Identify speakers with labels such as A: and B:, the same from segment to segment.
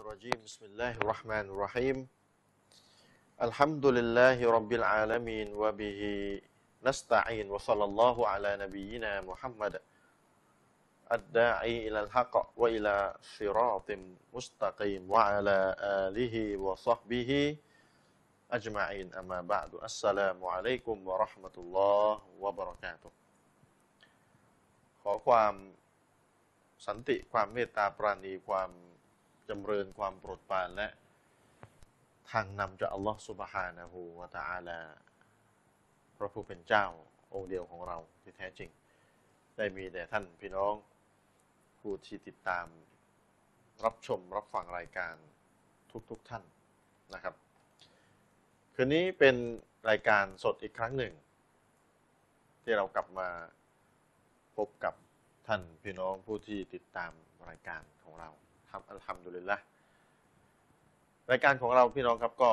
A: الرجيم بسم الله الرحمن الرحيم الحمد لله رب العالمين وبه نستعين وصلى الله على نبينا محمد الداعي إلى الحق وإلى صراط مستقيم وعلى آله وصحبه أجمعين أما بعد السلام عليكم ورحمة الله وبركاته ขอความสันติความเมตตาปราณีความจำเริญความโปรดปรานและ ทางนำจากอัลลอฮ์สุบฮานะฮูวะตะอาลาพระผู้เป็นเจ้าองค์เดียวของเราที่แท้จริง ได้มีแด่ท่านพี่น้อง ผู้ที่ติดตาม รับชมรับฟังรายการทุกๆทท่านนะครับ คืนนี้เป็นรายการสดอีกครั้งหนึ่ง ที่เรากลับมาพบกับท่านพี่น้องผู้ที่ติดตามรายการของเราทำอัลฮัมดุลิลละรายการของเราพี่น้องครับก็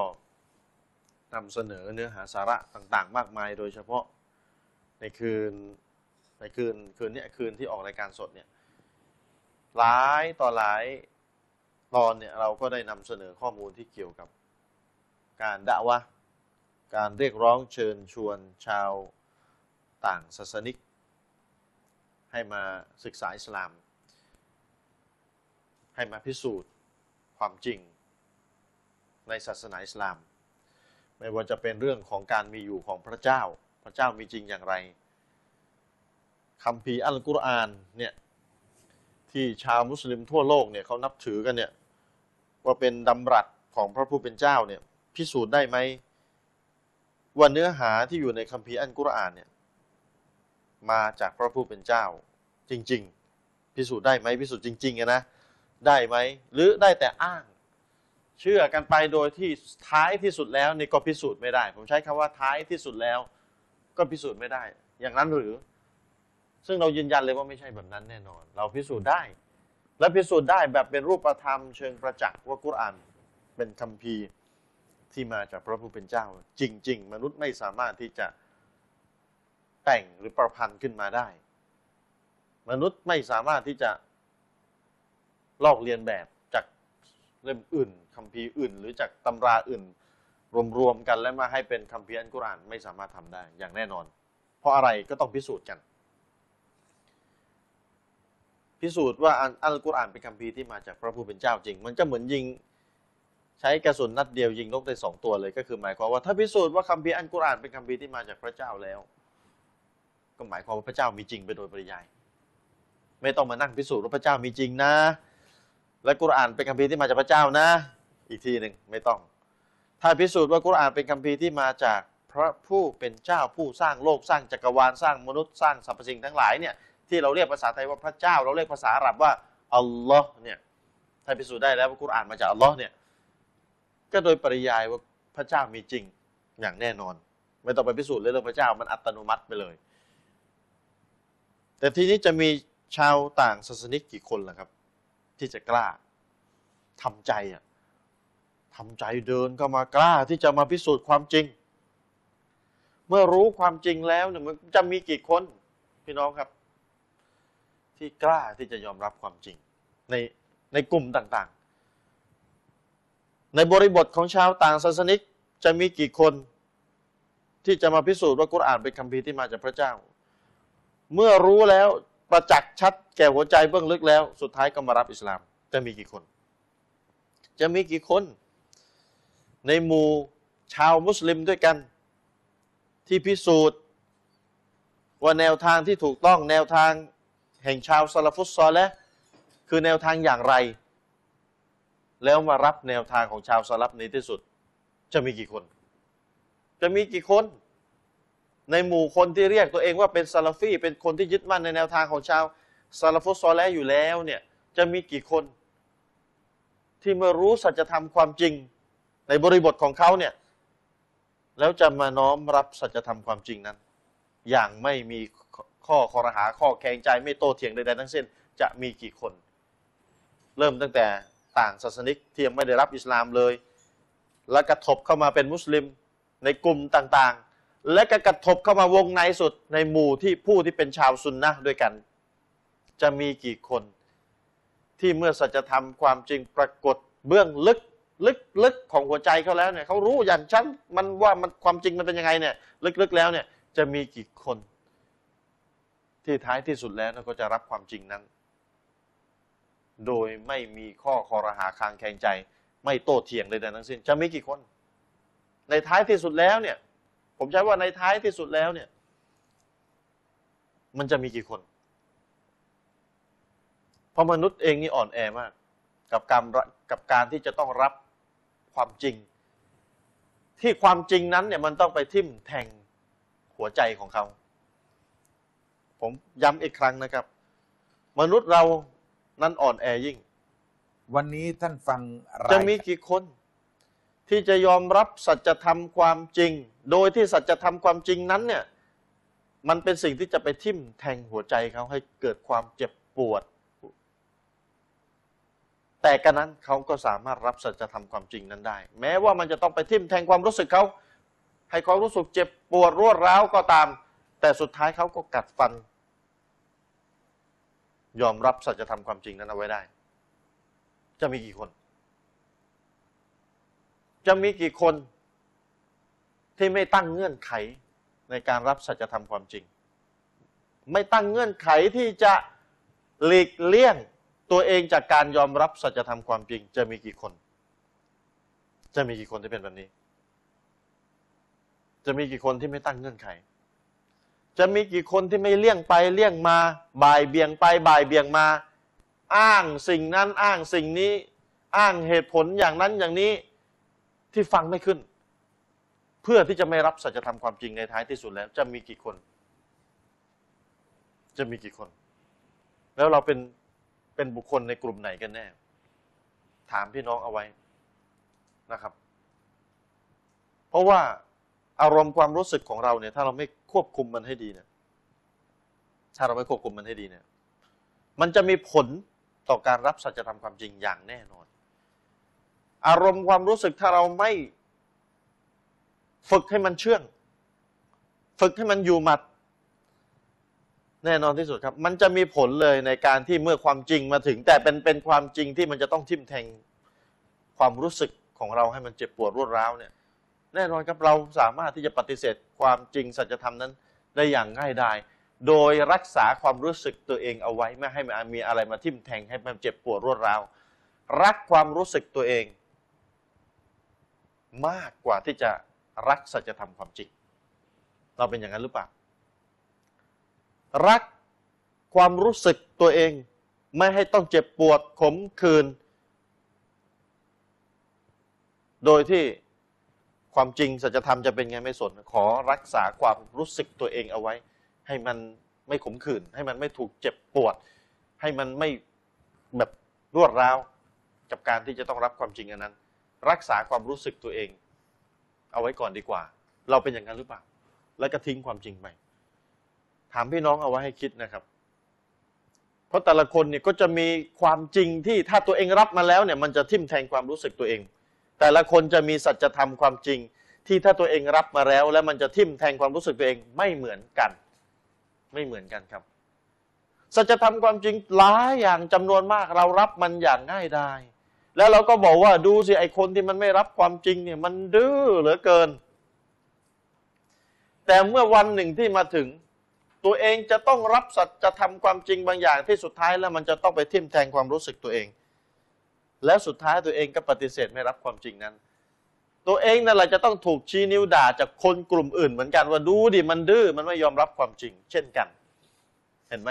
A: นำเสนอเนื้อหาสาระต่างๆ มากมาย โดยเฉพาะในคืนในคืนคืนเนี้ยคืนที่ออกรายการสดเนี่ยหลายต่อหลายตอนเนี่ยเราก็ได้นำเสนอข้อมูลที่เกี่ยวกับ การด่าวะห์การเรียกร้องเชิญชวนชาวต่างศาสนิก ให้มาศึกษาอิสลาม ให้มาพิสูจน์ความจริงในศาสนาอิสลาม ไม่ว่าจะเป็นเรื่องของการมีอยู่ของพระเจ้า พระเจ้ามีจริงอย่างไรคัมภีร์อัลกุรอานเนี่ยที่ชาวมุสลิมทั่วโลกเนี่ยเขานับถือกันเนี่ยว่าเป็นดำรัสของพระผู้เป็นเจ้าเนี่ยพิสูจน์ได้ไหมว่าเนื้อหาที่อยู่ในคัมภีร์อัลกุรอานเนี่ย มาจากพระผู้เป็นเจ้า จริง ๆ พิสูจน์ได้ไหมพิสูจน์จริงๆอะนะได้ไหมหรือได้แต่อ้าง เชื่อกันไปโดยที่ท้ายที่สุดแล้วนี่ก็พิสูจน์ไม่ได้ ผมใช้คำว่าท้ายที่สุดแล้ว ก็พิสูจน์ไม่ได้ อย่างนั้นหรือ ซึ่งเรายืนยันเลยว่าไม่ใช่แบบนั้นแน่นอน เราพิสูจน์ได้ และพิสูจน์ได้แบบเป็นรูปธรรมเชิงประจักษ์ว่ากุรอานเป็นคัมภีร์ที่มาจากพระผู้เป็นเจ้า จริง ๆ มนุษย์ไม่สามารถที่จะ แต่งหรือประพันธ์ขึ้นมาได้ มนุษย์ไม่สามารถที่จะลอกเลียนแบบจากเล่มอื่นคัมภีร์อื่น หรือจากตำราอื่น รวมๆกันแล้วมาให้เป็นคัมภีร์อันกุรอานไม่สามารถทำได้อย่างแน่นอน เพราะอะไรก็ต้องพิสูจน์กัน พิสูจน์ว่าอันอัลกุรอานเป็นคัมภีร์ที่มาจากพระผู้เป็นเจ้าจริง มันก็เหมือนยิง ใช้กระสุนนัดเดียวยิงนกได้สองตัวเลยก็คือหมายความว่าถ้าพิสูจน์ว่าคัมภีร์อันกุรอานเป็นคัมภีร์ที่มาจากพระเจ้าแล้ว ก็หมายความว่าพระเจ้ามีจริงไปโดยปริยาย ไม่ต้องมานั่งพิสูจน์ว่าพระเจ้ามีจริงนะ และกุรอานเป็นคัมภีร์ที่มาจากพระเจ้านะ อีกทีหนึ่งไม่ต้อง ถ้าพิสูจน์ว่ากุรอานเป็นคัมภีร์ที่มาจากพระผู้เป็นเจ้าผู้สร้างโลกสร้างจักรวาลสร้างมนุษย์สร้างสรรพสิ่งทั้งหลายเนี่ยที่เราเรียกภาษาไทยว่าพระเจ้า เราเรียกภาษาอาหรับว่าอัลลอฮ์เนี่ยถ้าพิสูจน์ได้แล้วว่ากุรอานมาจากอัลลอฮ์เนี่ยก็โดยปริยายว่าพระเจ้ามีจริงอย่างแน่นอน ไม่ต้องไปพิสูจน์เลยเรื่องพระเจ้ามันอัตโนมัติไปเลย แต่ทีนี้จะมีชาวต่างศาสนิกกี่คนล่ะครับ ที่จะกล้าทำใจอ่ะทำใจเดินก็มากล้าที่จะมาพิสูจน์ความจริง เมื่อรู้ความจริงแล้วเนี่ยมันจะมีกี่คนพี่น้องครับ ที่กล้าที่จะยอมรับความจริง ในในกลุ่มต่างๆ ในบริบทของชาวต่างศาสนิกจะมีกี่คน ที่จะมาพิสูจน์ว่ากุรอานเป็นคัมภีร์ที่มาจากพระเจ้า เมื่อรู้แล้วประจักษ์ชัดแก่หัวใจเบื้องลึกแล้ว สุดท้ายก็มารับอิสลาม จะมีกี่คน จะมีกี่คน ในหมู่ชาวมุสลิมด้วยกัน ที่พิสูจน์ ว่าแนวทางที่ถูกต้องแนวทางแห่งชาวซาลาฟุตซอลและคือแนวทางอย่างไร แล้วมารับแนวทางของชาวซาลับในที่สุด จะมีกี่คน จะมีกี่คน ในหมู่คนที่เรียกตัวเองว่าเป็นซาลาฟีเป็นคนที่ยึดมั่นในแนวทางของชาวซาลาฟุสซอแลอยู่แล้วเนี่ยจะมีกี่คน ที่เมื่อรู้สัจธรรมความจริง ในบริบทของเขาเนี่ยแล้วจะมาน้อมรับสัจธรรมความจริงนั้น อย่างไม่มีข้อคอรหาข้อแข็งใจไม่โต้เถียงใดๆทั้งสิ้นจะมีกี่คน เริ่มตั้งแต่ต่างศาสนิกที่ยังไม่ได้รับอิสลามเลย และกระทบเข้ามาเป็นมุสลิมในกลุ่มต่างๆ และก็กระทบเข้ามาวงในสุดในหมู่ที่ผู้ที่เป็นชาวซุนนะห์ด้วยกัน จะมีกี่คน ที่เมื่อสัจธรรมความจริงปรากฏ เบื้องลึกลึกลึกของหัวใจเขาแล้วเนี่ยเขารู้อย่างฉันมันว่ามันความจริงมันเป็นยังไงเนี่ย ลึกๆแล้วเนี่ย จะมีกี่คน ที่ท้ายที่สุดแล้วก็จะรับความจริงนั้น โดยไม่มีข้อคอรหาคางแคลงใจ ไม่โต้เถียงใดๆทั้งสิ้น จะมีกี่คน ในท้ายที่สุดแล้วเนี่ย ผมใช้ว่าในท้ายที่สุดแล้วเนี่ย มันจะมีกี่คน เพราะมนุษย์เองนี่อ่อนแอมาก กับการรับกับการที่จะต้องรับความจริง ที่ความจริงนั้นเนี่ยมันต้องไปทิ่มแทงหัวใจของเขา ผมย้ำอีกครั้งนะครับ มนุษย์เรานั้นอ่อนแอยิ่ง
B: วันนี้ท่านฟัง
A: จะ
B: ราย
A: มีกี่คน ที่จะยอมรับสัจธรรมความจริง โดยที่สัจธรรมความจริงนั้นเนี่ย มันเป็นสิ่งที่จะไปทิ่มแทงหัวใจเขาให้เกิดความเจ็บปวด แต่กระนั้นเขาก็สามารถรับสัจธรรมความจริงนั้นได้ แม้ว่ามันจะต้องไปทิ่มแทงความรู้สึกเขาให้เขารู้สึกเจ็บปวดรวดร้าวก็ตาม แต่สุดท้ายเขาก็กัดฟัน ยอมรับสัจธรรมความจริงนั้นเอาไว้ได้ จะมีกี่คน จะมีกี่คนที่ไม่ตั้งเงื่อนไขในการรับสัจธรรมความจริง ไม่ตั้งเงื่อนไขที่จะหลีกเลี่ยงตัวเองจากการยอมรับสัจธรรมความจริง จะมีกี่คน จะมีกี่คนที่เป็นแบบนี้ จะมีกี่คนที่ไม่ตั้งเงื่อนไข จะมีกี่คนที่ไม่เลี่ยงไปเลี่ยงมา บ่ายเบี่ยงไปบ่ายเบี่ยงมา อ้างสิ่งนั้นอ้างสิ่งนี้ อ้างเหตุผลอย่างนั้นอย่างนี้ ที่ฟังไม่ขึ้น เพื่อที่จะไม่รับสัจธรรมความจริงในท้ายที่สุดแล้ว จะมีกี่คน จะมีกี่คน แล้วเราเป็นเป็นบุคคลในกลุ่มไหนกันแน่ ถามพี่น้องเอาไว้นะครับ เพราะว่าอารมณ์ความรู้สึกของเราเนี่ย ถ้าเราไม่ควบคุมมันให้ดีเนี่ยถ้าเราไม่ควบคุมมันให้ดีเนี่ย มันจะมีผลต่อการรับสัจธรรมความจริงอย่างแน่นอน อารมณ์ความรู้สึกถ้าเราไม่ ฝึกให้มันเชื่อง ฝึกให้มันอยู่หมัด แน่นอนที่สุดครับ มันจะมีผลเลยในการที่เมื่อความจริงมาถึง แต่เป็นเป็นความจริงที่มันจะต้องทิ่มแทงความรู้สึกของเราให้มันเจ็บปวดรวดร้าวเนี่ย แน่นอนครับเราสามารถที่จะปฏิเสธความจริงสัจธรรมนั้นได้อย่างง่ายดาย โดยรักษาความรู้สึกตัวเองเอาไว้ไม่ให้มันมีอะไรมาทิ่มแทงให้มันเจ็บปวดรวดร้าว รักความรู้สึกตัวเอง มากกว่าที่จะรักสัจธรรมความจริง เราเป็นอย่างนั้นหรือเปล่า รักความรู้สึกตัวเอง ไม่ให้ต้องเจ็บปวดขมขื่นโดยที่ความจริงสัจธรรมจะเป็นไงไม่สน ขอรักษาความรู้สึกตัวเองเอาไว้ ให้มันไม่ขมขื่นให้มันไม่ถูกเจ็บปวด ให้มันไม่แบบรวดร้าวกับการที่จะต้องรับความจริงอันนั้น รักษาความรู้สึกตัวเอง เอาไว้ก่อนดีกว่า เราเป็นอย่างนั้นหรือเปล่า แล้วก็ทิ้งความจริงไป ถามพี่น้องเอาไว้ให้คิดนะครับ เพราะแต่ละคนเนี่ยก็จะมีความจริงที่ถ้าตัวเองรับมาแล้วเนี่ยมันจะทิ่มแทงความรู้สึกตัวเอง แต่ละคนจะมีสัจธรรมความจริง ที่ถ้าตัวเองรับมาแล้ว แล้วมันจะทิ่มแทงความรู้สึกตัวเองไม่เหมือนกัน ไม่เหมือนกันครับ สัจธรรมความจริงหลายอย่างจำนวนมากเรารับมันอย่างง่ายดาย แล้วเราก็บอกว่าดูสิไอคนที่มันไม่รับความจริงเนี่ยมันดื้อเหลือเกิน แต่เมื่อวันหนึ่งที่มาถึง ตัวเองจะต้องรับสัจธรรมความจริงบางอย่างที่สุดท้ายแล้วมันจะต้องไปทิ่มแทงความรู้สึกตัวเอง และสุดท้ายตัวเองก็ปฏิเสธไม่รับความจริงนั้น ตัวเองนั่นแหละจะต้องถูกชี้นิ้วด่าจากคนกลุ่มอื่นเหมือนกันว่าดูดิมันดื้อมันไม่ยอมรับความจริง เช่นกัน เห็นไหม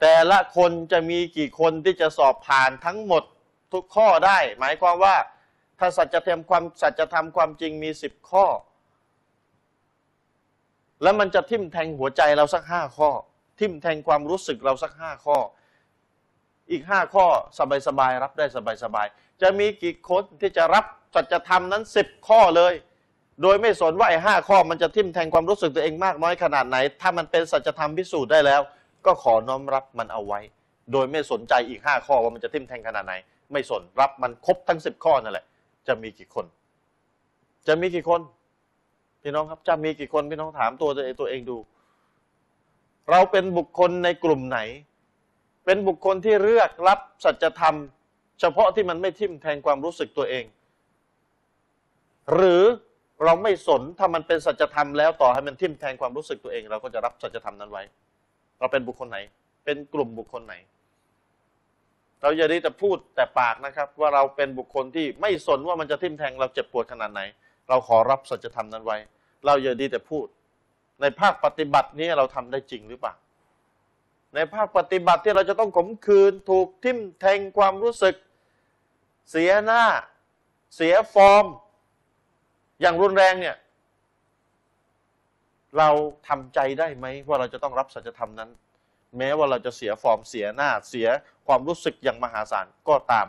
A: แต่ละคนจะมีกี่คนที่จะสอบผ่านทั้งหมดทุกข้อได้ หมายความว่าถ้าสัจธรรมความสัจธรรมความจริงมีสิบข้อ แล้วมันจะทิ่มแทงหัวใจเราสักห้าข้อ ทิ่มแทงความรู้สึกเราสักห้าข้อ อีกห้าข้อสบายๆรับได้สบายๆจะมีกี่คนที่จะรับสัจธรรมนั้นสิบข้อเลย โดยไม่สนว่าไอ้ห้าข้อมันจะทิ่มแทงความรู้สึกตัวเองมากน้อยขนาดไหน ถ้ามันเป็นสัจธรรมพิสูจน์ได้แล้ว ก็ขอน้อมรับมันเอาไว้ โดยไม่สนใจอีกห้าข้อว่ามันจะทิ่มแทงขนาดไหน ไม่สนรับมันครบทั้งสิบข้อนั่นแหละ จะมีกี่คน จะมีกี่คน พี่น้องครับจะมีกี่คนพี่น้องถามตัวตัวเองตัวเองดู เราเป็นบุคคลในกลุ่มไหน เป็นบุคคลที่เลือกรับสัจธรรม เฉพาะที่มันไม่ทิ่มแทงความรู้สึกตัวเอง หรือเราไม่สนถ้ามันเป็นสัจธรรมแล้วต่อให้มันทิ่มแทงความรู้สึกตัวเอง เราก็จะรับสัจธรรมนั้นไว้ เราเป็นบุคคลไหน เป็นกลุ่มบุคคลไหน เราอย่าได้แต่พูดแต่ปากนะครับ ว่าเราเป็นบุคคลที่ไม่สนว่ามันจะทิ่มแทงเราเจ็บปวดขนาดไหน เราขอรับสัจธรรมนั้นไว้ เราอย่าดีแต่พูด ในภาคปฏิบัตินี้เราทำได้จริงหรือเปล่า ในภาคปฏิบัติที่เราจะต้องขมขืนถูกทิ่มแทงความรู้สึก เสียหน้า เสียฟอร์ม อย่างรุนแรงเนี่ย เราทำใจได้ไหมว่าเราจะต้องรับสัจธรรมนั้น แม้ว่าเราจะเสียฟอร์มเสียหน้าเสียความรู้สึกอย่างมหาศาลก็ตาม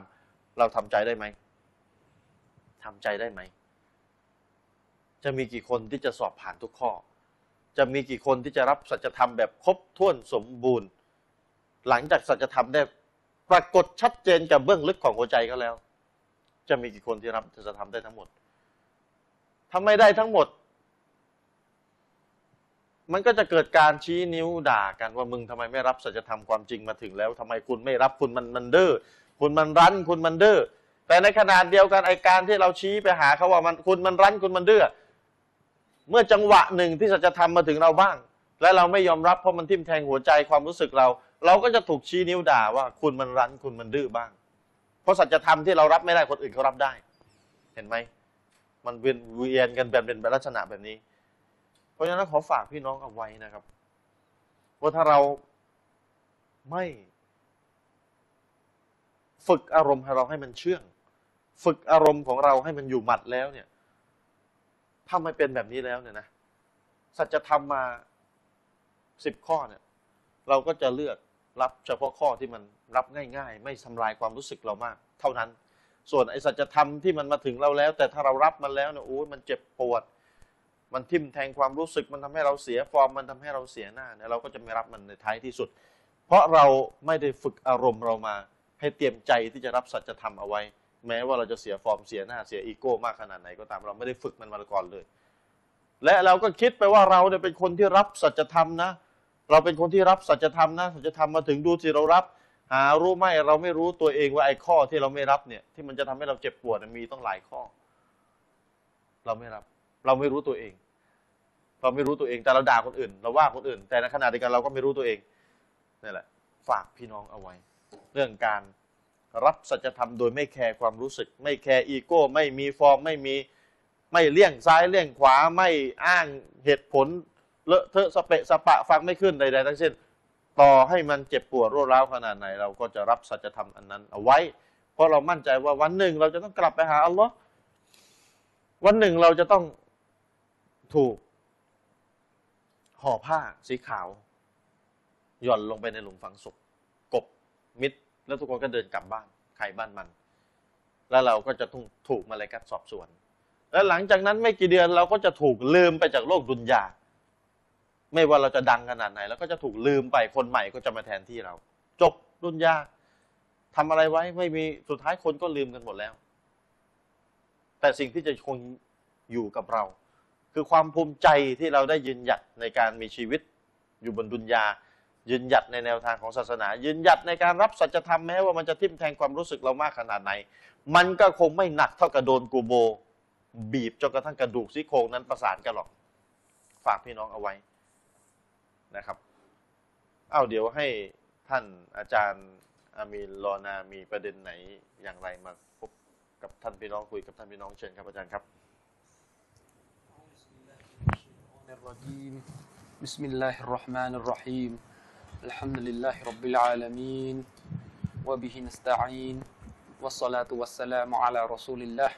A: เราทำใจได้ไหมทำใจได้ไหม จะมีกี่คนที่จะสอบผ่านทุกข้อ จะมีกี่คนที่จะรับสัจธรรมแบบครบถ้วนสมบูรณ์ หลังจากสัจธรรมได้ปรากฏชัดเจนกับเบื้องลึกของหัวใจก็แล้ว จะมีกี่คนที่รับสัจธรรมได้ทั้งหมดทำไม่ได้ทั้งหมด มันก็จะเกิดการชี้นิ้วด่ากันว่ามึงทำไมไม่รับสัจธรรมความจริงมาถึงแล้วทำไมคุณไม่รับคุณมันมันเด้อคุณมันรั้นคุณมันเด้อแต่ในขนาดเดียวกันไอการที่เราชี้ไปหาเขาว่ามันคุณมันรั้นคุณมันเด้อ เมื่อจังหวะหนึ่งที่สัจธรรมมาถึงเราบ้าง และเราไม่ยอมรับเพราะมันทิ่มแทงหัวใจความรู้สึกเรา เราก็จะถูกชี้นิ้วด่าว่าคุณมันรั้นคุณมันดื้อบ้าง เพราะสัจธรรมที่เรารับไม่ได้คนอื่นเขารับได้ เห็นไหมมันเวียนเวียนกันแบบเป็นลักษณะแบบนี้ เพราะฉะนั้นขอฝากพี่น้องเอาไว้นะครับ ว่าถ้าเราไม่ ฝึกอารมณ์ให้เราให้มันเชื่อง ฝึกอารมณ์ของเราให้มันอยู่หมัดแล้วเนี่ย ถ้าไม่เป็นแบบนี้แล้วเนี่ยนะสัจธรรมมาสิบข้อเนี่ย เราก็จะเลือกรับเฉพาะข้อที่มันรับง่าย ๆ ไม่ทำลายความรู้สึกเรามาก เท่านั้น ส่วนไอ้สัจธรรมที่มันมาถึงเราแล้ว แต่ถ้าเรารับมันแล้วเนี่ยโอ้ยมันเจ็บปวด มันทิ่มแทงความรู้สึกมันทำให้เราเสียฟอร์มมันทำให้เราเสียหน้าเนี่ยเราก็จะไม่รับมันในท้ายที่สุด เพราะเราไม่ได้ฝึกอารมณ์เรามา ให้เตรียมใจที่จะรับสัจธรรมเอาไว้ แม้ว่าเราจะเสียฟอร์มเสียหน้าเสียอีโก้มากขนาดไหนก็ตามเราไม่ได้ฝึกมันมาก่อนเลย และเราก็คิดไปว่าเราเนี่ยเป็นคนที่รับสัจธรรมนะ เราเป็นคนที่รับสัจธรรมนะ สัจธรรมมาถึงดูสิเรารับ หารู้ไหมเราไม่รู้ตัวเองว่าไอ้ข้อที่เราไม่รับเนี่ยที่มันจะทำให้เราเจ็บปวดน่ะมีต้องหลายข้อ เราไม่รับ เราไม่รู้ตัวเอง เราไม่รู้ตัวเองแต่เราด่าคนอื่น เราว่าคนอื่น แต่ในขณะเดียวกันเราก็ไม่รู้ตัวเองนี่แหละ ฝากพี่น้องเอาไว้ เรื่องการรับสัจธรรมโดยไม่แคร์ความรู้สึก ไม่แคร์อีโก้ ไม่มีฟอร์ม ไม่มีไม่เลี่ยงซ้ายเลี่ยงขวาไม่อ้างเหตุผลเลอะเทอะสเปะสปะฟังไม่ขึ้นใดๆทั้งสิ้นต่อให้มันเจ็บปวดรวดร้าวขนาดไหน เราก็จะรับสัจธรรมอันนั้นเอาไว้ เพราะเรามั่นใจว่าวันหนึ่งเราจะต้องกลับไปหาอัลลอฮ์วันหนึ่งเราจะต้องถูก ห่อผ้าสีขาว หย่อนลงไปในหลุมฝังศพกบมิด แล้วทุกคนก็เดินกลับบ้านใครบ้านมัน แล้วเราก็จะถูกถูกมาลายกัดสอบสวน และหลังจากนั้นไม่กี่เดือนเราก็จะถูกลืมไปจากโลกดุนยา ไม่ว่าเราจะดังขนาดไหนเราก็จะถูกลืมไปคนใหม่ก็จะมาแทนที่เรา จบดุนยาทำอะไรไว้ไม่มีสุดท้ายคนก็ลืมกันหมดแล้ว แต่สิ่งที่จะคงอยู่กับเรา คือความภูมิใจที่เราได้ยืนหยัดในการมีชีวิตอยู่บนดุนยา ยืนหยัดในแนวทางของศาสนา ยืนหยัดในการรับสัจธรรมแม้ว่ามันจะทิ่มแทงความรู้สึกเรามากขนาดไหน มันก็คงไม่หนักเท่ากับโดนกูโบ บีบจนกระทั่งกระดูกซี่โครงนั้นประสานกันหรอก ฝากพี่น้องเอาไว้นะครับ เอาเดี๋ยวให้ท่านอาจารย์อามีนรอนามีประเด็นไหนอย่างไรมาพบกับท่านพี่น้องคุยกับท่านพี่น้องเชิญครับอาจารย์ครับ
C: الرجيم بسم الله الرحمن الرحيم الحمد لله رب العالمين وبه نستعين والصلاة والسلام على رسول الله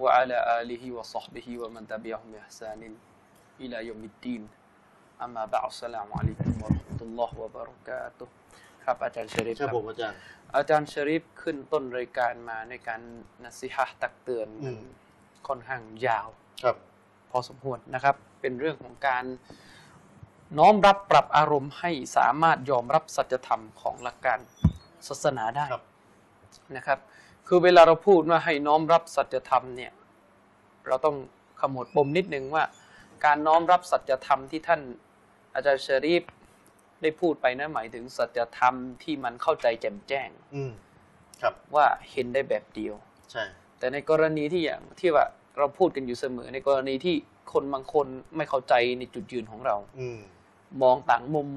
C: وعلى آله وصحبه ومن تبعهم بإحسان إلى يوم الدين أما بعد السلام عليكم ورحمة الله وبركاته ครับอาจารย์ชริฟ
A: ครับ
C: ค
A: ผ
C: รับ
A: มอาจารย์
C: อาจารย์ชริฟขึ้นต้นรายการมาในการนัสิฮะห์ตักเตือน
A: อืม
C: ค่อนข้างยาว
A: ครับ
C: พอสมควรนะครับ เป็นเรื่องของการน้อมรับปรับอารมณ์ให้สามารถยอมรับสัจธรรมของหลักการศาสนาได้
A: ครับ
C: นะครับ คือเวลาเราพูดว่าให้น้อมรับสัจธรรมเนี่ย เราต้องขมวดปมนิดนึงว่า การน้อมรับสัจธรรมที่ท่านอาจารย์เชอรีฟได้พูดไปนะหมายถึงสัจธรรมที่มันเข้าใจแจ่มแจ้ง
A: อืม ครับ
C: ว่าเห็นได้แบบเดียว
A: ใช่
C: แต่ในกรณีที่อย่างที่ว่าเราพูดกันอยู่เสมอ ในกรณีที่คนบางคนไม่เข้าใจในจุดยืนของเรา
A: อืม
C: มองต่างมุม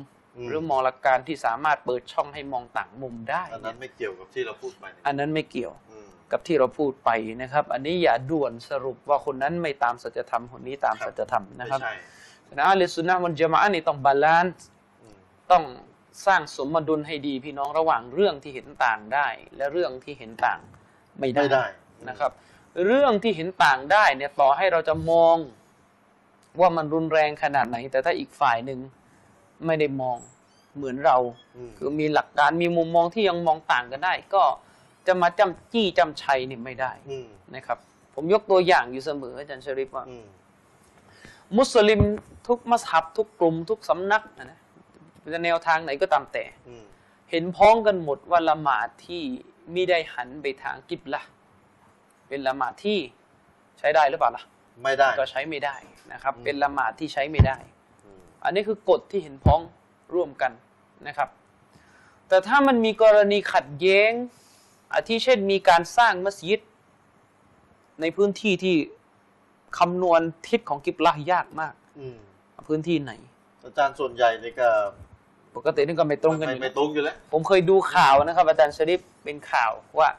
A: ม
C: หรือมองหลักการที่สามารถเปิดช่องให้มองต่างมุมได้
A: อันนั้น
C: เนี่ย
A: ไม่เกี่ยวกับที่เราพูดไปเนี่ย
C: อันนั้นไม่เกี่ยว
A: อืม
C: กับที่เราพูดไปนะครับ อันนี้อย่าด่วนสรุปว่าคนนั้นไม่ตามสัจธรรมคนนี้ตาม
A: ครับ
C: สัจธรรม
A: ไม่
C: นะครับ
A: ใช่
C: ฉะนั้นอาเลสุนนะมันจะมาอันนี้ต้องบาลานซ์
A: อืม
C: ต้องสร้างสมดุลให้ดีพี่น้องระหว่างเรื่องที่เห็นต่างได้ และเรื่องที่เห็นต่างไม่ได้
A: ไม่ได้
C: นะครับ เรื่องที่เห็นต่างได้เนี่ยต่อให้เราจะมองว่ามันรุนแรงขนาดไหน แต่ถ้าอีกฝ่ายหนึ่งไม่ได้มองเหมือนเรา
A: ม
C: คือมีหลักการมีมุมมองที่ยังมองต่างกันได้ ก็จะมาจำจี้จำชัยเนี่ยไม่ได้
A: อืม
C: นะครับ ผมยกตัวอย่างอยู่เสมออาจารย์ชริฟว่า
A: อืม
C: มุสลิมทุกมัสฮับทุกกลุ่มทุกสำนักนะนะจะแนวทางไหนก็ตามแต่
A: อืม
C: เห็นพ้องกันหมดว่าละหมาดที่ไม่ได้หันไปทางกิบละเป็นละหมาดที่ใช้ได้หรือเปล่าล่ะ
A: ไม่ได้
C: ก็ใช้ไม่ได้นะครับ
A: อืม
C: เป็นละหมาดที่ใช้ไม่ได้
A: อืม
C: อันนี้คือกฎที่เห็นพ้องร่วมกันนะครับ แต่ถ้ามันมีกรณีขัดแย้ง อาทิเช่นมีการสร้างมัสยิด ในพื้นที่ที่คำนวณทิศของกิบลาห์ยากมาก
A: อืม
C: พื้นที่ไหน
A: อาจารย์ส่วนใหญ่นี่ก็
C: ปกตินี่ก็ไม่ตรงกันอ
A: ไม่
C: ยู่
A: ไม่
C: นะ
A: ตรงอยู่แล้ว
C: ผมเคยดูข่าวนะครับ อาจารย์ชริปเป็นข่าวว่า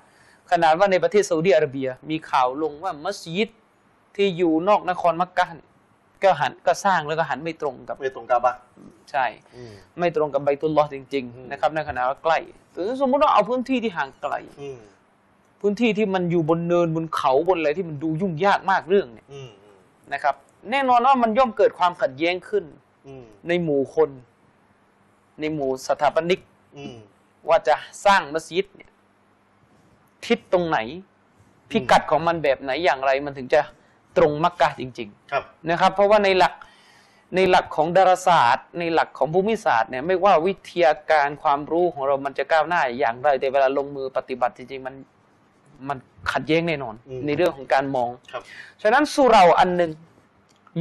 C: ขนาดว่าในประเทศซาอุดีอาระเบีย มีข่าวลงว่ามัสยิดที่อยู่นอกนครมักกะเนี่ยก็หันก็สร้างแล้วก็หันไม่ตรงกับ
A: ไม่ตรงกาบะ
C: ใช่
A: อืม
C: ไม่ตรงกับใบตุลลอฮ์จริง
A: อืม
C: ๆนะครับในขณะว่าใกล้หรือสมมติว่าเอาพื้นที่ที่ห่างไกล
A: อืม
C: พื้นที่ที่มันอยู่บนเนินบนเขาบนอะไรที่มันดูยุ่งยากมากเรื่องเนี่ย
A: อืมอืม
C: นะครับ แน่นอนว่ามันย่อมเกิดความขัดแย้งขึ้น
A: อืม
C: ในหมู่คน ในหมู่สถาปนิก
A: อืม
C: ว่าจะสร้างมัสยิดเนี่ยทิศตรงไหน พิกัด
A: อืม
C: ของมันแบบไหนอย่างไรมันถึงจะตรงมักกะจริง ๆ
A: ครับ
C: นะครับเพราะว่าในหลักในหลักของดาราศาสตร์ ในหลักของภูมิศาสตร์เนี่ยไม่ว่าวิทยาการความรู้ของเรามันจะก้าวหน้าอย่างไรแต่เวลาลงมือปฏิบัติจริงๆมันมันขัดแย้งแน่นอน
A: อืม
C: ในเรื่องของการมอง
A: ครับ
C: ฉะนั้นสุเราอันหนึ่ง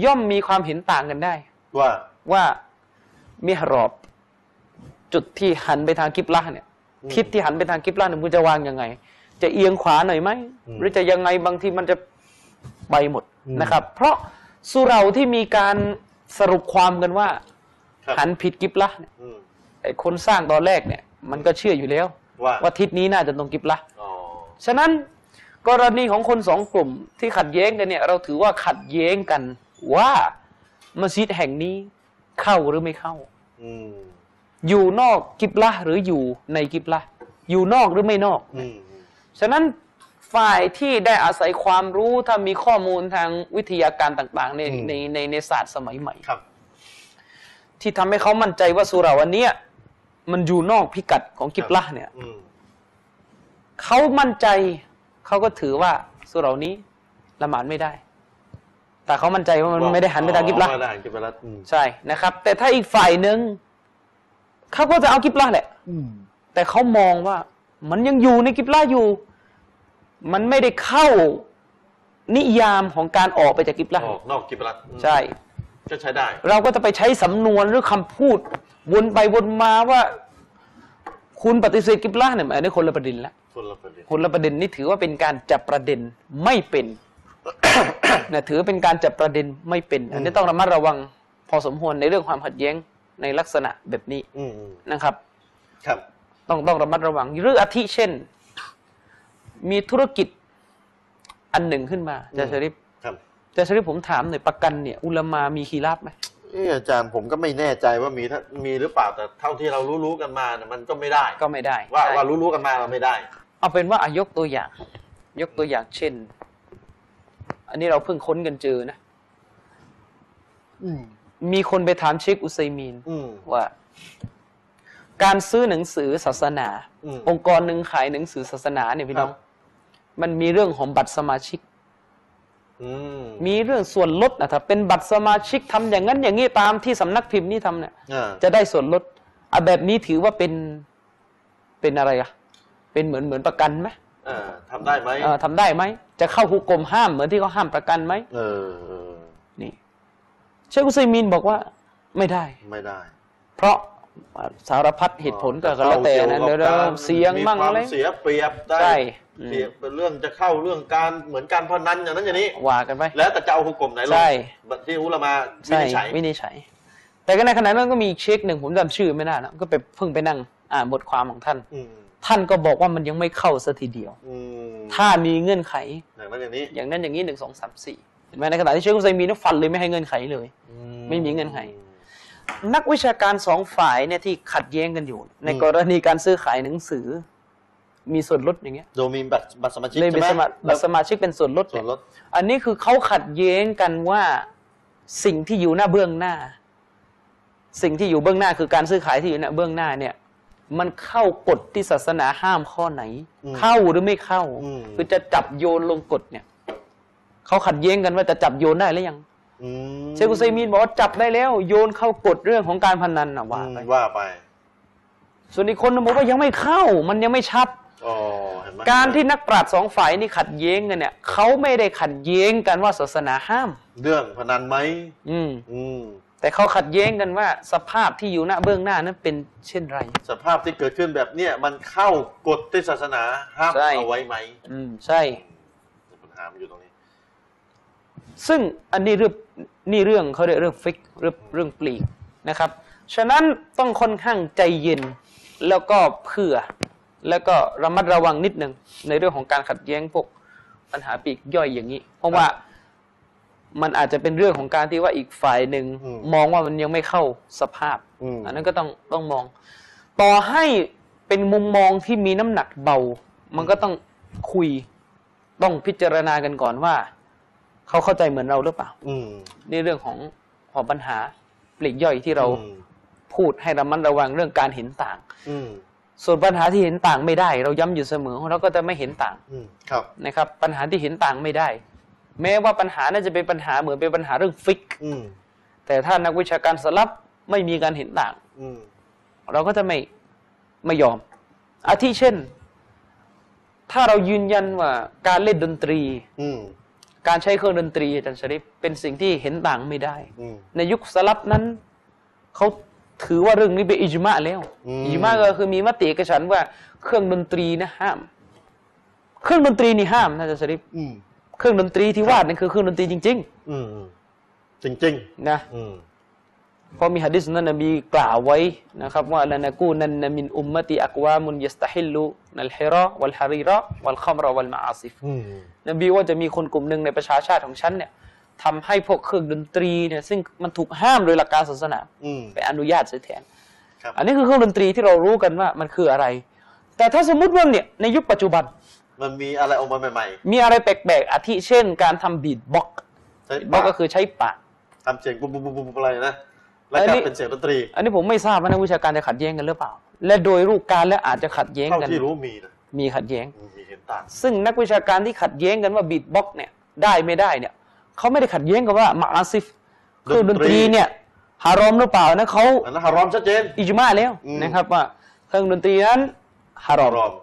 C: ย่อมมีความเห็นต่างกันได้
A: ว่า
C: ว่ามิหรอบ จุดที่หันไปทางกิบละห์เนี่ย
A: อืม
C: ทิศที่หันไปทางกิบลาเนี่ยมันจะวางยังไง จะเอียงขวาหน่อยไหม
A: อืม
C: หรือจะยังไงบางทีมันจะไปหมด
A: อืม
C: นะครับ เพราะสุเราที่มีการสรุปความกันว่า
A: ครับ
C: หันผิดกิบลาเนี่ย
A: อืม
C: ไอ้คนสร้างตอนแรกเนี่ย มันก็เชื่ออยู่แล้ว
A: ว่า
C: ว่าทิศนี้น่าจะตรงกิบลา
A: อ๋อ
C: ฉะนั้นกรณีของคนสองกลุ่มที่ขัดแย้งกันเนี่ย เราถือว่าขัดแย้งกันว่ามัสยิดแห่งนี้เข้าหรือไม่เข้า
A: อืม
C: อยู่นอกกิบลาหรืออยู่ในกิบลาอยู่นอกหรือไม่นอก
A: อืมอืม
C: ฉะนั้นฝ่ายที่ได้อาศัยความรู้ถ้ามีข้อมูลทางวิทยาการต่างๆ ในในในในศาสตร์สมัยใหม่
A: ครับ
C: ที่ทำให้เขามั่นใจว่าสุเหราวันเนี้ยมันอยู่นอกพิกัดของกิบละห์เนี่ย
A: อืม
C: เขามั่นใจเขาก็ถือว่าสุเหรานี้ละหมาดไม่ได้ แต่เขามั่นใจว่ามันไม่ได้หันไปทางกิบละห์
A: อ๋อไม่ได้หันกิบลัดอืม
C: ใช่นะครับ แต่ถ้าอีกฝ่ายหนึ่งเขาก็จะเอากิบละห์แหละ
B: อืม
C: แต่เขามองว่ามันยังอยู่ในกิบลาอยู่ มันไม่ได้เข้านิยามของการออกไปจากกิบลา
A: ออกนอกกิบลัดอืม
C: ใช่
A: ก็ใช้ได้
C: เราก็จะไปใช้สำนวนหรือคำพูด วนไปวนมาว่า คุณปฏิเสธกิบลาเนี่ยอันนี้คนละประเด็นละ
A: คนละประเด็น
C: คนละประเด็นนี่ถือว่าเป็นการจับประเด็นไม่เป็น นะถือเป็นการจับประเด็นไม่เป็น อันนี้ต้องระมัดระวังพอสมควรในเรื่องความขัดแย้งในลักษณะแบบนี้
A: อืมอืม
C: นะครับ
A: ครับ
C: ต้องต้องระมัดระวังหรืออาทิเช่น มีธุรกิจอันหนึ่งขึ้นมาอาจารย์
A: อืม
C: ชริฟ
A: ครับ
C: อาจารย์ชริฟผมถามหน่อยประกันเนี่ย อุลามามีคีราบไหม
A: เอออาจารย์ผมก็ไม่แน่ใจว่ามีถ้ามีหรือเปล่าแต่เท่าที่เรารู้ๆกันมาเนี่ยมันก็ไม่ได้
C: ก็ไม่ได้
A: ว่า
C: ใช่
A: ว่ารู้ๆกันมาเราไม่ได้
C: เอาเป็นว่าอายกตัวอย่าง ยกตัวอย่างเช่น อันนี้เราเพิ่งค้นกันเจอนะ
A: อืม
C: มีคนไปถามเชคอุซัยมีน
A: อืม
C: ว่า การซื้อหนังสือศาสนา
A: อืม
C: องค์กรหนึ่งขายหนังสือศาสนาเนี่ยพี่น้องมันมีเรื่องของบัตรสมาชิก
A: อืม
C: มีเรื่องส่วนลดนะถ้าเป็นบัตรสมาชิกทำอย่างนั้นอย่างนี้ตามที่สำนักพิมพ์นี่ทำเนี่ย
A: อ่า
C: จะได้ส่วนลดอ่ะแบบนี้ถือว่าเป็นเป็นอะไรอะเป็นเหมือนเหมือนประกันไหม
A: อ่าทำได้ไหม
C: เอ่อทำได้ไหมจะเข้าหุกกลมห้ามเหมือนที่เขาห้ามประกันไหม
A: เออเออ
C: นี่เชคอุซัยมีนบอกว่าไม่ได้
A: ไม่ได้
C: เพราะ สารพัดเหตุผลก็แล้วแต่นะเดี๋ยวเราเสียงมั่งอะไร
A: มีความเสียเปรียบได้
C: ใช่อืม
A: เสียเป็นเรื่องจะเข้าเรื่องการเหมือนการพนันอย่างนั้นอย่างนี้
C: ว่ากันไป
A: แล้วแต่จะเอาหุกกลมไหนลง
C: ใช่
A: แบบที่อุลามาวิ
C: ใช่
A: นิจฉัย
C: วินิจฉัย แต่ก็ในขณะนั้นก็มีเช็คหนึ่งผมจำชื่อไม่ได้นะก็ไปเพิ่งไปนั่งอ่านบทความของท่าน
A: อืม
C: ท่านก็บอกว่ามันยังไม่เข้าสัทีเดียว
A: อืม
C: ถ้ามีเงื่อนไข
A: อย่างนั้นอย่างนี้
C: อย่างนั้นอย่างนี้หนึ่งสองสามสี่เห็นไหมในขณะที่เชคอุซัยมีนฟันเลยไม่ให้เงื่อนไขเลย
A: อื
C: ไม่มีเงื่อนไข นักวิชาการสองฝ่ายเนี่ยที่ขัดแย้งกันอยู่ ในกรณีการซื้อขายหนังสือ มีส่วนลดอย่างเงี้ย
A: โดยมีบัตรบัตรสมาชิก
C: เลย
A: ใช่
C: เป็น
A: ไหม
C: สมาบัตรสมาชิกเป็นส่วนลด
A: ส่วนลด
C: อันนี้คือเขาขัดแย้งกันว่าสิ่งที่อยู่หน้าเบื้องหน้า สิ่งที่อยู่เบื้องหน้าคือการซื้อขายที่อยู่หน้าเบื้องหน้าเนี่ย มันเข้ากฎที่ศาสนาห้ามข้อไหน
A: อืม
C: เข้าหรือไม่เข้า
A: อืม
C: คือจะจับโยนลงกฎเนี่ยเขาขัดแย้งกันว่าจะจับโยนได้หรือยัง
A: อืม
C: เชคอุซัยมีนบอกว่าจับได้แล้วโยนเข้ากฎเรื่องของการพนันน่ะว่าไป
A: อืมว่าไป
C: ส่วนอีกคนนึงบอกว่ายังไม่เข้า มันยังไม่ชัด
A: อ๋อเห็นไหม
C: การที่นักปราชญ์สองฝ่ายนี่ขัดแย้งกันเนี่ยเขาไม่ได้ขัดแย้งกันว่าศาสนาห้าม
A: เรื่องพนันไหม
C: อืม
A: อืม
C: แต่เขาขัดแย้งกันว่าสภาพที่อยู่หน้าเบื้องหน้านั้นเป็นเช่นไร
A: สภาพที่เกิดขึ้นแบบเนี้ยมันเข้ากฎที่ศาสนาห้าม
C: ใช่
A: เอาไว้ไหม
C: อืมใช่
A: ปัญหามันอยู่ตรงนี้
C: ซึ่งอันนี้เรื่องนี่เรื่องเขาเรียกเรื่องฟิกเรื่องเรื่องปลีกนะครับ ฉะนั้นต้องค่อนข้างใจเย็นแล้วก็เผื่อ แล้วก็ระมัดระวังนิดหนึ่งในเรื่องของการขัดแย้งพวกปัญหาปลีกย่อยอย่างนี้ เพราะว่ามันอาจจะเป็นเรื่องของการที่ว่าอีกฝ่ายหนึ่ง
A: อืม
C: มองว่ามันยังไม่เข้าสภาพ
A: อืม
C: นนั้นก็ต้องต้องมอง ต่อให้เป็นมุมมองที่มีน้ำหนักเบา มันก็ต้องคุยต้องพิจารณากันก่อนว่า เขาเข้าใจเหมือนเราหรือเปล่า
A: อืม
C: ในเรื่องของของปัญหาปลีกย่อยที่เรา
A: อืม
C: พูดให้ระมัดระวังเรื่องการเห็นต่าง
A: อืม
C: ส่วนปัญหาที่เห็นต่างไม่ได้ เราย้ำอยู่เสมอว่าเราก็จะไม่เห็นต่าง
A: อืมครับ
C: นะครับ ปัญหาที่เห็นต่างไม่ได้ แม้ว่าปัญหาน่าจะเป็นปัญหาเหมือนเป็นปัญหาเรื่องฟิก
A: อืม
C: แต่ถ้านักวิชาการสลับไม่มีการเห็นต่าง
A: อืม
C: เราก็จะไม่ไม่ยอม อาทิเช่น ถ้าเรายืนยันว่าการเล่นดนตรี
A: อืม
C: การใช้เครื่องดนตรีอาจารย์ชริปเป็นสิ่งที่เห็นต่างไม่ได้
A: อืม
C: ในยุคสลับนั้นเขาถือว่าเรื่องนี้เป็นอิจมาแล้ว
A: อืม
C: อิจมาก็คือมีมติเอกฉันท์ว่าเครื่องดนตรีนะห้าม เครื่องดนตรีนี่ห้ามนะอาจารย์ชริป
A: อืม
C: เครื่องดนตรีที่วาดนั่นคือเครื่องดนตรีจริง
A: อืมอืมจริงจริง
C: ๆนะ
A: ๆอืม
C: เพราะมีฮะดิษนั้นนบีกล่าวไว้นะครับ ว่าลานากูนันนะมินอุมมะติอักวามุนยัสตะฮิลลุนัลฮิรอวัลฮารีรอวัลคัมรอวัลมาอาซิฟ
A: อืม
C: นบีว่าจะมีคนกลุ่มหนึ่งในประชาชาติของฉันเนี่ยทำให้พวกเครื่องดนตรีเนี่ยซึ่งมันถูกห้ามโดยหลักการศาสนา
A: อืม
C: ไปอนุญาตเสียแทน
A: ครับ
C: อันนี้คือเครื่องดนตรีที่เรารู้กันว่ามันคืออะไร แต่ถ้าสมมติว่าเนี่ยในยุคปัจจุบัน
A: มันมีอะไรออกมาใหม่
C: มีอะไรแปลกๆ อาทิเช่นการทำบีดบ็อก
A: ๆใช่
C: บ็อกก็คือใช้ปาก
A: ทำเสียงบุบบุบบุบบุบอะไรนะ แล้ว
C: อั
A: ก็
C: นนี้
A: เป็นเสียงดนตรี
C: อันนี้ผมไม่ทราบว่านักวิชาการจะขัดแย้งกันหรือเปล่า และโดยรูปการณ์และอาจจะขัดแย้ง
A: เท่า
C: กัน
A: ที่รู้มีนะ
C: มีขัดแย้ง
A: มีเห็นต่าง
C: ซึ่งนักวิชาการที่ขัดแย้งกันว่าบีดบ็อกเนี่ยได้ไม่ได้เนี่ยเขาไม่ได้ขัดแย้งกับว่ามาอาซิฟเครื่องดนตรีเนี่ยฮารอมหรือเปล่านะเขา
A: อันนั้นฮารอมชัดเจน
C: อิจมาแล้ว
A: อืม
C: นะครับว่าเครื่องดนตรีนั้นฮารอ
A: ฮาม รอม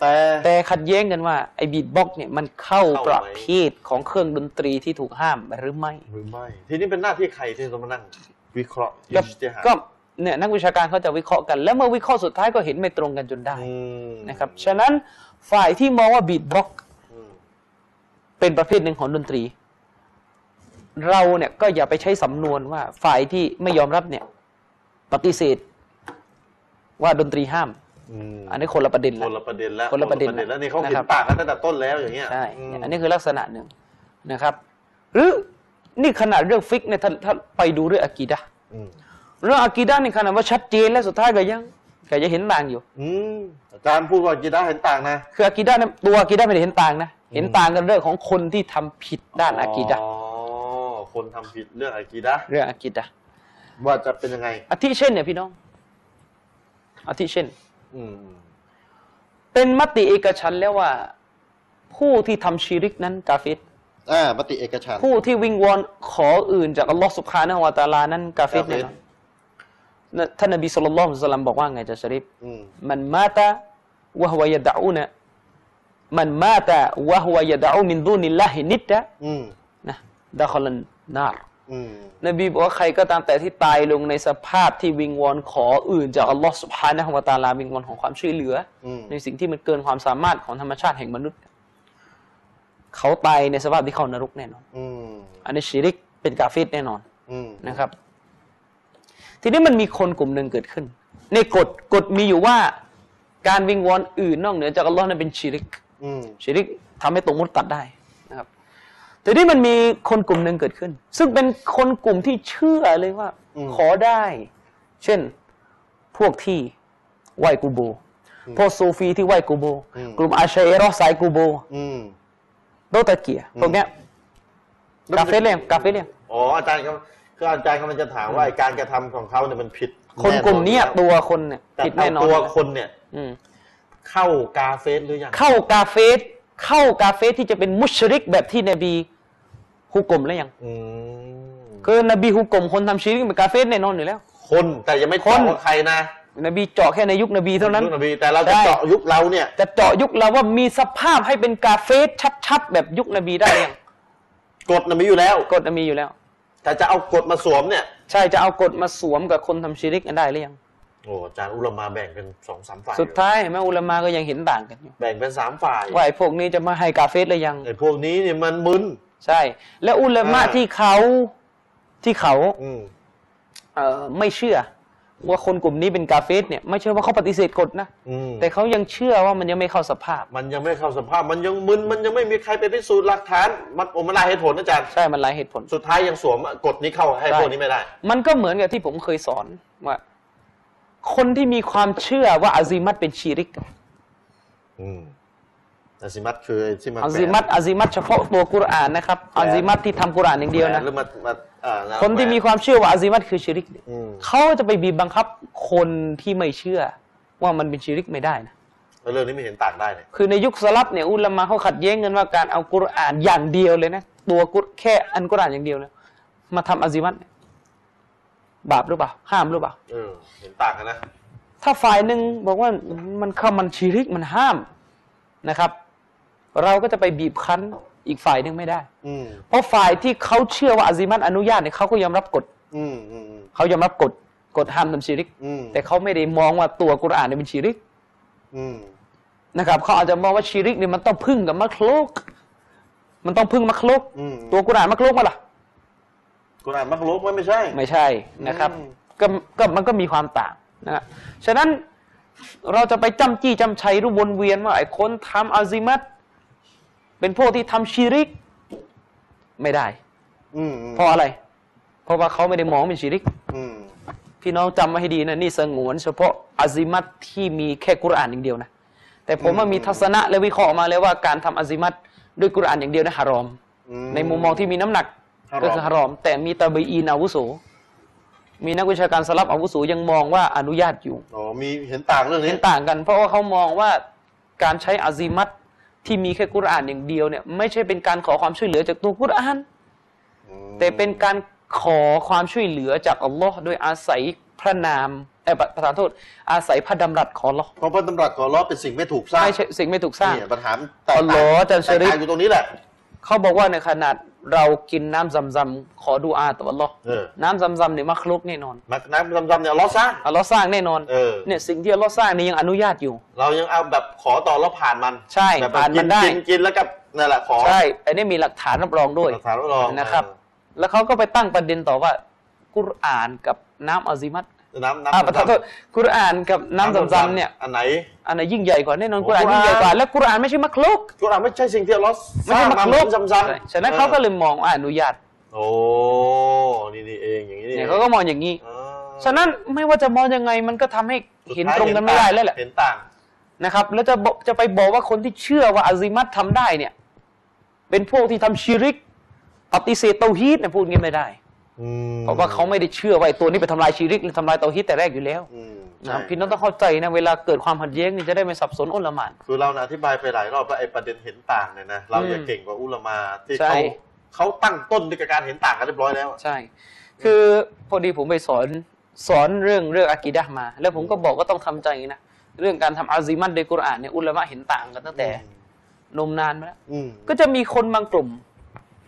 A: แต่
C: แต่ขัดแย้งกันว่าไอ้บีทบ็อกซ์เนี่ยมันเข้า
A: เข้าไหม
C: ประเภทของเครื่องดนตรีที่ถูกห้ามหรือไม่
A: หรือไม่ ทีนี้เป็นหน้าที่ใครที่จะมานั่ง วิเคราะห์
C: ก็
A: อิจติฮาด
C: ก็เนี่ยนักวิชาการเขาจะวิเคราะห์กัน แล้วเมื่อวิเคราะห์สุดท้ายก็เห็นไม่ตรงกันจนได้
A: อืม
C: นะครับฉะนั้นฝ่ายที่มองว่าบีทบ็อกซ์
A: อืม
C: เป็นประเภทหนึ่งของดนตรี เราเนี่ยก็อย่าไปใช้สำนวนว่าฝ่ายที่ไม่ยอมรับเนี่ยปฏิเสธ ว่าดนตรีห้าม
A: อืม
C: อันนี้คนละประเด็น
A: ค
C: ละ
A: นละประเด็นแล้ว
C: คนละประเด็น
A: แล้วนี่เขาเห็น
C: นะครับ
A: ต่างกันตั้งแต่ต้นแล้วอย่างเงี้ย
C: ใช่
A: ม
C: อันนี้คือลักษณะหนึ่งนะครับ หรือนี่ขนาดเรื่องฟิกเนี่ยถ้าถ้าไปดูเรื่องอากีดะห์
A: อืม
C: เรื่องอากีดะห์นี่ขนาดว่าชัดเจนแล้วสุดท้ายก็ยังก็ยังเห็นต่างอยู่
A: อืมอาจารย์พูดว่าจิดาเห็นต่างนะ
C: คืออากีดะห์เนี่ยตัวอากีดะห์ไม่ได้เห็นต่างนะเห็นต่างกันเรื่องของคนที่ทำผิดด้านอากีดะห์
A: อ๋อ คนทำผิดเรื่องอากีดะห์
C: เรื่องอากีดะห์
A: ว่าจะเป็นยังไง
C: อาทิเช่นเนี่ยพี่น้องอาทิเช่น
A: อืม
C: เป็นมติเอกฉันท์แล้วว่า ผู้ที่ทำชีริกนั้นกาเฟิร
A: อ่าปฏิเอกฉันท์
C: ผู้ที่วิงวอนขออื่นจากอัลลอฮ์สุบฮานะฮูวะตะอาลานั้นกาเฟิร
A: กาเฟร
C: แน่นอนนะท่านนบีสุลต่านละฮ์มุสลิมบอกว่าไงจ๊ะชะริฟ
A: อืม
C: من مات وهو يدعون من مات وهو يدعو من دون الله ندا
A: อืม
C: นะ دخل النار
A: อืม
C: นบีบอกว่าใครก็ตามแต่ที่ตายลงในสภาพที่วิงวอนขออื่นจากอัลลอฮ์สุบฮานะฮวตาลาวิงวอนของความช่วยเหลืออ
A: ม
C: ในสิ่งที่มันเกินความสามารถของธรรมชาติแห่งมนุษย์ เขาตายในสภาพที่เข้านรกแน่นอน
A: อืม
C: อันนี้ชีริกเป็นกาฟิดแน่นอน
A: อืม
C: นะครับ ทีนี้มันมีคนกลุ่มหนึ่งเกิดขึ้น ในกฎกฎมีอยู่ว่า การวิงวอนอื่นนอกเหนือจากอัลลอฮ์นั้นเป็นชีริก
A: อืม
C: ชีริกทำให้ตกมุดตัดได้นะครับแต่นี่มันมีคนกลุ่มหนึ่งเกิดขึ้น ซึ่งเป็นคนกลุ่มที่เชื่อเลยว่า ขอได้ เช่นพวกที่ไหวกูโบร์พวกซูฟีที่ไหวกูโบร์กลุ่มอาชัยเอรอห์สายกูโบร์
A: อืม
C: โดตะเกียร์พวกเนี้ยกาเฟรเลยงกาเฟรเลยง
A: อ๋ออาจารย์ครับคืออาจารย์กำลังจะถามว่าไอ้การกระทำของเขาเนี่ยมันผิด
C: คนกลุ่มเนี้ย
A: แออ
C: ตัวคนเนี่ย
A: แต่
C: ผิดแน่นอน
A: ตัวคนเนี่ย
C: อืม
A: เข้ากาเฟสหรือยัง
C: เข้ากาเฟสเข้ากาเฟสที่จะเป็นมุชริกแบบที่นบีฮุกกลมแล้วยัง
A: อืม
C: คือนบีฮุกกลมคนทำชีริกเป็นกาเฟสแน่นอนอยู่แล้ว
A: คนแต่ยังไม่
C: ค
A: เจาะ
C: น
A: ว่าใครนะ
C: นบีเจาะแค่ในยุคนบีเท่านั้น
A: ยุคนบีแต่เราจะ
C: ใช่
A: เจาะยุคเราเนี่ย
C: จะเจาะยุคเราว่ามีสภาพให้เป็นกาเฟสชัดๆ แบบยุคนบีได้หรือยัง
A: กฎนะมีอยู่แล้ว
C: กฎนบีอยู่แล้ว
A: แต่จะเอากฎมาสวมเนี่ย
C: ใช่จะเอากฎมาสวมกับคนทำชิริกกันได้หรือยัง
A: โอ้อาจารย์อุลามาแบ่งเป็นสองสามฝ่าย
C: สุดท้ายแม่อุลามาก็ยังเห็นต่างกันอยู่
A: แบ่งเป็นสามฝ่าย
C: ว่าไอ้พวกนี้จะมาให้กาเฟสหรือยัง
A: ไอ้พวกนี้เนี่ยมันมึน
C: ใช่ และอุลามะ
A: อ่า
C: ที่เขาที่เขา
A: อืม
C: เอ่อไม่เชื่อ ว่าคนกลุ่มนี้เป็นกาเฟสเนี่ยไม่ใช่ว่าเขาปฏิเสธกฎนะ
A: อืม
C: แต่เขายังเชื่อว่ามันยังไม่เข้าสภาพ
A: มันยังไม่เข้าสภาพ มันยังมึน มันยังไม่มีใครไปพิสูจน์หลักฐาน มันโอมลายเหตุผลอาจารย์
C: ใช่มันหลายเหตุผล
A: สุดท้ายยังสวมกฎนี้เข้าให้พวกนี้ไม่ได้
C: มันก็เหมือนกับที่ผมเคยสอนว่า คนที่มีความเชื่อว่าอาซิมัตเป็นชีริกอะ
A: อืมอาซิมัตคือไที่มา
C: อาซิมัตอาซิมัตเฉพาะตัวกุรอานนะครับอาซิมัตที่ทำกุรอานอย่างเดียวนะ
A: หรือมามาอ่าแล้ว
C: คนที่มีความเชื่อว่าอาซิมัตคือชิริกเนี่ย
A: อืม
C: เขาจะไปบีบบังคับคนที่ไม่เชื่อ ว่ามันเป็นชิริกไม่ได้นะ
A: แล้วเรื่องนี้ไม่เห็นต่างได้เลย
C: คือในยุคสลับเนี่ยอุลามะเขาขัดแย้งกันว่าการเอากุรอานอย่างเดียวเลยนะ ตัวกุรแค่อันกุรอานอย่างเดียวเลยมาทำอาซิมัตเนี่ยบาปหรือเปล่า ห้ามหรือเปล่า
A: เออ เห็นต่างกันนะ
C: ถ้าฝ่ายหนึ่งบอกว่ามันเข้ามันชีริกมันห้ามนะครับ เราก็จะไปบีบคั้นอีกฝ่ายหนึ่งไม่ได้
A: อืม
C: เพราะฝ่ายที่เขาเชื่อว่าอาซิมัตอนุญาตเนี่ยเขาก็ยอมรับกฎ
A: อืมอืม
C: เขายอมรับกฎกฎห้ามทำชีริก
A: อืม
C: แต่เขาไม่ได้มองว่าตัวกุรอานเนี่ยเป็นชีริก
A: อืม
C: นะครับเขาอาจจะมองว่าชีริกเนี่ยมันต้องพึ่งกับมัคลุกมันต้องพึ่งมัคลุก
A: อืม
C: ตัวกุรอานมัคลุกมาล่ะ
A: กุรอานมักลุกไว้ไม่ใช่
C: ไม่ใช่นะครับ
A: อืม
C: ก็ก็มันก็มีความต่างนะฮะฉะนั้นเราจะไปจำจี้จำชัยหรูปวนเวียนว่าไอ้คนทำอาซิมัตเป็นพวกที่ทำชีริกไม่ได้
A: อืมอืม
C: เพราะอะไร เพราะว่าเขาไม่ได้มองเป็นชีริก
A: อืม
C: พี่น้องจำไว้ให้ดีนะนี่สงวน เฉพาะอาซิมัตที่มีแค่กุรอานอย่างเดียวนะ แต่ผมว่ามีทัศนะและวิเคราะห์มาแล้วว่าการทำอาซิมัตด้วยกุรอานอย่างเดียวนะฮารอม
A: อื
C: ในมุมมองที่มีน้ำหนัก
A: ฮารอม
C: ก็คือฮารอม แต่มีตาบีอีนอาวุโส มีนักวิชาการสลับอาวุโสยังมองว่าอนุญาตอยู่
A: อ๋อมีเห็นต่างเรื่องนี้
C: เห็นต่างกัน เพราะว่าเขามองว่าการใช้อาซิมัตที่มีแค่กุรอานอย่างเดียวเนี่ยไม่ใช่เป็นการขอความช่วยเหลือจากตัวกุรอาน แต่เป็นการขอความช่วยเหลือจากอัลลอฮ์โดยอาศัยพระนามเออประประธานโทษ อาศัยพระดำรัสของอัลลอฮ์
A: เพราะพระตำรัสของเราะห์เป็นสิ่งไม่ถูกสร้าง
C: ไม่ใช่สิ่งไม่ถูกสร้าง
A: เนี่ยปัญหามันแตก
C: อัลล
A: ต่า
C: อง ฮ์อาจาร
A: แต
C: ย์ชะ
A: ก
C: ริฟ
A: ต่างอยู่ตรงนี้แหละ
C: เขาบอกว่าในขนาดเรากินน้ำซำซำๆขอดูอาต่ออัลลอฮ์
A: เออ
C: น้ำซำซำๆเนี่ยมักลุกแน่นอน
A: มักน้ำดำๆเนี่ยเราะห์สร้าง
C: อัลลอฮ์สร้างแน่นอน
A: เออ
C: ยสิ่งที่อัลลอฮ์สร้างนี่ยังอนุญาตอยู่
A: เรายังเอาแบบขอต่อเราะห์ผ่านมัน
C: ใช่
A: แบบ
C: ผ่านมัน
A: กิ
C: ได้
A: กินกินแล้วกับนั่นแหละขอ
C: ใช่อันนี้มีหลักฐานรับรองด้วย
A: หลักฐานรับรอง
C: นะครับ แล้วเขาก็ไปตั้งประเด็นต่อว่า กุรอานกับน้ำอาซิมัต
A: เออน้ำน้ำ
C: อ่าประทานโทษกุรอานกับน้ำซำซำๆเนี่ย
A: อันไหน
C: อันไหนยิ่งใหญ่กว่าแน่นอน
A: โอ้
C: กุรอาน
A: กุรอาน
C: ยิ่งใหญ่กว่าและกุรอานไม่ใช่มักลุก
A: กุรอานไม่ใช่สิ่งที่เราะห์สร้า
C: ไม่ใช่
A: ง
C: มั
A: มาก เหมื
C: ลุ
A: อก นซ้ำๆ
C: ฉะนั้นเขาก็เลยมองว่าอนุญาต
A: โอ้นี่นี่เองอย่างนี้นี่
C: เนี่ยเขาก็มองอย่างนี้
A: อ๋อ
C: ฉะนั้นไม่ว่าจะมองยังไงมันก็ทำให้เห็นตรงกันไม่ได้แล้วแหละ
A: เห็นต่าง
C: นะครับแล้วจะบอกจะไปบอกว่าคนที่เชื่อว่าอาซิมัตทำได้เนี่ย เป็นพวกที่ทำชิริกปฏิเสธเตาฮีดเนี่ยพูดงี้ไม่ได้
A: อืม
C: เพราะว่าเขาไม่ได้เชื่อว่าไอ้ตัวนี้ไปทำลายชิริกหรือทำลายเตาฮีดแต่แรกอยู่แล้ว
A: อืม
C: นะ
A: ใช่
C: พี่น้องต้องเข้าใจนะเวลาเกิดความขัดแย้งเนี่ยจะได้ไม่สับสนโอลหมาน
A: คือเราน่ะอธิบายไปหลายรอบว่าไอ้ประเด็นเห็นต่างเนี่ยนะเรา
C: อืม
A: อย่าเก่งกว่าอุลามาที่
C: ใช่
A: เขาเขาตั้งต้นด้วยการเห็นต่างกันเรียบร้อยแล้วอะ
C: ใช่ คือพอดีผมไปสอนสอนเรื่องเรื่องอากีดะห์มา แล้วผมก็บอกว่าต้องทำใจนะเรื่องการทำอาซิมัตโดยกุรอานเนี่ยอุลามะเห็นต่างกันตั้งแต่นมนานมาแล้ว
A: อืม
C: ก็จะมีคนบางกลุ่ม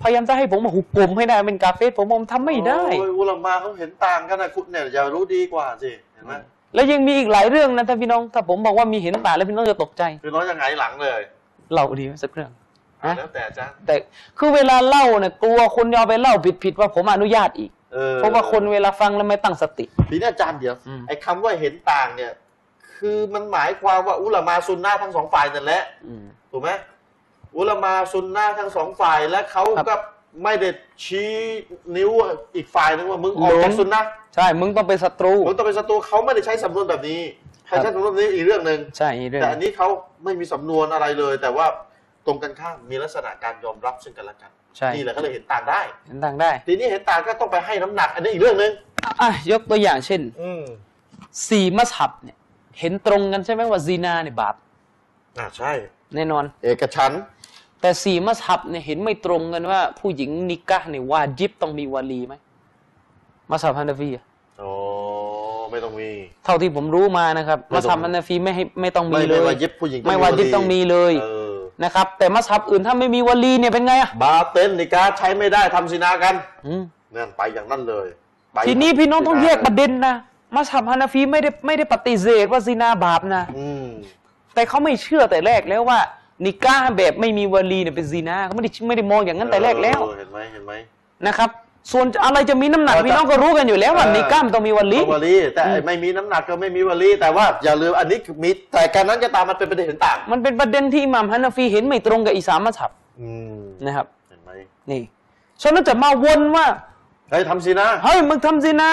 C: พยายามจะให้ผมมาหุบกลมให้ได้เป็นกาเฟสผมผมทำไม่ได้
A: โอ้ยอุลามาเขาเห็นต่างกันนะคุณเนี่ยอย่ารู้ดีกว่าสิเห็นไหม
C: แล้วยังมีอีกหลายเรื่องนะถ้าพี่น้องถ้าผมบอกว่ามีเห็นต่างแล้วพี่น้องจะตกใจ
A: คือน้อยจะหงายหลังเลย
C: เราดีไหมสักเรื่อง
A: อ่ะ
C: นะ
A: แล้วแต่อาจ้ารย์
C: แต่คือเวลาเล่าเนี่ยกลัวคนยอาไปเล่าผิดผิดๆว่าผมอนุญาตอีก
A: เออ
C: เพราะว่าคนเวลาฟังแล้วไม่ตั้งสติ
A: ทีนี้อาจารย์เดี๋ยว
C: อืม
A: ไอ้คำว่าเห็นต่างเนี่ย คือมันหมายความว่าอุลามาซุนนะห์ทั้งสองฝ่ายนั่นแหละ ถูกไหมอุลามาซุนนะห์ทั้งสองฝ่ายและเขา
C: ครับ
A: ก็ไม่ได้ชี้นิ้วอีกฝ่ายนึงว่ามึงออก
C: หล
A: จาก
C: ง
A: ซุนนะห์
C: ใช่ มึงต้องเป็นศัตรู
A: มึงต้องเป็นศัตรูเขาไม่ได้ใช้สำนวนแบบนี้ใคร
C: ครั
A: ใช้
C: บ
A: สำนวนแบบนี้อีกเรื่องหนึ่ง
C: ใช่อีกเรื่อง
A: แต่อันนี้เขาไม่มีสำนวนอะไรเลย แต่ว่าตรงกันข้ามมีลักษณะการยอมรับซึ่งกันและกัน
C: ใช่
A: นี่แหละก็เลยเห็นต่างได้
C: เห็นต่างได้
A: ทีนี้เห็นต่างก็ต้องไปให้น้ำหนัก อันนี้อีกเรื่องหนึ่ง
C: อ่ะอ่ะยกตัวอย่างเช่น
A: อืม
C: สี่มัสฮับเนี่ยเห็นตรงกันใช่ไหมว่าซีนาเนี่ยบาป
A: อ่าใช่
C: แน่นอน
A: เอกฉันท์
C: แต่สี่มัสฮับเนี่ยเห็นไม่ตรงกันว่าผู้หญิงนิกะห์เนี่ยวาจิบต้องมีวาลีไหมมัสฮับฮันนฟีอะ
A: โอ้ไม่ต้องมี
C: เท่าที่ผมรู้มานะครับ
A: ไม่
C: มั
A: ต้
C: ส
A: อง
C: ฮับฮันนฟีไม่ให้ไม่ต้องมี
A: ไม่
C: เล
A: ไม่
C: ย
A: ว่าเย็บผู้หญิง
C: ไม่ว่าเย็บต้องมีเลย
A: เออ
C: นะครับ แต่มัสฮับอื่นถ้าไม่มีวาลีเนี่ยเป็นไงอะ
A: บาเต้นนิกาใช้ไม่ได้ทำซินากัน
C: อืม
A: นั่นไปอย่างนั้นเลยไป
C: ทีนี้พี่น้องต้องแยกประ
A: น
C: เด็นนะมัสฮับฮันนฟีไม่ได้ไม่ได้ปฏิเสธว่าซีนาบาปนะ
A: อืม
C: แต่เขาไม่เชื่อแต่แรกแล้วว่า นิก้าแบบไม่มีวลีเนี่ยเป็นซีนาเขาไม่ได้ไม่ได้มองอย่างนั้นแต่แรกแล้ว
A: เออเห็นไหมเห็นไหม
C: นะครับ ส่วนอะไรจะมีน้ำหนัก
A: เออแต่
C: พี่น้องก็รู้กันอยู่แล้วว่า
A: เออ
C: นิก้ามันต้องมีวลี
A: ต้องวลีแต่ไอ้ไม่มีน้ำหนักก็ไม่มีวลีแต่ว่าอย่าลืมอันนี้คือมีแต่การนั้นก็ตามมันเป็นประเด็นเห็นต่าง
C: มันเป็นประเด็นที่อิหมัมฮันนาฟีเห็นไม่ตรงกับอิสามมัสฮับ
A: อืม
C: นะครับ
A: เห็นไหม
C: นี่ฉะนั้นจะมาวนว่า
A: เฮ้ยทำซินา
C: เฮ้ยมึงทำซีนา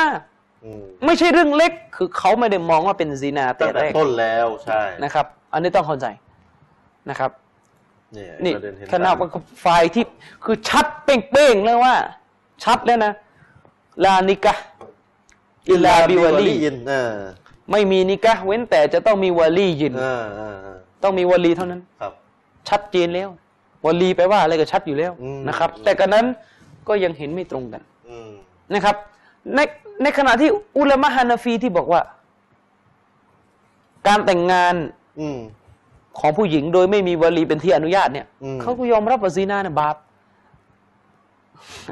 A: อืม
C: ไม่ใช่เรื่องเล็ก คือเขาไม่ได้มองว่าเป็นซีนาแต่
A: ตั้งแต่
C: แรก
A: ต้นแล้วใช่
C: นะครับ อันนี้ต้องเข้าใจนะครับ
A: เนี่ย
C: นี่
A: ประเด็นเห็น
C: ขนา
A: ต่า
C: ด
A: ง
C: ว่าฝ่ายที่คือชัดเป้งๆแล้วว่า ชัดแล้วนะ ลานิกะห์อิลาบิวลี
A: อินเออ
C: ไม่มีนิกะห์เว้นแต่จะต้องมีวาลียิน
A: เออเออเออ
C: ต้องมีวาลีเท่านั้น
A: ครับ
C: ชัดเจนแล้ววาลีแปลว่าอะไรก็ชัดอยู่แล้ว
A: อืม
C: นะครับ
A: อืม
C: แต่กันนั้นก็ยังเห็นไม่ตรงกัน
A: อืม
C: นะครับ ในในขณะที่อุลามะฮานาฟีที่บอกว่า การแต่งงาน
A: อืม
C: ของผู้หญิงโดยไม่มีวาลีเป็นที่อนุญาตเนี่ย
A: อืม
C: เขาก็ยอมรับว่าซีนานะบาป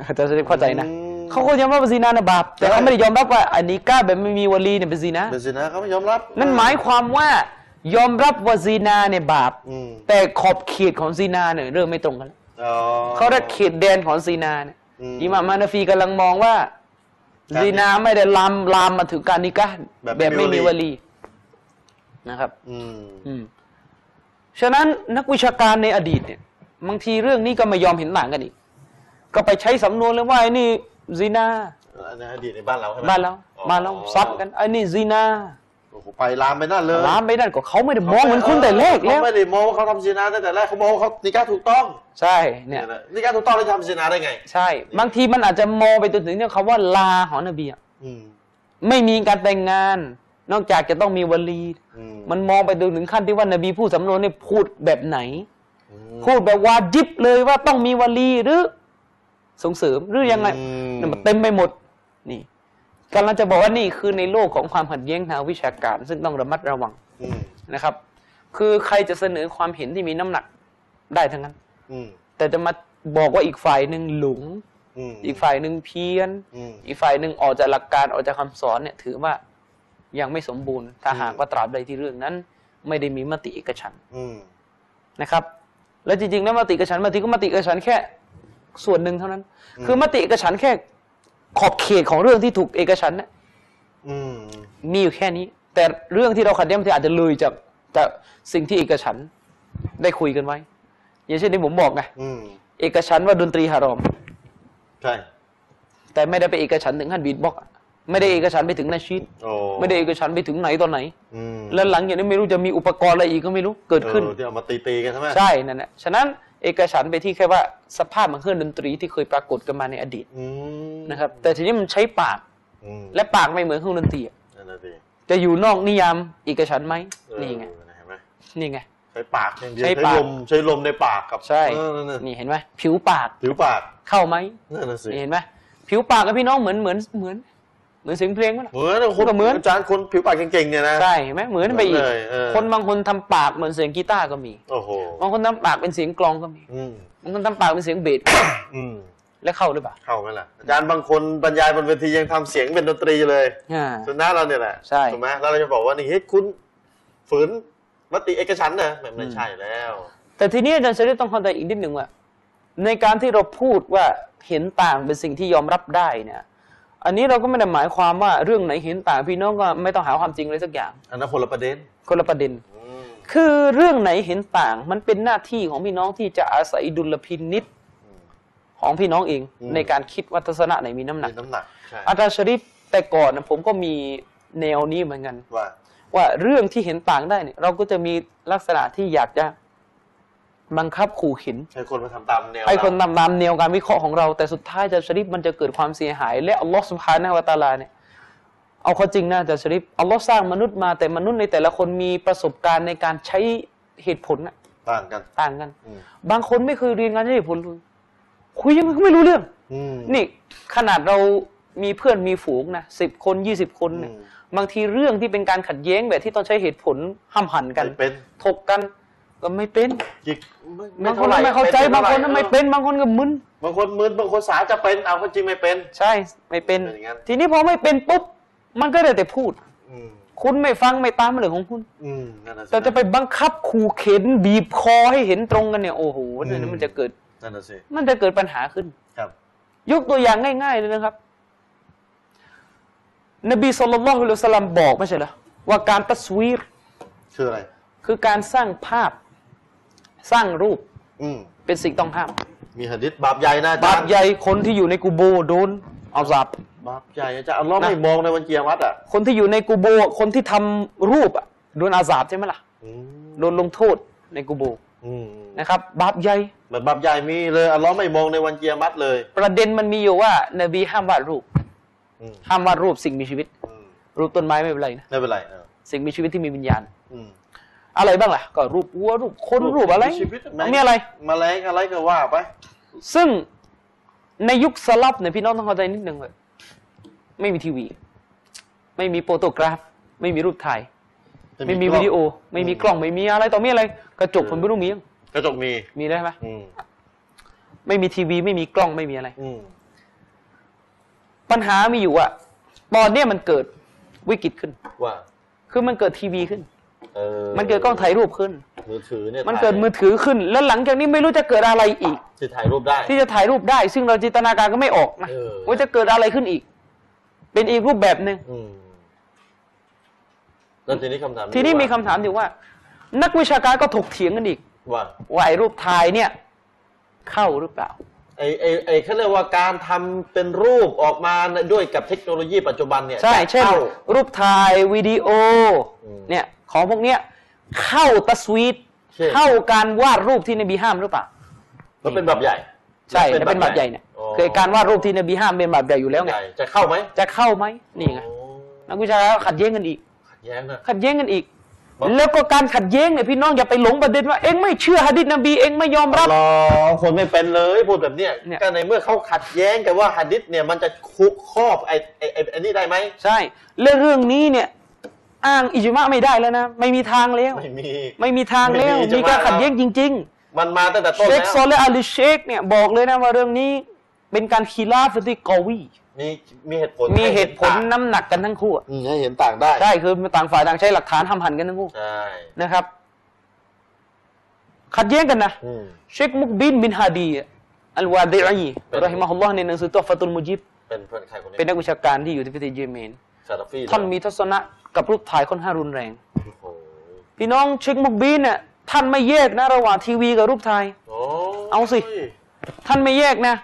C: อาจารย์จะได้เข้าใจนะ
A: อืม
C: เขาก็ยอมรับว่าซีนานะบาปแต่
A: ใช่
C: เขาไม่ได้ยอมรับว่าอันนี้กล้าแบบไม่มีวลีเนี่ยเป็นซีนา
A: เป็นซินาเขาไม่ยอมรับ
C: นั่นหมายความว่ายอมรับว่าซีนาเนี่ยบาป
A: อืม
C: แต่ขอบเขตของซีนาเนี่ยเริ่มไม่ตรงกันแล้ว
A: อ๋อ
C: เขาได้เขตแดนของซีนาเนี่ย
A: อืม
C: อิหม่ามมานาฟีกำลังมองว่า
A: การ
C: ซีนาไม่ได้ลามลามมาถึงการนิกะห์
A: แบบไม่
C: แบบไม่
A: มี
C: มี
A: ว
C: ว
A: ลี
C: ลีนะครับ
A: อืม
C: อืมฉะนั้นนักวิชาการในอดีตเนี่ยบางทีเรื่องนี้ก็ไม่ยอมเห็นต่างกันอีก ก็ไปใช้สำนวนเลยว่าไอ้นี่ซีนา
A: อันนี้อดีตในบ้านเราใช่ไหม
C: บ้านเรา
A: อ๋อ
C: บ้านเราซัดกันไอ้นี่ซีนา
A: โอ้โหไปลามไปนั่นเลย
C: ล้ามไปนั่นก็เขาไม่ได้มองเหมือนคุณแต่แรกแล้ว
A: เขาไม่ได้มองว่าเขาทำซีนาตั้งแต่แรกเขามองว่าเขานิกาถูกต้อง
C: ใช่เนี่ย
A: เนี่ยนะนิกาถูกต้องได้วทำซีนาได้ไง
C: ใช่ บางทีมันอาจจะมองไปจนถึงเนี่ยคำว่าลาหอนบีอะ
A: อืม
C: ไม่มีการแต่งงาน นอกจากจะต้องมีวลี
A: อืม
C: มันมองไปจนถึงขั้นที่ว่านบีพูดสำนวนเนี่ยพูดแบบไหน
A: อืม
C: พูดแบบวาจิบเลยว่าต้องมีวลีหรือส่งเสริมหรือยังไง
A: อืม
C: เนี่ยมันเต็มไปหมดนี่กำลังจะบอกว่านี่คือในโลกของความขัดแย้งทางวิชาการ ซึ่งต้องระมัดระวัง
A: อืม
C: นะครับ คือใครจะเสนอความเห็นที่มีน้ำหนักได้ทั้งนั้น
A: อืม
C: แต่จะมาบอกว่าอีกฝ่ายหนึ่งหลง
A: อืม
C: อีกฝ่ายหนึ่งเพี้ยน
A: อืม
C: อีกฝ่ายหนึ่งออกจากหลักการออกจากคำสอนเนี่ยถือว่ายังไม่สมบูรณ์ถ้า
A: อืม
C: หากว่าตราบใดที่เรื่องนั้น ไม่ได้มีมติเอกฉันท์
A: อืม
C: นะครับ และจริงๆแล้วมติเอกระฉันท์มติก็มติเอกระฉันท์แค่ส่วนหนึ่งเท่านั้น คือมติเอกระฉันท์แค่ขอบเขตของเรื่องที่ถูกเอกฉันท์เนี่ย
A: อืม
C: มีอยู่แค่นี้ แต่เรื่องที่เราขัดแย้งที่อาจจะเลยจากจากสิ่งที่เอกฉันท์ได้คุยกันไว้ อย่างเช่นที่ผมบอกไง
A: อืม
C: เอกฉันท์ว่าดนตรีฮารอม
A: ใช่
C: แต่ไม่ได้ไปเอกฉันท์ถึงขั้นบีทบ็อกซ์อะไม่ได้เอกฉันท์ไปถึงนาชีด
A: โอ้
C: ไม่ได้เอกฉันท์ไปถึงไหนตอนไหน
A: อืม
C: แล้วหลังอย่างนี้ไม่รู้จะมีอุปกรณ์อะไรอีกก็ไม่รู้เกิดขึ้น
A: เออที่เอามาตีตีๆกันใช่ไหม
C: ใช่นั่นแหละฉะนั้นเอกฉันท์ไปที่แค่ว่าสภาพมันเครื่องดนตรีที่เคยปรากฏกันมาในอดีต
A: อืม
C: นะครับ แต่ทีนี้มันใช้ปาก
A: อืม
C: และปากไม่เหมือนเครื่องดนตรีอะ
A: นั่นน่ะสิ
C: จะอยู่นอกนิยามเอกฉันท์ไหม
A: เออ
C: นี่ไง
A: เห็นไหม
C: นี่ไง
A: ใช้ปากอย่างเดียว
C: ใช้
A: ใช้
C: ปาก
A: ลมใช้ลมในปากกับ
C: ใช่
A: เออนั่นน่ะ
C: นี่เห็นไหมผิวปาก
A: ผิวปาก
C: เข้าไหม
A: นั่นน่ะสิ
C: นี่เห็นไหมผิวปากกับพี่น้องเหมือนเหมือนเหมือน เหมือนเสียงเพลงไหมล่ะ
A: เหมือนคน
C: เหมือน
A: อาจารย์คนผิวปากเก่งๆเนี่ยนะ
C: ใช่ไหมเหมือนไปอีก
A: เหมือนเลยเออ
C: คนบางคนทำปากเหมือนเสียงกีตาร์ก็มี
A: โอ้โห
C: บางคนทำปากเป็นเสียงกลองก็มี
A: อืม
C: บางคนทำปากเป็นเสียงเบส
A: อืม
C: แล้วเข้าหรือเปล่า
A: เข้าไหมล่ะอาจารย์บางคนบรรยายบนเวทียังทำเสียงเป็นดนตรีเลย
C: อ่า
A: ส่วนหน้าเราเนี่ยแหละ
C: ใช่
A: ถูกไหมแล้วเราจะบอกว่านี่เฮ้ยคุณฝืนมติเอกฉันท์นะแบบไม่ใช่แล้ว
C: แต่ทีนี้อาจารย์เฉลี่ต้องเข้าใจอีกนิดหนึ่งว่า ในการที่เราพูดว่าเห็นต่างเป็นสิ่งที่ยอมรับได้เนี่ยอันนี้เราก็ไม่ได้หมายความว่าเรื่องไหนเห็นต่างพี่น้องก็ไม่ต้องหาความจริงเลยสักอย่าง
A: อันนั้นคนละประเด็น
C: คนละประเด็น
A: อืม
C: คือเรื่องไหนเห็นต่าง มันเป็นหน้าที่ของพี่น้องที่จะอาศัยดุลพินิษ
A: อืม
C: ของพี่น้องเอง
A: อืม
C: ในการคิดวัาทัศนะไหนมีน้ำหนั
A: มี
C: ก
A: น้ำหนักใช่
C: อาจารย์ชริปแต่ก่อนนะผมก็มีแนวนี้เหมือนกัน
A: ว่า
C: ว่าเรื่องที่เห็นต่างได้เนี่ยเราก็จะมีลักษณะที่อยากจะบังคับขู่เข็น
A: ใช่คนมาทำตามแนว
C: ไอ้คน
A: เรา
C: นำนำแนวการวิเคราะห์ของเราแต่สุดท้ายอาจะชริปมันจะเกิดความเสียหาย และอัลลอฮ์สุภานะฮูวะตะอาลาเนี่ยเอาเข้อจริงนะอาจะชริปอัลลอฮ์สร้างมนุษย์มาแต่มนุษย์ในแต่ละคนมีประสบการณ์ในการใช้เหตุผลน่ะ
A: ต่างกัน
C: ต่างกัน
A: อืม
C: บางคนไม่เคยเรียนการใช้เหตุผลเลยคุยยังไงก็ไม่รู้เรื่อง
A: อืม
C: นี่ขนาดเรามีเพื่อนมีฝูงนะสิบคนยี่สิบคนเนี่ย
A: อืม
C: บางทีเรื่องที่เป็นการขัดแย้งแบบที่ต้องใช้เหตุผลห้ามหันกัน
A: ไม่เป็น
C: ถกกันก็ไม่เป็น
A: จิก
C: บางคนก็ไม่เข้าใจบางคนก็ไม่เป็นบางคนก็มึน
A: บางคนมึนบางคนสาจะเป็นเอาก็จริงไม่เป็น
C: ใช่ไม่เป็น
A: เป็นอย่างนั้น
C: ทีนี้พอไม่เป็นปุ๊บ มันก็ได้แต่พูด
A: อืม
C: คุณไม่ฟังไม่ตามเรื่องของคุณ
A: อืมนั่นน่ะสิ
C: แต่จะไป
A: น
C: บังคับขู่เข็นบีบคอให้เห็นตรงกันเนี่ยโอ้โหเนี่ย
A: อืม
C: มันจะเกิด
A: นั่นน่ะสิ
C: มันจะเกิดปัญหาขึ้น
A: ครับ
C: ยกตัวอย่างง่ายๆเลยนะครับ นบีสุลต่านละฮุลสลัมบอกไม่ใช่เหรอว่าการตัสวีร
A: คืออะไร
C: คือการสร้างภาพสร้างรูป
A: อืม
C: เป็นสิ่งต้องห้าม
A: มีหะดิษบาปใหญ่นะอจ
C: บาร ป
A: ย์
C: ใหญ่คนที่อยู่ในกูโบโดนเอาซาบ
A: บาปใหญ่อาจารย์อัลลอฮ์
C: นะ
A: ไม่มองในวันเกียรติอ่ะ
C: คนที่อยู่ในกูโบร์คนที่ทำรูปอะโดนอาสาบใช่ไหมล่ะ
A: อืม
C: โดนลงโทษในกูโบร์
A: อืม
C: นะครับ บาปใหญ่
A: เหมือนบาปใหญ่มีเลยอัลลอฮ์ไม่มองในวันเกียรติเลย
C: ประเด็นมันมีอยู่ว่านาบีห้ามวาดรูป
A: อืม
C: ห้ามวาดรูปสิ่งมีชีวิต
A: อืม
C: รูปต้นไม้ไม่เป็นไรนะ
A: ไม่เป็นไรเออ
C: สิ่งมีชีวิตที่มีวิญญาณ
A: อืม
C: อะไรบ้างล่ะ ก็รูปวัวรูปคนรูปอะไร
A: ชีวิตแง
C: มีอะไร
A: แมาแรงอะไรก็ว่าไป
C: ซึ่งในยุคสลับเนี่ยพี่น้องต้องเข้าใจนิดหนึ่งเลยไม่มีทีวี ไม่มีโปรโตกราฟ ไม่มีรูปถ่าย ไม่มีวิดีโอ ไม่มีกล้อง ไม่มีอะไรต่อมีอะไร กระจก
A: เออ
C: ผมไม่รู้มียัง
A: กระจกมี
C: มีได้ไหม
A: อืม
C: ไม่มีทีวีไม่มีกล้องไม่มีอะไร
A: อืม
C: ปัญหามีอยู่อะตอนเนี้ยมันเกิดวิกฤตขึ้น
A: ว่า
C: คือมันเกิดทีวีขึ้น
A: เออ
C: มันเกิดกล้องถ่ายรูปขึ้น
A: มือถือเนี่ย
C: มันเกิด
A: ถ่าย
C: มือถือขึ้น แล้วหลังจากนี้ไม่รู้จะเกิดอะไรอีก
A: ที่ถ่ายรูปได้
C: ที่จะถ่ายรูปได้ ซึ่งเราจินตนาการก็ไม่ออกนะ
A: เออ
C: ว่าจะเกิดอะไรขึ้นอีก เป็นอีกรูปแบบหนึ่ง
A: อืมแล้วทีนี้คำถาม
C: ทีนี้มีคำถามอยู่ว่า นักวิชาการก็ถกเถียงกันอีก
A: ว่า
C: ว่าไอ้รูปถ่ายเนี่ย เข้าหรือเปล่า
A: ไอ้ไอ้ไอ้เขาเรียกว่าการทำเป็นรูปออกมาด้วยกับเทคโนโลยีปัจจุบันเนี่ย
C: ใช่
A: จะ
C: เช่น
A: ข้า
C: รูปถ่ายวิดีโอ
A: อืม
C: เนี่ย ของพวกเนี้ยเข้าตะสวีท
A: เช่น
C: เข้าการวาดรูปที่นบีห้ามหรือเปล่า
A: แล้วเป็นแบบใหญ่
C: ใช่แล้วเป็นบาปใหญ่เนี่ย
A: อ๋
C: เคยการวาดรูปที่นบีห้ามเป็นบาปใหญ่อยู่แล้วไง
A: ใหญ่จะเข้าไหม
C: จะเข้าไหมนี่ไง
A: โอ้
C: นักวิชาการขัดแย้งกันอีก
A: ขัดแย้งนะ
C: ขัดแย้งกันอีก
A: บ๊อบ
C: แล้วก็การขัดแย้งเนี่ยพี่น้องอย่าไปหลงประเด็นว่าเอ็งไม่เชื่อฮะดิษนบีเอ็งไม่ยอมรับ
A: รอคนไม่เป็นเลยพูดแบบเนี้ย
C: เนี่ย
A: ก็ในเมื่อเขาขัดแย้งกันว่าหัดดิษเนี่ยมันจะคุกครอบไอ้ไอ้ไอ้ไอ้นี่ได้ไหม
C: ใช่และเรื่องนี้เนี่ย อ้างอิจมาไม่ได้แล้วนะไม่มีทางแล้ว
A: ไม่มี
C: ไม่มีทางแล้ว
A: ไม่มีอิจมา
C: มีการขัดแย้งจริง ๆ
A: มันมาตั้งแต่ต้น
C: เชค
A: แล้
C: ซอ
A: ว
C: ลและอาลีเชคเนี่ยบอกเลยนะว่าเรื่องนี้เป็นการคีลาฟที่กอวี
A: มีมีเหตุผล
C: มีเหตุผล
A: นะ
C: น้ำหนักกันทั้งคู่อะ
A: ให้เห็นต่างได้
C: ใช่คือต่างฝ่ายต่างใช้หลักฐานทำหันกันทั้งคู่
A: ใช่
C: นะครับ ขัดแย้งกันนะ
A: อืม
C: เชคมุกบินบินฮาดีอะอัลวาดีอีรอฮิมะฮุลลอฮ์ในหนังสือตัวฟะตุลมุจิบ
A: เป็นเพื่อนใครคนนี้
C: เป็นนักวิชาการที่อยู่ที่ประเทศเยเมน
A: ซาดาฟี่
C: ท่านมีทัศนะกับรูปถ่ายค่อนข้างรุนแรง
A: โอ้โห
C: พี่น้องเชคมุกบินเนี่ยท่านไม่แยกนะระหว่างทีวีกับรูปถ่าย
A: โอ้
C: เอาสิ
A: ย
C: ท่านไม่แยกนะ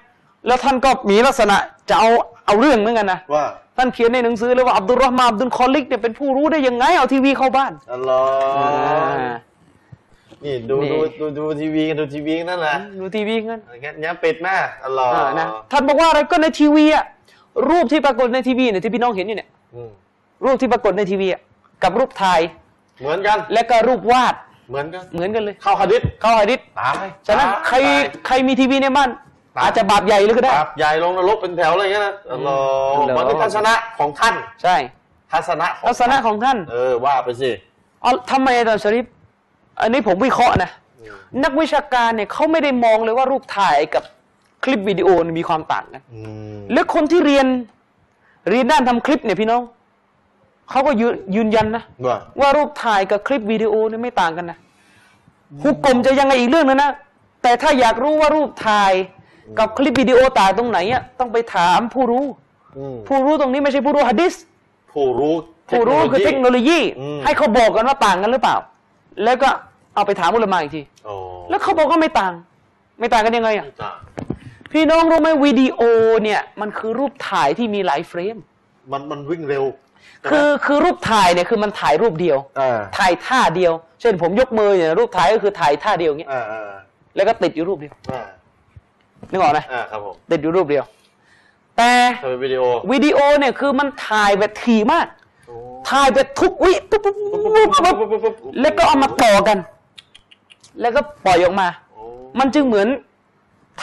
C: แล้วท่านก็มีลักษณะจะเอาเอาเรื่องเหมือนกันนะ
A: ว่า
C: ท่านเขียนในหนังสือเลยว่าอับดุลรอฮ์มาอับดุลคอลิกเนี่ยเป็นผู้รู้ได้ยังไงเอาทีวีเข้าบ้าน
A: อัลลอฮ์
C: า
A: นี่ดู
C: นี่
A: ดูดูดูทีวีกันดูทีวีกันนั่นแหละ
C: ดูทีวีงั้น
A: อะไรเงี้ยเนี่ยปิดแม่อัลลอฮ์
C: อ่านะท่านบอกว่าอะไรก็ในทีวีอะรูปที่ปรากฏในทีวีเนี่ยที่พี่น้องเห็นอยู่เนี่ย
A: อืม
C: รูปที่ปรากฏในทีวีอะกับรูปถ่าย
A: เหมือนกัน
C: และก็รูปวาด
A: เหมือนกัน
C: เหมือนกันเลย
A: เข้าหะดิษ
C: เข้าหะดิษ
A: ตาย
C: ฉะนั้น
A: ตาย
C: ใคร
A: ตาย
C: ใครมีทีวีในบ้าน อาจจะบาปใหญ่เลยก็ได้
A: บาปใหญ่ลงนรกเป็นแถวอะไรอย่างเงี้ยนะเออ
C: อืม
A: มันเป็นทัศนะของท่าน
C: ใช่
A: ทัศนะของ
C: ลักษณะของท่าน
A: เออว่าไปสิ
C: เอาทำไมอาจารย์ชริปอันนี้ผมวิเคราะห์นะ นักวิชาการเนี่ยเขาไม่ได้มองเลยว่ารูปถ่ายกับคลิปวิดีโอเนี่ยมีความต่างกัน
A: อืม
C: แล้วคนที่เรียนเรียนด้านทำคลิปเนี่ยพี่น้องเขาก็ยืนยืนยันนะ
A: ว่า
C: ว่ารูปถ่ายกับคลิปวิดีโอเนี่ยไม่ต่างกันนะฮุกกลมจะยังไงอีกเรื่องนึงนะ แต่ถ้าอยากรู้ว่ารูปถ่ายกับคลิปวิดีโอต่างตรงไหนอ่ะต้องไปถามผู้รู้
A: อืม
C: ผู้รู้ตรงนี้ไม่ใช่ผู้รู้ฮะดิษ
A: ผู้รู้
C: ผู้รู้คือเทคโนโลยี
A: อืม
C: ให้เขาบอกกันว่าต่างกันหรือเปล่า แล้วก็เอาไปถามอุลามะอีกที
A: อ๋อ
C: แล้วเขาบอกว่าไม่ต่าง ไม่ต่างกันยังไงอ่ะ
A: ไม่ต่าง
C: พี่น้องรู้ไหมวิดีโอเนี่ยมันคือรูปถ่ายที่มีหลายเฟรม
A: มันมันวิ่งเร็ว
C: คือคือรูปถ่ายเนี่ยคือมันถ่ายรูปเดียว
A: อ่า
C: ถ่ายท่าเดียว เช่นผมยกมือเนี่ยรูปถ่ายก็คือถ่ายท่าเดียวอย่างเงี้ย
A: อ่าอ่า
C: แล้วก็ติดอยู่รูปเดียว
A: อ่า
C: นึกออกไหม
A: อ่าครับผม
C: ติดอยู่รูปเดียว แต่
A: ทำเป็นวิดีโอ
C: วิดีโอเนี่ยคือมันถ่ายแบบถี่มาก
A: โอ้
C: ถ่ายแบบทุกวิปุ๊บปุ๊บปุ๊บปุ๊บปุ๊บปุ๊บแล้วก็เอามาต่อกัน แล้วก็ปล่อยออกมา
A: โอ้
C: มันจึงเหมือน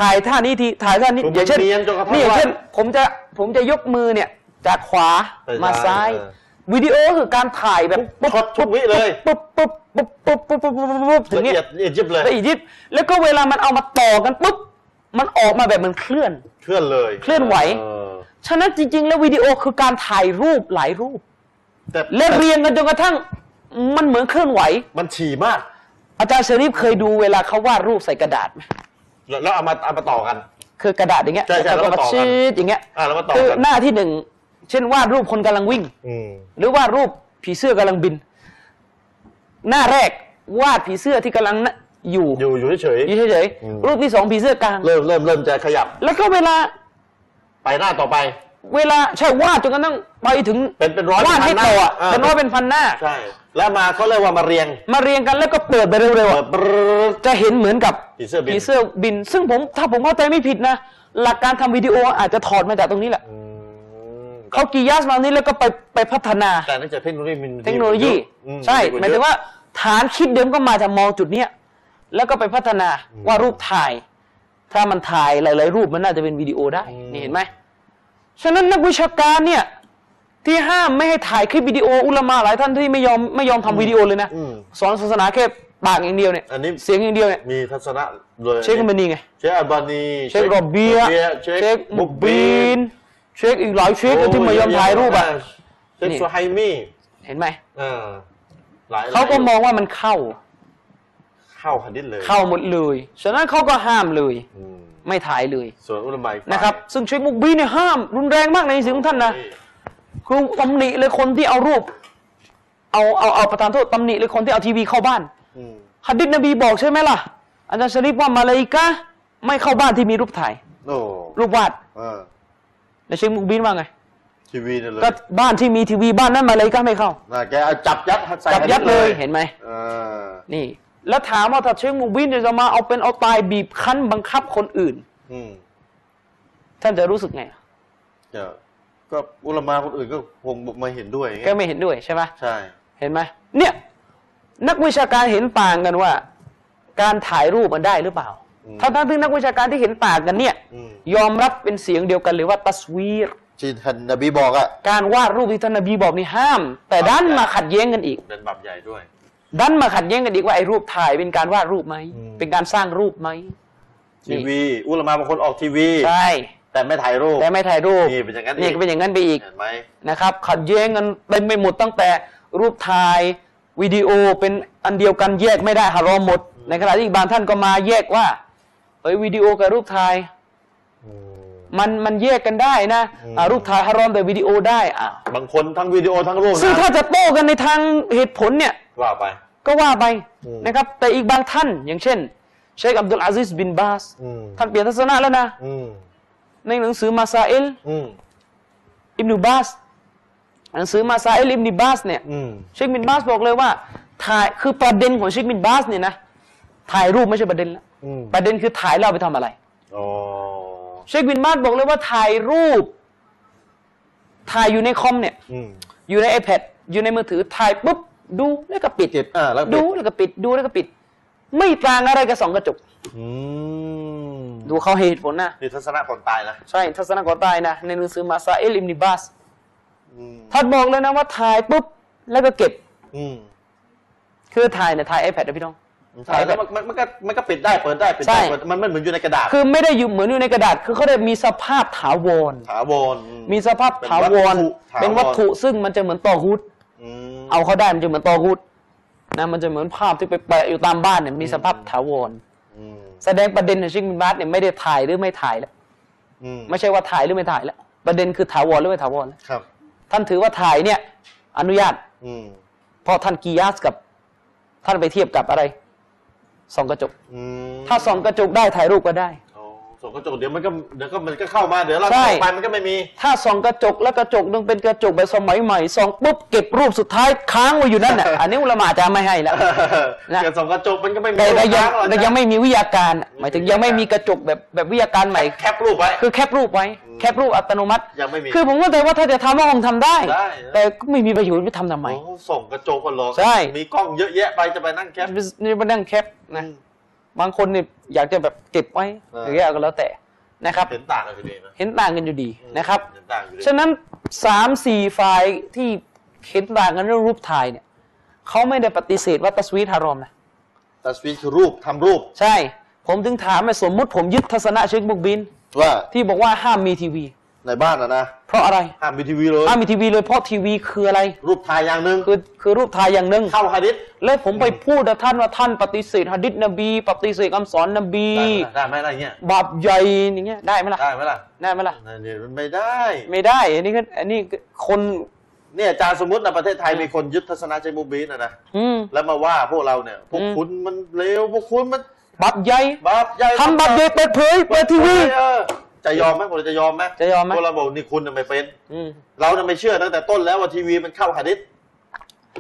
C: ถ่ายท่านี้ทีถ่ายท่านี้
A: คือมัน
C: อย่างเช่น
A: เนียนจนกระทั่ง
C: นี่อย่างเช่น
A: ว่า
C: ผมจะผมจะยกมือเนี่ย จากขวา
A: ไป
C: มา
A: ซ้า
C: ซ้าย ย
A: เออ
C: วิดีโอคือการถ่ายแบบ
A: ทุกช็อตทุกวิเลย
C: ปุ๊บปุ๊บปุ๊บปุ๊บปุ๊บปุ๊บปุ๊บปุ๊บถึ
A: ละ
C: งเนี้
A: เอียดละเอี
C: ย
A: ยดยิบเลย
C: ละเอียดยิบแล้วก็เวลามันเอามาต่อกันปุ๊บมันออกมาแบบมันเคลื่อน
A: เคลื่อนเลย
C: เคลื่อนไหว
A: เออ
C: ฉะนั้นจริง ๆ แล้ววิดีโอคือการถ่ายรูปหลายรูป
A: แต่
C: และเรียงกันจนกระทั่งมันเหมือนเคลื่อนไหว
A: มันถี่มาก
C: อาจารย์เชอรี่เคยดูเวลาเขาวาดรูปใส่กระดาษไหม
A: แล้วแล้วเอามาเอามาต่อกัน
C: คือกระดาษอย่างเงี้ย
A: ใช่ใช่แล้วก็ต่อกัน
C: ชืดอย่างเงี้ย
A: อ่าแล้วมาต่อ
C: คือ
A: กัน
C: หน้าที่หนึ่งเช่นวาดรูปคนกำลังวิ่ง
A: อืม
C: หรือวาดรูปผีเสื้อกำลังบิน หน้าแรกวาดผีเสื้อที่กำลังน่ะอยู่
A: อยู่อยู่เฉย
C: อยู่เฉย
A: อืม
C: ๆรูปที่สองผีเสื้อกลาง
A: ๆเริ่มเริ่มเริ่มจะขยับ
C: แล้วก็เวลา
A: ไปหน้าต่อไป
C: เวลาใช่วาดจนกระทั่งไปถึง
A: เป็นเป็นร้อยเป็น
C: วาด
A: พัน
C: ให้
A: หน้า
C: โตอ่ะ
A: อ่า
C: เป็นร้อยเป็นพันหน้า
A: ใช่ แล้วมาเขาเรียกว่ามาเรียง
C: มาเรียงกันแล้วก็เปิดไปเร็ว
A: เปิดปรึ๊ด
C: ๆจะเห็นเหมือนกับ
A: ผีเสื้อบิน
C: ผีเสื้อบิน ซึ่งผมถ้าผมเข้าใจไม่ผิดนะ หลักการทำวิดีโออาจจะถอดมาจากตรงนี้แหละ
A: อืม
C: เขากียัสมาตรงนี้แล้วก็ไปไปพัฒนา
A: แต่น่าจะเทคโนโลยีมันดี
C: เทคโนโลยี
A: กว่าเอะอื
C: ใช่
A: ดีก
C: หมายถึงว่าฐานคิดเดิมก็มาจากมองจุดเนี้ยแล้วก็ไปพัฒนาว่ารูปถ่าย ถ้ามันถ่ายหลาย ๆ รูปมันน่าจะเป็นวิดีโอได้นี่เห็นไหมฉะนั้นนักวิชาการเนี่ยที่ห้ามไม่ให้ถ่ายคลิปวิดีโออุลามะหลายท่านที่ไม่ยอมไม่ยอมทำวิดีโอเลยนะ
A: อืม
C: สอนศาสนาแค่ปากอย่างเดียวเนี่ย
A: อันนี้
C: เสียงอย่างเดียวเนี่ย
A: มีทัศนะเลย
C: เชคกันเป็นนี่ไง
A: เชคอัลบานี
C: เชคโรเบีย
A: เชค
C: มุกบีนเชคอีกหลายเชคที่ไม่ยอมถ่ายรูปอ่ะ
A: เชค
C: นี่
A: ซูไฮมี่
C: เห็นไหม
A: เออหลาย
C: เขาก็
A: หลย
C: มองว่ามันเข้า
A: เข้าฮันดิษเลย
C: เข้าหมดเลย ฉะนั้นเขาก็ห้ามเลย
A: อืม
C: ไม่ถ่ายเลย
A: ส่วนอุลามัย
C: นะครับ ซึ่งเชคมุกบีเนี่ยห้าม รุนแรงมากในหนังสือของท่านนะคือตำหนิเลยคนที่เอารูป เอาเอาเอาประธานโทษตำหนิเลยคนที่เอาทีวีเข้าบ้าน
A: อืม
C: ฮัดดิษนบีบอกใช่ไหมล่ะอาจารย์ชริปว่ามาเลาอิกะห์ไม่เข้าบ้านที่มีรูปถ่าย
A: โอ้
C: รูปวาด
A: เออ
C: ในเชคมุกบีนว่าไง
A: ทีวีเนี่ยเลย
C: ก็บ้านที่มีทีวีบ้านนั้นมาเลาอิกะห์ไม่เข้า
A: น่ะแกเอาจับยัดใส่
C: จับยัด
A: ห
C: เลยเห็นไหม
A: เออ
C: นี่ แล้วถามว่าถ้าเชคมุกบีนเนี่ยจะมาเอาเป็นเอาตายบีบคั้นบังคับคนอื่น
A: อืม
C: ท่านจะรู้สึกไง
A: เดี๋ยวก็อุลามาคนอื่นก็คงมาเห็นด้วยอย่าง
C: แก
A: เงี้ย
C: ไม่เห็นด้วยใช่ไหม
A: ใช่
C: เห็นไหมเนี่ย นักวิชาการเห็นต่างกันว่า การถ่ายรูปมันได้หรือเปล่า
A: อืม
C: ทั้งทั้งที่นักวิชาการที่เห็นต่างกันเนี่ย
A: อืม
C: ยอมรับเป็นเสียงเดียวกันเลยว่าตัสวีร
A: ที่ท่านนบีบอกอ่ะ
C: การวาดรูปที่ท่านนบีบอกนี่ห้าม แต่ดันมาขัดแย้งกันอีก
A: เป็นบาปใหญ่ด้วย
C: ดันมาขัดแย้งกันอีกว่าไอ้รูปถ่ายเป็นการวาดรูปไหม
A: อืม
C: เป็นการสร้างรูปไหม
A: ทีวี อุลามาบางคนออกทีวี
C: ใช่
A: แต่ไม่ถ่ายรูป
C: แต่ไม่ถ่ายรูป
A: นี่เป็นอย่างนั้นอีก
C: นี่ก็เป็นอย่างนั้นไปอีก
A: เห็นไหม
C: นะครับขัดแย้งกันเต็มไปหมดตั้งแต่รูปถ่ายวิดีโอเป็นอันเดียวกันแยกไม่ได้ฮารอมหมด ในขณะที่อีกบางท่านก็มาแยกว่าเฮ้ยวิดีโอกับรูปถ่ายมันมันแยกกันได้นะ
A: อืม
C: อ่ารูปถ่ายฮารอมแต่วิดีโอได้อ่ะ
A: บางคนทั้งวิดีโอทั้งรูป
C: ซึ่ง
A: นะ
C: ถ้าจะโต้กันในทางเหตุผลเนี่ย
A: ว่าไป
C: ก็ว่าไป
A: อืม
C: นะครับ แต่อีกบางท่านอย่างเช่น เชคอับดุลอาซิสบินบาส
A: อืม
C: ท่านเปลี่ยนทัศนะแล้วนะ
A: อืม
C: ในหนังสือมาซาเอล
A: อืม
C: อิบนุบาสหนังสือมาซาเอลอิบนุบาสเนี่ย
A: อืม
C: เชคบินบาสบอกเลยว่าถ่ายคือประเด็นของเชคบินบาสเนี่ยนะถ่ายรูปไม่ใช่ประเด็นละ
A: อืม
C: ประเด็นคือถ่ายแล้วเอาไปทำอะไร
A: อ๋อ
C: เชคบินบาสบอกเลยว่าถ่ายรูป ถ่ายอยู่ในคอมเนี่ย
A: อืม
C: อยู่ใน iPad อยู่ในมือถือถ่ายปุ๊บดูแล้วก็ปิด
A: ปิดอ่าแล้วปิด
C: ดูแล้วก็ปิดดูแล้วก็ปิด ไม่ต่างอะไรกับสองกระจก
A: อืม
C: ดูเขาให้เหตุผลนะ
A: นี่ทัศนะก่อนตายนะ
C: ใช่ทัศนคตายนะ ในหนังสือมาซาเอลอิมนิบาส
A: อืม
C: ท่านบอกแล้วนะว่าถ่ายปุ๊บ แล้วก็เก็บ
A: อืม
C: คือถ่ายเนี่ยถ่าย iPad นะพี่น้อง
A: ถ่ายแล้วมันมันมันก็มันก็ปิดได้เปิดได้ปิด
C: ใช่
A: ได้เปิดมันมันเหมือนอยู่ในกระดาษ
C: คือไม่ได้อยู่เหมือนอยู่ในกระดาษ คือเขาได้มีสภาพถาวร
A: ถาวรอื
C: มีสภาพถาวร
A: เป็
C: เป็น
A: นวั
C: วัต
A: ตถุ
C: ถุซึ่งมันจะเหมือนตอฮูด
A: อืม
C: เอาเขาได้มันจะเหมือนตอฮูดนะ มันจะเหมือนภาพที่ไปแปะอยู่ตามบ้านเนี่ย มีสภาพถาวร
A: อืม
C: แสดงประเด็นในชิงบินบาสเนี่ยไม่ได้ถ่ายหรือไม่ถ่ายแล้ว
A: อืม
C: ไม่ใช่ว่าถ่ายหรือไม่ถ่ายแล้ว ประเด็นคือถาวรหรือไม่ถาวรแล้ว
A: ครับ
C: ท่านถือว่าถ่ายเนี่ย อนุญาต
A: อืม
C: เพราะท่านกียาสกับ ท่านไปเทียบกับอะไรส่องกระจก
A: อืม
C: ถ้าส่องกระจกได้ถ่ายรูปก็ได้
A: โอ้ส่องกระจกเดี๋ยวมันก็เดี๋ยวก็มันก็เข้ามาเดี๋ยวเรา
C: ใช่
A: ส่องไปมันก็ไม่มี
C: ถ้าส่องกระจกแล้วกระจกนึงเป็นกระจกแบบสมัยใหม่ส่องปุ๊บเก็บรูปสุดท้ายค้างไว้อยู่นั่นน่ะ อันนี้อุลามาจะไม่ให้แล้ว นะ
A: เกิดส่องกระจกมันก็ไม่มี
C: แต่แต่ยัง
A: รูปร่าหรอก
C: แต่
A: นะ
C: ยังไม่มีวิทยาการอะหมายถึงยังไม่มีกระจกแบบแบบวิทยาการใหม่
A: แคปรูปไว้
C: คือแคปรูปไว้
A: อืม
C: แคปรูปอัตโนมัติ
A: ยังไม่มี
C: คือผมก็แต่ว่าถ้าจะทำก็คงทำได้
A: ได้
C: แต่ก็ไม่มีประโยชน์ไปทำทำไม
A: โอ้ส่องกระจกกันหรอ
C: ใช่
A: มีกล้องเยอะแยะไปจะไปนั่งแคป
C: นี่มานั่งแคปนะบางคนเนี่ยอยากจะแบบเก็บไว้
A: เอออ
C: หรืออะไรก็แล้วแต่นะครับ
A: เห็นต่างกันอยู่ดีนะ
C: เห็นต่างกันอยู่ดีนะครับ
A: เห็นต่างอยู่ดี
C: ฉะนั้นสามสี่ฝ่ายที่เห็นต่างกันเรื่องรูปถ่ายเนี่ยเขาไม่ได้ปฏิเสธว่าตัสวีทฮารอมนะ
A: แต่สวีคือรูปทำรูป
C: ใช่ ผมถึงถามไอ้สมมุติผมยึดทัศนะเชคบุกบิน
A: ว่า
C: ที่บอกว่าห้ามมีทีวี
A: ในบ้านนะนะ
C: เพราะอะไร
A: ห้ามมีทีวีเลย
C: ห้ามมีทีวีเลยเพราะทีวีคืออะไร
A: รูปถ่ายอย่างหนึ่ง
C: คือคือรูปถ่ายอย่างหนึ่ง
A: เข้าฮะดิษ
C: แล้วผมไปพูดกับท่านว่าท่านปฏิเสธหะดิษนบี ปฏิเสธคำสอนนบี
A: ได้ไหมล่ะได้ไหมล่ะอย่างเงี้ย
C: บาปใหญ่อย่างเงี้ยได้ไหมล่ะ
A: ได้ไหมล่ะ
C: ได้ไหมล่ะ
A: เนี่ยมันไม่ได้
C: ไม่ได้อันนี้ก็อันนี้ก็คน
A: เนี่ยอาจารย์สมมตินะประเทศไทยมีคนยึดทัศนะเจมูบีนะนะ
C: อืม
A: แล้วมาว่าพวกเราเนี่ย พวก
C: อืม
A: คุณมันเลวพวกคุณมัน
C: บาปใหญ่
A: บาปใหญ่
C: ทำบาปใหญ่เปิดเผยเปิดทีวี
A: เออจะยอมไหมพวกเราจะยอมไหม
C: จะยอมไหม
A: พวกเราบอกนี่คุณน่ะไม่เป็น
C: อืม
A: เราน่ะไม่เชื่อตั้งแต่ต้นแล้วว่าทีวีมันเข้าหะดิษ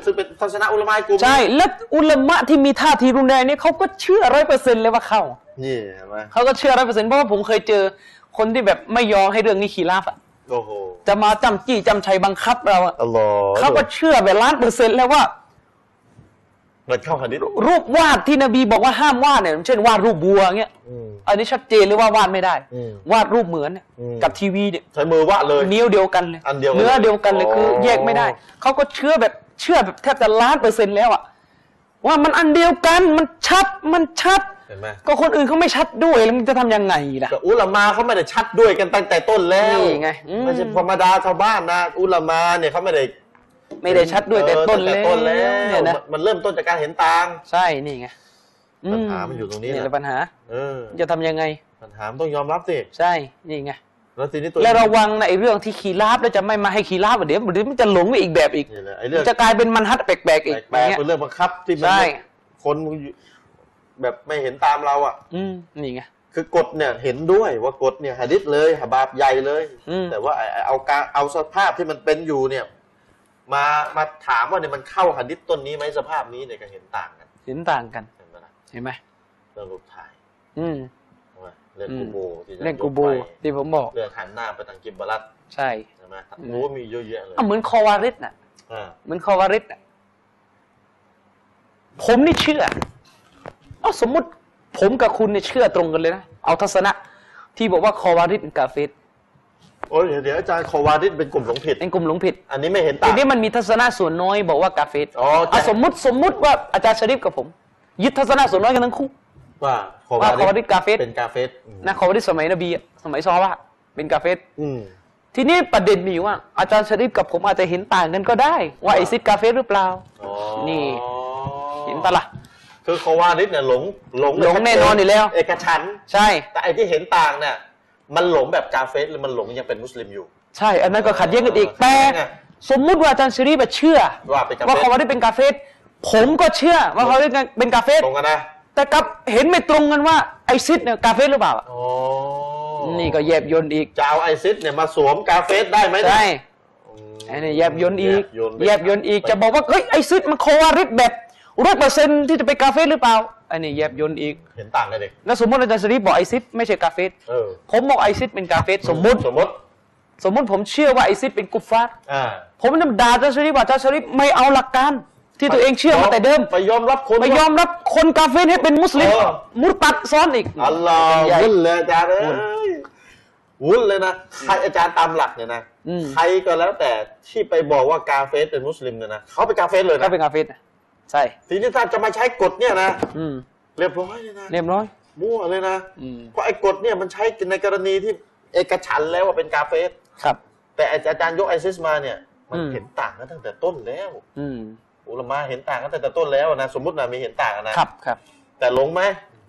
A: ซึ่งเป็นทัศนะอุลามะกลุ่ม
C: ใช่ และอุลามะที่มีท่าทีรุนแรงเนี่ยเขาก็เชื่อร้อยเปอร์เซ็นต์เลยว่าเข้า
A: นี่เห็นไหม
C: เขาก็เชื่อร้อยเปอร์เซ็นต์เพราะว่าผมเคยเจอคนที่แบบไม่ยอมให้เรื่องนี้ขีราฟอะ
A: โอ้โห
C: จะมาจำจี้จำชัยบังคับเราอะ
A: อัลลอฮ์
C: เขาก็เชื่อแบบล้านเปอร์เซ็นต์แล้วว่า
A: มันเข้าหะดิษ
C: รูปวาดที่นบีบอกว่าห้ามวาดเนี่ยเช่นวาดรูปบัวเงี้ย
A: อืม
C: อันนี้ชัดเจนเลยว่าวาดไม่ได้
A: อืม
C: วาดรูปเหมือนเนี่ย
A: อืม
C: กับทีวีเนี่ย
A: ใช้มือวาดเลย
C: นิ้วเดียวกันเลย
A: อันเดียวกัน
C: อเดียวกันเลย
A: อ๋อ
C: คือแยกไม่ได้เขาก็เชื่อแบบเชื่อแบบแทบจะล้านเปอร์เซ็นต์แล้วอะว่ามันอันเดียวกันมันชัดมันชัด
A: เห็นไหม
C: ก็คนอื่นเขาไม่ชัดด้วยแล้วมันจะทำยังไงล่ะ
A: แต่อุลามะเขาไม่ได้ชัดด้วยกันตั้งแต่ต้นแล้ว
C: นี่ไงอืม
A: ไม่ใช่ธรรมดาชาวบ้านนะอุลามะเนี่ยเขาไม่ได้
C: ไม่ได้ชัดด้วยแต่
A: เออ
C: ต้น
A: ง
C: แล้ว
A: แล้ว
C: เนี่ยนะ
A: มันมันเริ่มต้นจากการเห็นต่าง
C: ใช่นี่ไง
A: ปัญหามันอยู่ตรงนี้แหละ
C: แหละปัญหา
A: เออ
C: จะทำยังไง
A: ปัญหามันต้องยอมรับสิ
C: ใช่นี่ไง
A: แล้วทีนี้ตัว
C: และระวังนะไอ้เรื่องที่ขีราบแล้วจะไม่มาให้ขีราบเดี๋ยวเดี๋ยวมันจะหลงไปอีกแบบอีก
A: นี่แหละไอ้เรื่อง
C: จะกลายเป็นมันฮัดแปลกๆอีก
A: แปล
C: อก ย่าง
A: ๆ
C: เงี้ย
A: เป็นเรื่องบังคับที่มัน
C: ใช่
A: คนมึงอยู่แบบไม่เห็นตามเราอ่ะ
C: อืมนี่ไง
A: คือกฎเนี่ยเห็นด้วยว่ากฎเนี่ยหะดิษเลยหะบาปใหญ่เลย
C: อืม
A: แต่ว่าไอ้ไอ้เอาการเอาสภาพที่มันเป็นอยู่เนี่ย มามาถามว่าเนี่ยมันเข้าหะดิษต้นนี้ไหมสภาพนี้เนี่ยก็เห็นต่างกัน
C: เห็นต่างกัน
A: เห็นไหมล่ะ
C: เห็นไหม
A: เรื่องรูปถ่าย
C: อืม
A: ใช่ไหมเรื่อง
C: อืม
A: กูโบที่จะ
C: เล่นกูโบ
A: ยไป
C: ที่ผมบอก
A: เรื่องหันหน้าไปทางกิบบารัต
C: ใช่
A: ใช่ไหมโอ้โหมีเยอะแยะเลย
C: อ่ะเหมือนคอวาริสน่ะ
A: อ่า
C: เหมือนคอวาริสน่ะผมนี่เชื่อเอาสมมติผมกับคุณเนี่ยเชื่อตรงกันเลยนะ เอาทัศนะ ที่บอกว่าคอวาริสเป็นกาเฟส
A: โอ้ยเดี๋ยวเดี๋ยวอาจารย์คอวาดิษเป็นกลุ่มหลงผิด
C: เป็นกลุ่มหลงผิด
A: อันนี้ไม่เห็นต่า
C: ที
A: ง
C: นี้มันมีทัศนะส่วนน้อยบอกว่ากาเฟส
A: อ๋อใช่
C: เอาสมมติสมมติว่าอาจารย์ชริฟกับผม ยึดทัศนะส่วนน้อยกันทั้งคู่
A: ว่าคอ
C: ว่าคอวาว
A: า
C: ดิ
A: ดิ
C: ษ
A: ษ
C: กาเฟส
A: เป็นกาเฟสอืม
C: นะคอวาริสสมัยนบีอะสมัยซอฮาบะห์เป็นกาเฟส
A: อืม
C: ทีนี้ประเด็นมีอยู่ว่า อาจารย์ชริฟกับผมอาจจะเห็นต่างกันก็ได้ ว่าไอซิดกาเฟสหรือเปล่า
A: อ๋อ
C: นี่ เห็นปะล่ะ
A: คือเขาว่านิดเนี่ยหลงหลง
C: หลงแน่นอนอยู่แล้ว
A: เอกฉันท์
C: ใช่
A: แต่ไอ้ที่เห็นต่างเนี่ยมันหลงแบบกาเฟสหรือมันหลงยังเป็นมุสลิมอยู่
C: ใช่ อันนั้นก็ขัดแย้งกันอีก
A: เออ
C: แต่
A: เนี่ย
C: สมมุติว่าอาจารย์ชริฟอะเชื่อ
A: ว่าเป็นกาเฟ
C: ว่า
A: ส
C: คอวาริสเป็นกาเฟสผมก็เชื่อว่าคอวาริสเป็นกาเฟส
A: ตรงกันนะ
C: แต่กลับเห็นไม่ตรงกันว่าไอซิดเนี่ยกาเฟสหรือเปล่าอะ
A: อ๋อ
C: นี่ก็แยบยนต์อีก
A: จะเอาไอซิสเนี่ยมาสวมกาเฟสได้ไหมเนี่ย
C: ใช่
A: อืม
C: ไอ้นี่แยบยนต์อีกแย
A: แย
C: บบ ย
A: ย
C: น
A: น
C: ต์
A: ต์
C: อีกจะบอกว่าเฮ้ยไอซิดมันโควาริสแบบร้อยเปอร์เซ็นที่จะไปกาเฟสหรือเปล่าไอ้นี่แยบยนต์อีก
A: เห็นต่างเลยเด็ก
C: แล้วสมมติอาจารย์สรีบอกไอซิดไม่ใช่กาเฟส
A: เออ
C: ผมบอกไอซิดเป็นกาเฟสสมมติ
A: สมมติ
C: สมมติผมเชื่อว่าไอซิดเป็นกุฟฟาร์
A: อ่า
C: ผมนำด่าอาจารย์สรีบอกอาจารย์สรีไม่เอาหลักการ ที่ตัวเองเชื่อมาแต่เดิม
A: ไปยอมรับคน
C: ไม่ยอมรับคนกาเฟรให้เป็นมุสลิม
A: เออ
C: มุตัดซ้อนอีก
A: อัลลอฮ์
C: ใหญ่
A: วุ่นเลยอาจารย์เอ้ยวุ่นเลยนะใครอาจารย์ตามหลักเนี่ยนะ
C: อืม
A: ใครก็แล้วแต่ที่ไปบอกว่ากาเฟสเป็นมุสลิมเนี่ยนะเขาเป็นกาเฟสเลย
C: ก็
A: นะ
C: เป็นกาเฟรนะใช่
A: ทีนี้ถ้าจะมาใช้กฎเนี่ยนะ
C: อืม
A: เรียบร้อยเลยนะ
C: เรียบร้อย
A: มั่วเลยนะ
D: อืม
A: เพราะไอ้กฎเนี่ยมันใช้ในกรณีที่เอกฉันท์แล้วว่าเป็นกาเฟส
C: ครับ
A: แต่อาจารย์ยกไอซิสมาเนี่ย มัน
C: อืม
A: เห็นต่างกันตั้งแต่ต้นแล้ว
C: อืม
A: อุลามะเห็นต่างกันตั้งแต่ต้นแล้วนะสมมตินะมีเห็นต่างกันนะ
C: ครับครับ
A: แต่หลงไหม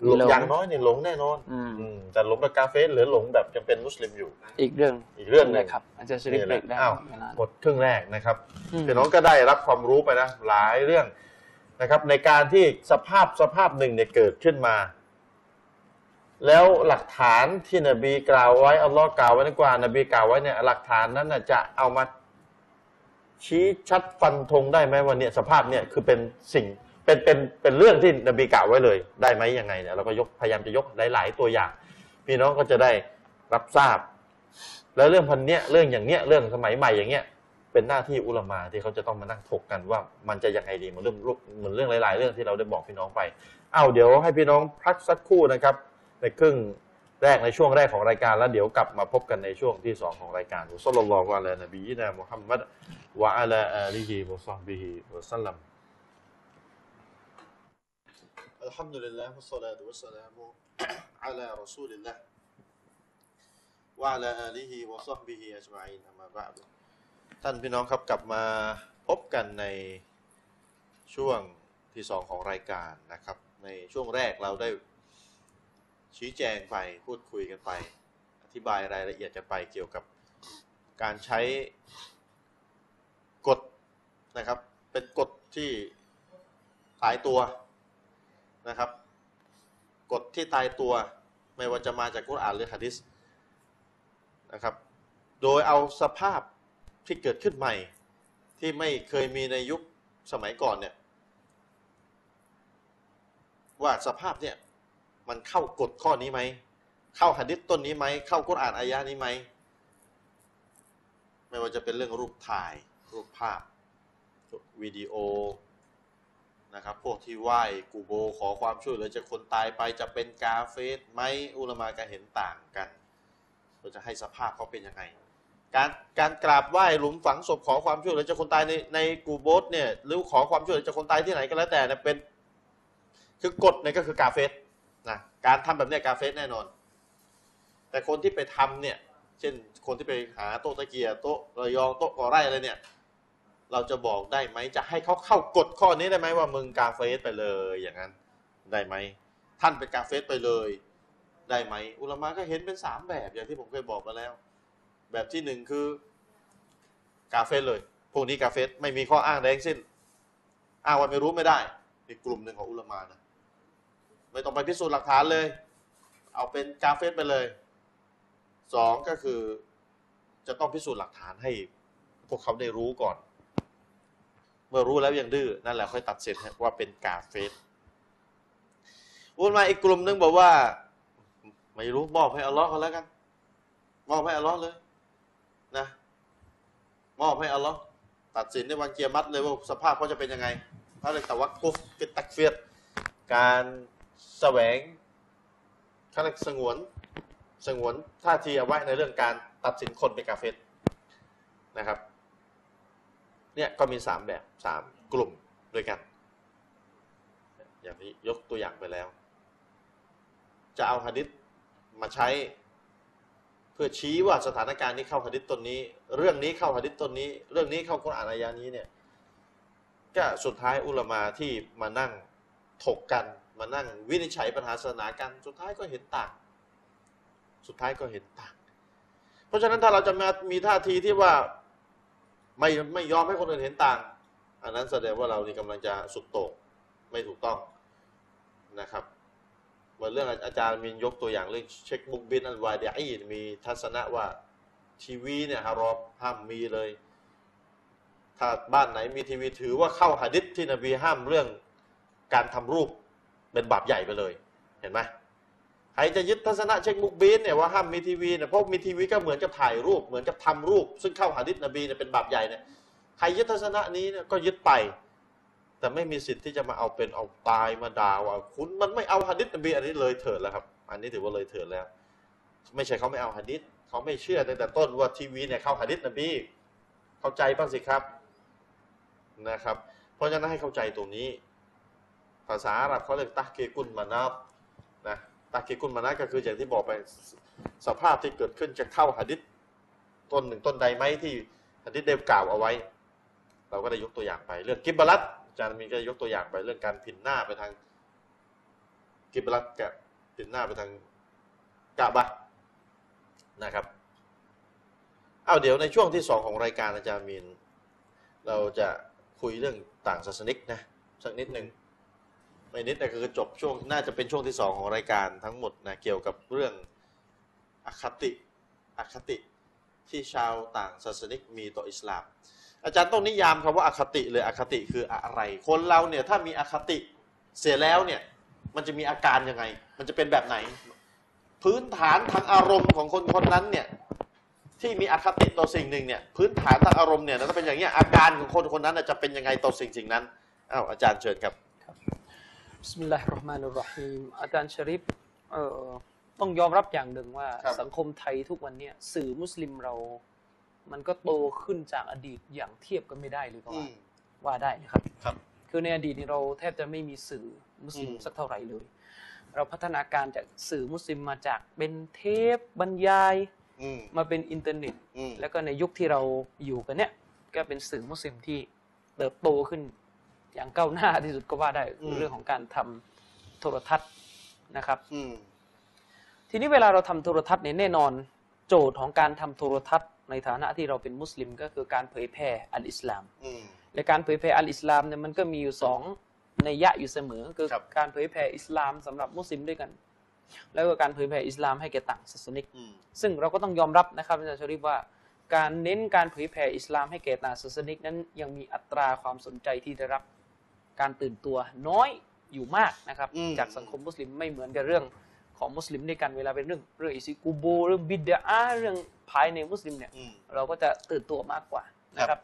A: หลง
C: หลง
A: อย่างน้อยเนี่ยหลงแน่นอน
C: อืม
A: อืมแต่หลงกับกาเฟสหรือหลงแบบยังเป็นมุสลิมอยู่
C: อีกเรื่อง
A: อีกเรื่องห
C: เล
A: นึ
C: ย
A: ง
C: ครับอาจารย์ชริฟ
A: นี่แห
C: เบร
A: ละ
C: กได้
A: อ้าว
C: ไม่นาน
A: หมดครึ่งแรกนะครับ
C: อืม
A: พี่น้องก็ได้รับความรู้ไปนะหลายเรื่องนะครับ ในการที่สภาพสภาพหนึ่งเนี่ยเกิดขึ้นมา แล้วหลักฐานที่นบีกล่าวไว้อัลลอฮ์กล่าวไว้ในกุรอานนบีกล่าวไว้เนี่ย หลักฐานนั้นน่ะจะเอามาชี้ชัดฟันธงได้ไหมว่าเนี่ยสภาพเนี่ยคือเป็นสิ่งเป็นเป็นเป็นเรื่องที่นบีกล่าวไว้เลย ได้ไหมยังไงเนี่ยเราก็ยกพยายามจะยกหลาย ๆ ตัวอย่าง พี่น้องก็จะได้รับทราบ แล้วเรื่องพันเนี้ยเรื่องอย่างเนี้ยเรื่องสมัยใหม่อย่างเนี้ยเป็นหน้าที่อุลามาที่เขาจะต้องมานั่งถกกันว่ามันจะยังไงดีเหมือนเรื่องลูกเหมือนเรื่องหลาย ๆ เรื่องที่เราได้บอกพี่น้องไปอ้าวเดี๋ยวให้พี่น้องพักสักครู่นะครับ ในครึ่งแรกในช่วงแรกของรายการแล้วเดี๋ยวกลับมาพบกันในช่วงที่สองของรายการอุสลลลอฮวะลานบีนะมุฮัมมัดวะอะลาอาลีฮิวะซอฮบิฮิวะสัลลัม
E: الحمد لله والصلاة والسلام على رسول الله وعلى آله وصحبه أجمعين أما بعد
A: ท่านพี่น้องครับกลับมาพบกันในช่วงที่สองของรายการนะครับ ในช่วงแรกเราได้ชี้แจงไปพูดคุยกันไป อธิบายรายละเอียดกันไปเกี่ยวกับการใช้กฎนะครับ เป็นกฎที่ตายตัวนะครับกฎที่ตายตัวไม่ว่าจะมาจากกุรอานหรือฮะดิษนะครับ โดยเอาสภาพที่เกิดขึ้นใหม่ ที่ไม่เคยมีในยุคสมัยก่อนเนี่ยว่าสภาพเนี่ยมันเข้ากฎข้อนี้ไหม เข้าหะดิษต้นนี้ไหม เข้ากุรอานอายะนี้ไหม ไม่ว่าจะเป็นเรื่องรูปถ่าย รูปภาพวิดีโอนะครับพวกที่ไหว้กูโบขอความช่วยเหลือจากคนตายไปจะเป็นกาเฟสไหมอุลามาก็เห็นต่างกันเราจะให้สภาพเขาเป็นยังไง การการกราบไหว้หลุมฝังศพขอความช่วยเหลือจากคนตายในในกูโบสเนี่ยหรือขอความช่วยเหลือจากคนตายที่ไหนก็แล้วแต่เนี่ยเป็นคือกฎเนี่ยก็คือกาเฟสนะการทำแบบเนี้ยกาเฟสแน่นอน แต่คนที่ไปทำเนี่ย เช่นคนที่ไปหาโต๊ะตะเกียร์โต๊ะระยองโต๊ะก่อไร่อะไรเนี่ย เราจะบอกได้ไหมจะให้เขาเข้ากฎข้อนี้ได้ไหมว่ามึงกาเฟสไปเลยอย่างนั้นได้ไหมท่านเป็นกาเฟสไปเลยได้ไหมอุลามะก็เห็นเป็นสามแบบอย่างที่ผมเคยบอกมาแล้ว แบบที่หนึ่งคือกาเฟสเลย พวกนี้กาเฟสไม่มีข้ออ้างใดทั้งสิ้น อ้างว่าไม่รู้ไม่ได้อีกกลุ่มหนึ่งของอุลามานะ ไม่ต้องไปพิสูจน์หลักฐานเลย เอาเป็นกาเฟสไปเลย สองก็คือจะต้องพิสูจน์หลักฐานให้ พวกเขาได้รู้ก่อน เมื่อรู้แล้วยังดื้อนั่นแหละค่อยตัดสินว่าเป็นกาเฟสอุลามาอีกกลุ่มหนึ่งบอกว่า ไม่รู้มอบให้อัลลอฮ์เขาแล้วกัน มอบให้อัลลอฮ์เลยนะมอบให้อัลลอฮ์ตัดสินในวันเกียรมัดเลยว่าสภาพเขาจะเป็นยังไงถ้าเลยกแต่ว่ากุฟกิตักเฟียดการแสวงเขาเรียกสงวนสงวนท่าทีเอาไว้ในเรื่องการตัดสินคนเป็นกาเฟตนะครับเนี่ยก็มีสามแบบสามกลุ่มด้วยกัน อย่างนี้ยกตัวอย่างไปแล้ว จะเอาฮะดิษมาใช้ เพื่อชี้ว่าสถานการณ์นี้เข้าหะดิษต้นนี้ เรื่องนี้เข้าหะดิษต้นนี้ เรื่องนี้เข้ากุรอานอายานี้เนี่ยก็สุดท้ายอุลามาที่มานั่งถกกัน มานั่งวินิจฉัยปัญหาศาสนากัน สุดท้ายก็เห็นต่าง สุดท้ายก็เห็นต่าง เพราะฉะนั้นถ้าเราจะมามีท่าทีที่ว่าไม่ไม่ยอมให้คนอื่นเห็นต่าง อันนั้นแสดงว่าเรานี่กำลังจะสุดโต่งไม่ถูกต้องนะครับ เหมือนเรื่องอาจารย์มีนยกตัวอย่างเรื่องเช็คบุ๊กบินอันวายเดียอีนมีทัศนะว่าทีวีเนี่ยฮารอมห้ามมีเลย ถ้าบ้านไหนมีทีวีถือว่าเข้าหะดิษที่นบีห้ามเรื่องการทำรูปเป็นบาปใหญ่ไปเลย เห็นไหมใครจะยึดทัศนะเช็คบุ๊กบินเนี่ยว่าห้ามมีทีวีเนี่ยเพราะมีทีวีก็เหมือนกับถ่ายรูปเหมือนกับทำรูป ซึ่งเข้าหะดิษนบีเนี่ยเป็นบาปใหญ่เนี่ยใครยึดทัศนะนี้เนี่ยก็ยึดไป แต่ไม่มีสิทธิ์ที่จะมาเอาเป็นเอาตายมาด่าว่าคุณมันไม่เอาฮะดิษนบีอันนี้เลยเถิดแล้วครับ อันนี้ถือว่าเลยเถิดแล้ว ไม่ใช่เขาไม่เอาฮะดิษเขาไม่เชื่อตั้งแต่ต้นว่าทีวีเนี่ยเข้าฮะดิษนบีเข้าใจบ้างสิครับนะครับ เพราะฉะนั้นให้เข้าใจตรงนี้ ภาษาอาหรับเขาเรียกตะเกกุนมานาบนะตะเกกุนมานาบก็คืออย่างที่บอกไปสสภาพที่เกิดขึ้นจะเข้าฮะดิษต้นหนึ่งต้นใดไหมที่ฮะดิษได้กล่าวเอาไว้ เราก็ได้ยกตัวอย่างไป เรื่องกิบบะรัตอาจารย์มีก็ยกตัวอย่างไปเรื่องการพินหน้าไปทาง กิบบะรัตกับพินหน้าไปทางกาบะนะครับเอาเดี๋ยวในช่วงที่สองของรายการอาจารย์มีน เราจะคุยเรื่องต่างศาสนิกนะสักนิดหนึ่งไม่นิดนะคือจบช่วงน่าจะเป็นช่วงที่สองของรายการทั้งหมดนะเกี่ยวกับเรื่องอคติอคติที่ชาวต่างศาสนิกมีต่ออิสลาม อาจารย์ต้องนิยามคำว่าอาคติเลยอคติคืออะไร คนเราเนี่ยถ้ามีอคติเสียแล้วเนี่ย มันจะมีอาการยังไง มันจะเป็นแบบไหน พื้นฐานทางอารมณ์ของคนคนนั้นเนี่ยที่มีอคติต่อสิ่งหนึ่งเนี่ยพื้นฐานทางอารมณ์เนี่ยถ้าเป็นอย่างเงี้ยอาการของคนคนนั้นน่ะจะเป็นยังไงต่อสิ่งสิ่งนั้นอ้าวอาจารย์เชิญครับ
C: บิสมิลลาฮิรเราะห์มานิรเราะฮีมอาจารย์ชริฟเอ่อต้องยอมรับอย่างหนึ่งว่า
A: ครับ
C: สังคมไทยทุกวันเนี้ยสื่อมุสลิมเรา มันก็โตขึ้นจากอดีตอย่างเทียบกันไม่ได้เลยก็ว่าว่าได้นะครับ
A: ครับ
C: คือในอดีตนี่เราแทบจะไม่มีสื่อมุสลิม
A: อืม
C: สักเท่าไหร่เลย เราพัฒนาการจากสื่อมุสลิมมาจากเป็นเทปบรรยาย
A: อืม
C: มาเป็นอินเทอร์เน็ต
A: อืม
C: แล้วก็ในยุคที่เราอยู่กันเนี่ยก็เป็นสื่อมุสลิมที่เติบโตขึ้น อย่างก้าวหน้าที่สุดก็ว่าได้
A: อืม
C: เรื่องของการทำโทรทัศน์นะครับ
A: อืม
C: ทีนี้เวลาเราทำโทรทัศน์เนี่ยแน่นอนโจทย์ของการทำโทรทัศน์ในฐานะที่เราเป็นมุสลิม ก็คือการเผยแพร่อัลอิสลาม
A: อืม
C: และการเผยแพร่อัลอิสลามเนี่ยมันก็มีอยู่สองในยยะอยู่เสมอคือ
A: ครับ
C: การเผยแพร่อิสลามสำหรับมุสลิมด้วยกัน แล้วก็การเผยแพร่อิสลามให้แก่ต่างศาสนิก
A: อืม
C: ซึ่งเราก็ต้องยอมรับนะครับอาจารย์ชริฟว่าการเน้นการเผยแผ่อิสลามให้แก่ต่างศาสนิกนั้นยังมีอัตราความสนใจที่ได้รับการตื่นตัวน้อยอยู่มากนะครับ
A: อืม
C: จากสังคมมุสลิมไม่เหมือนกับเรื่องของมุสลิมด้วยกันเวลาเป็นเรื่องเรื่องอิซิกูโบร์เรื่องบิดาอะห์เรื่องภายในมุสลิมเนี่ย
A: อืม
C: เราก็จะตื่นตัวมากกว่านะ
A: ค
C: ค
A: รั
C: รับ
A: บ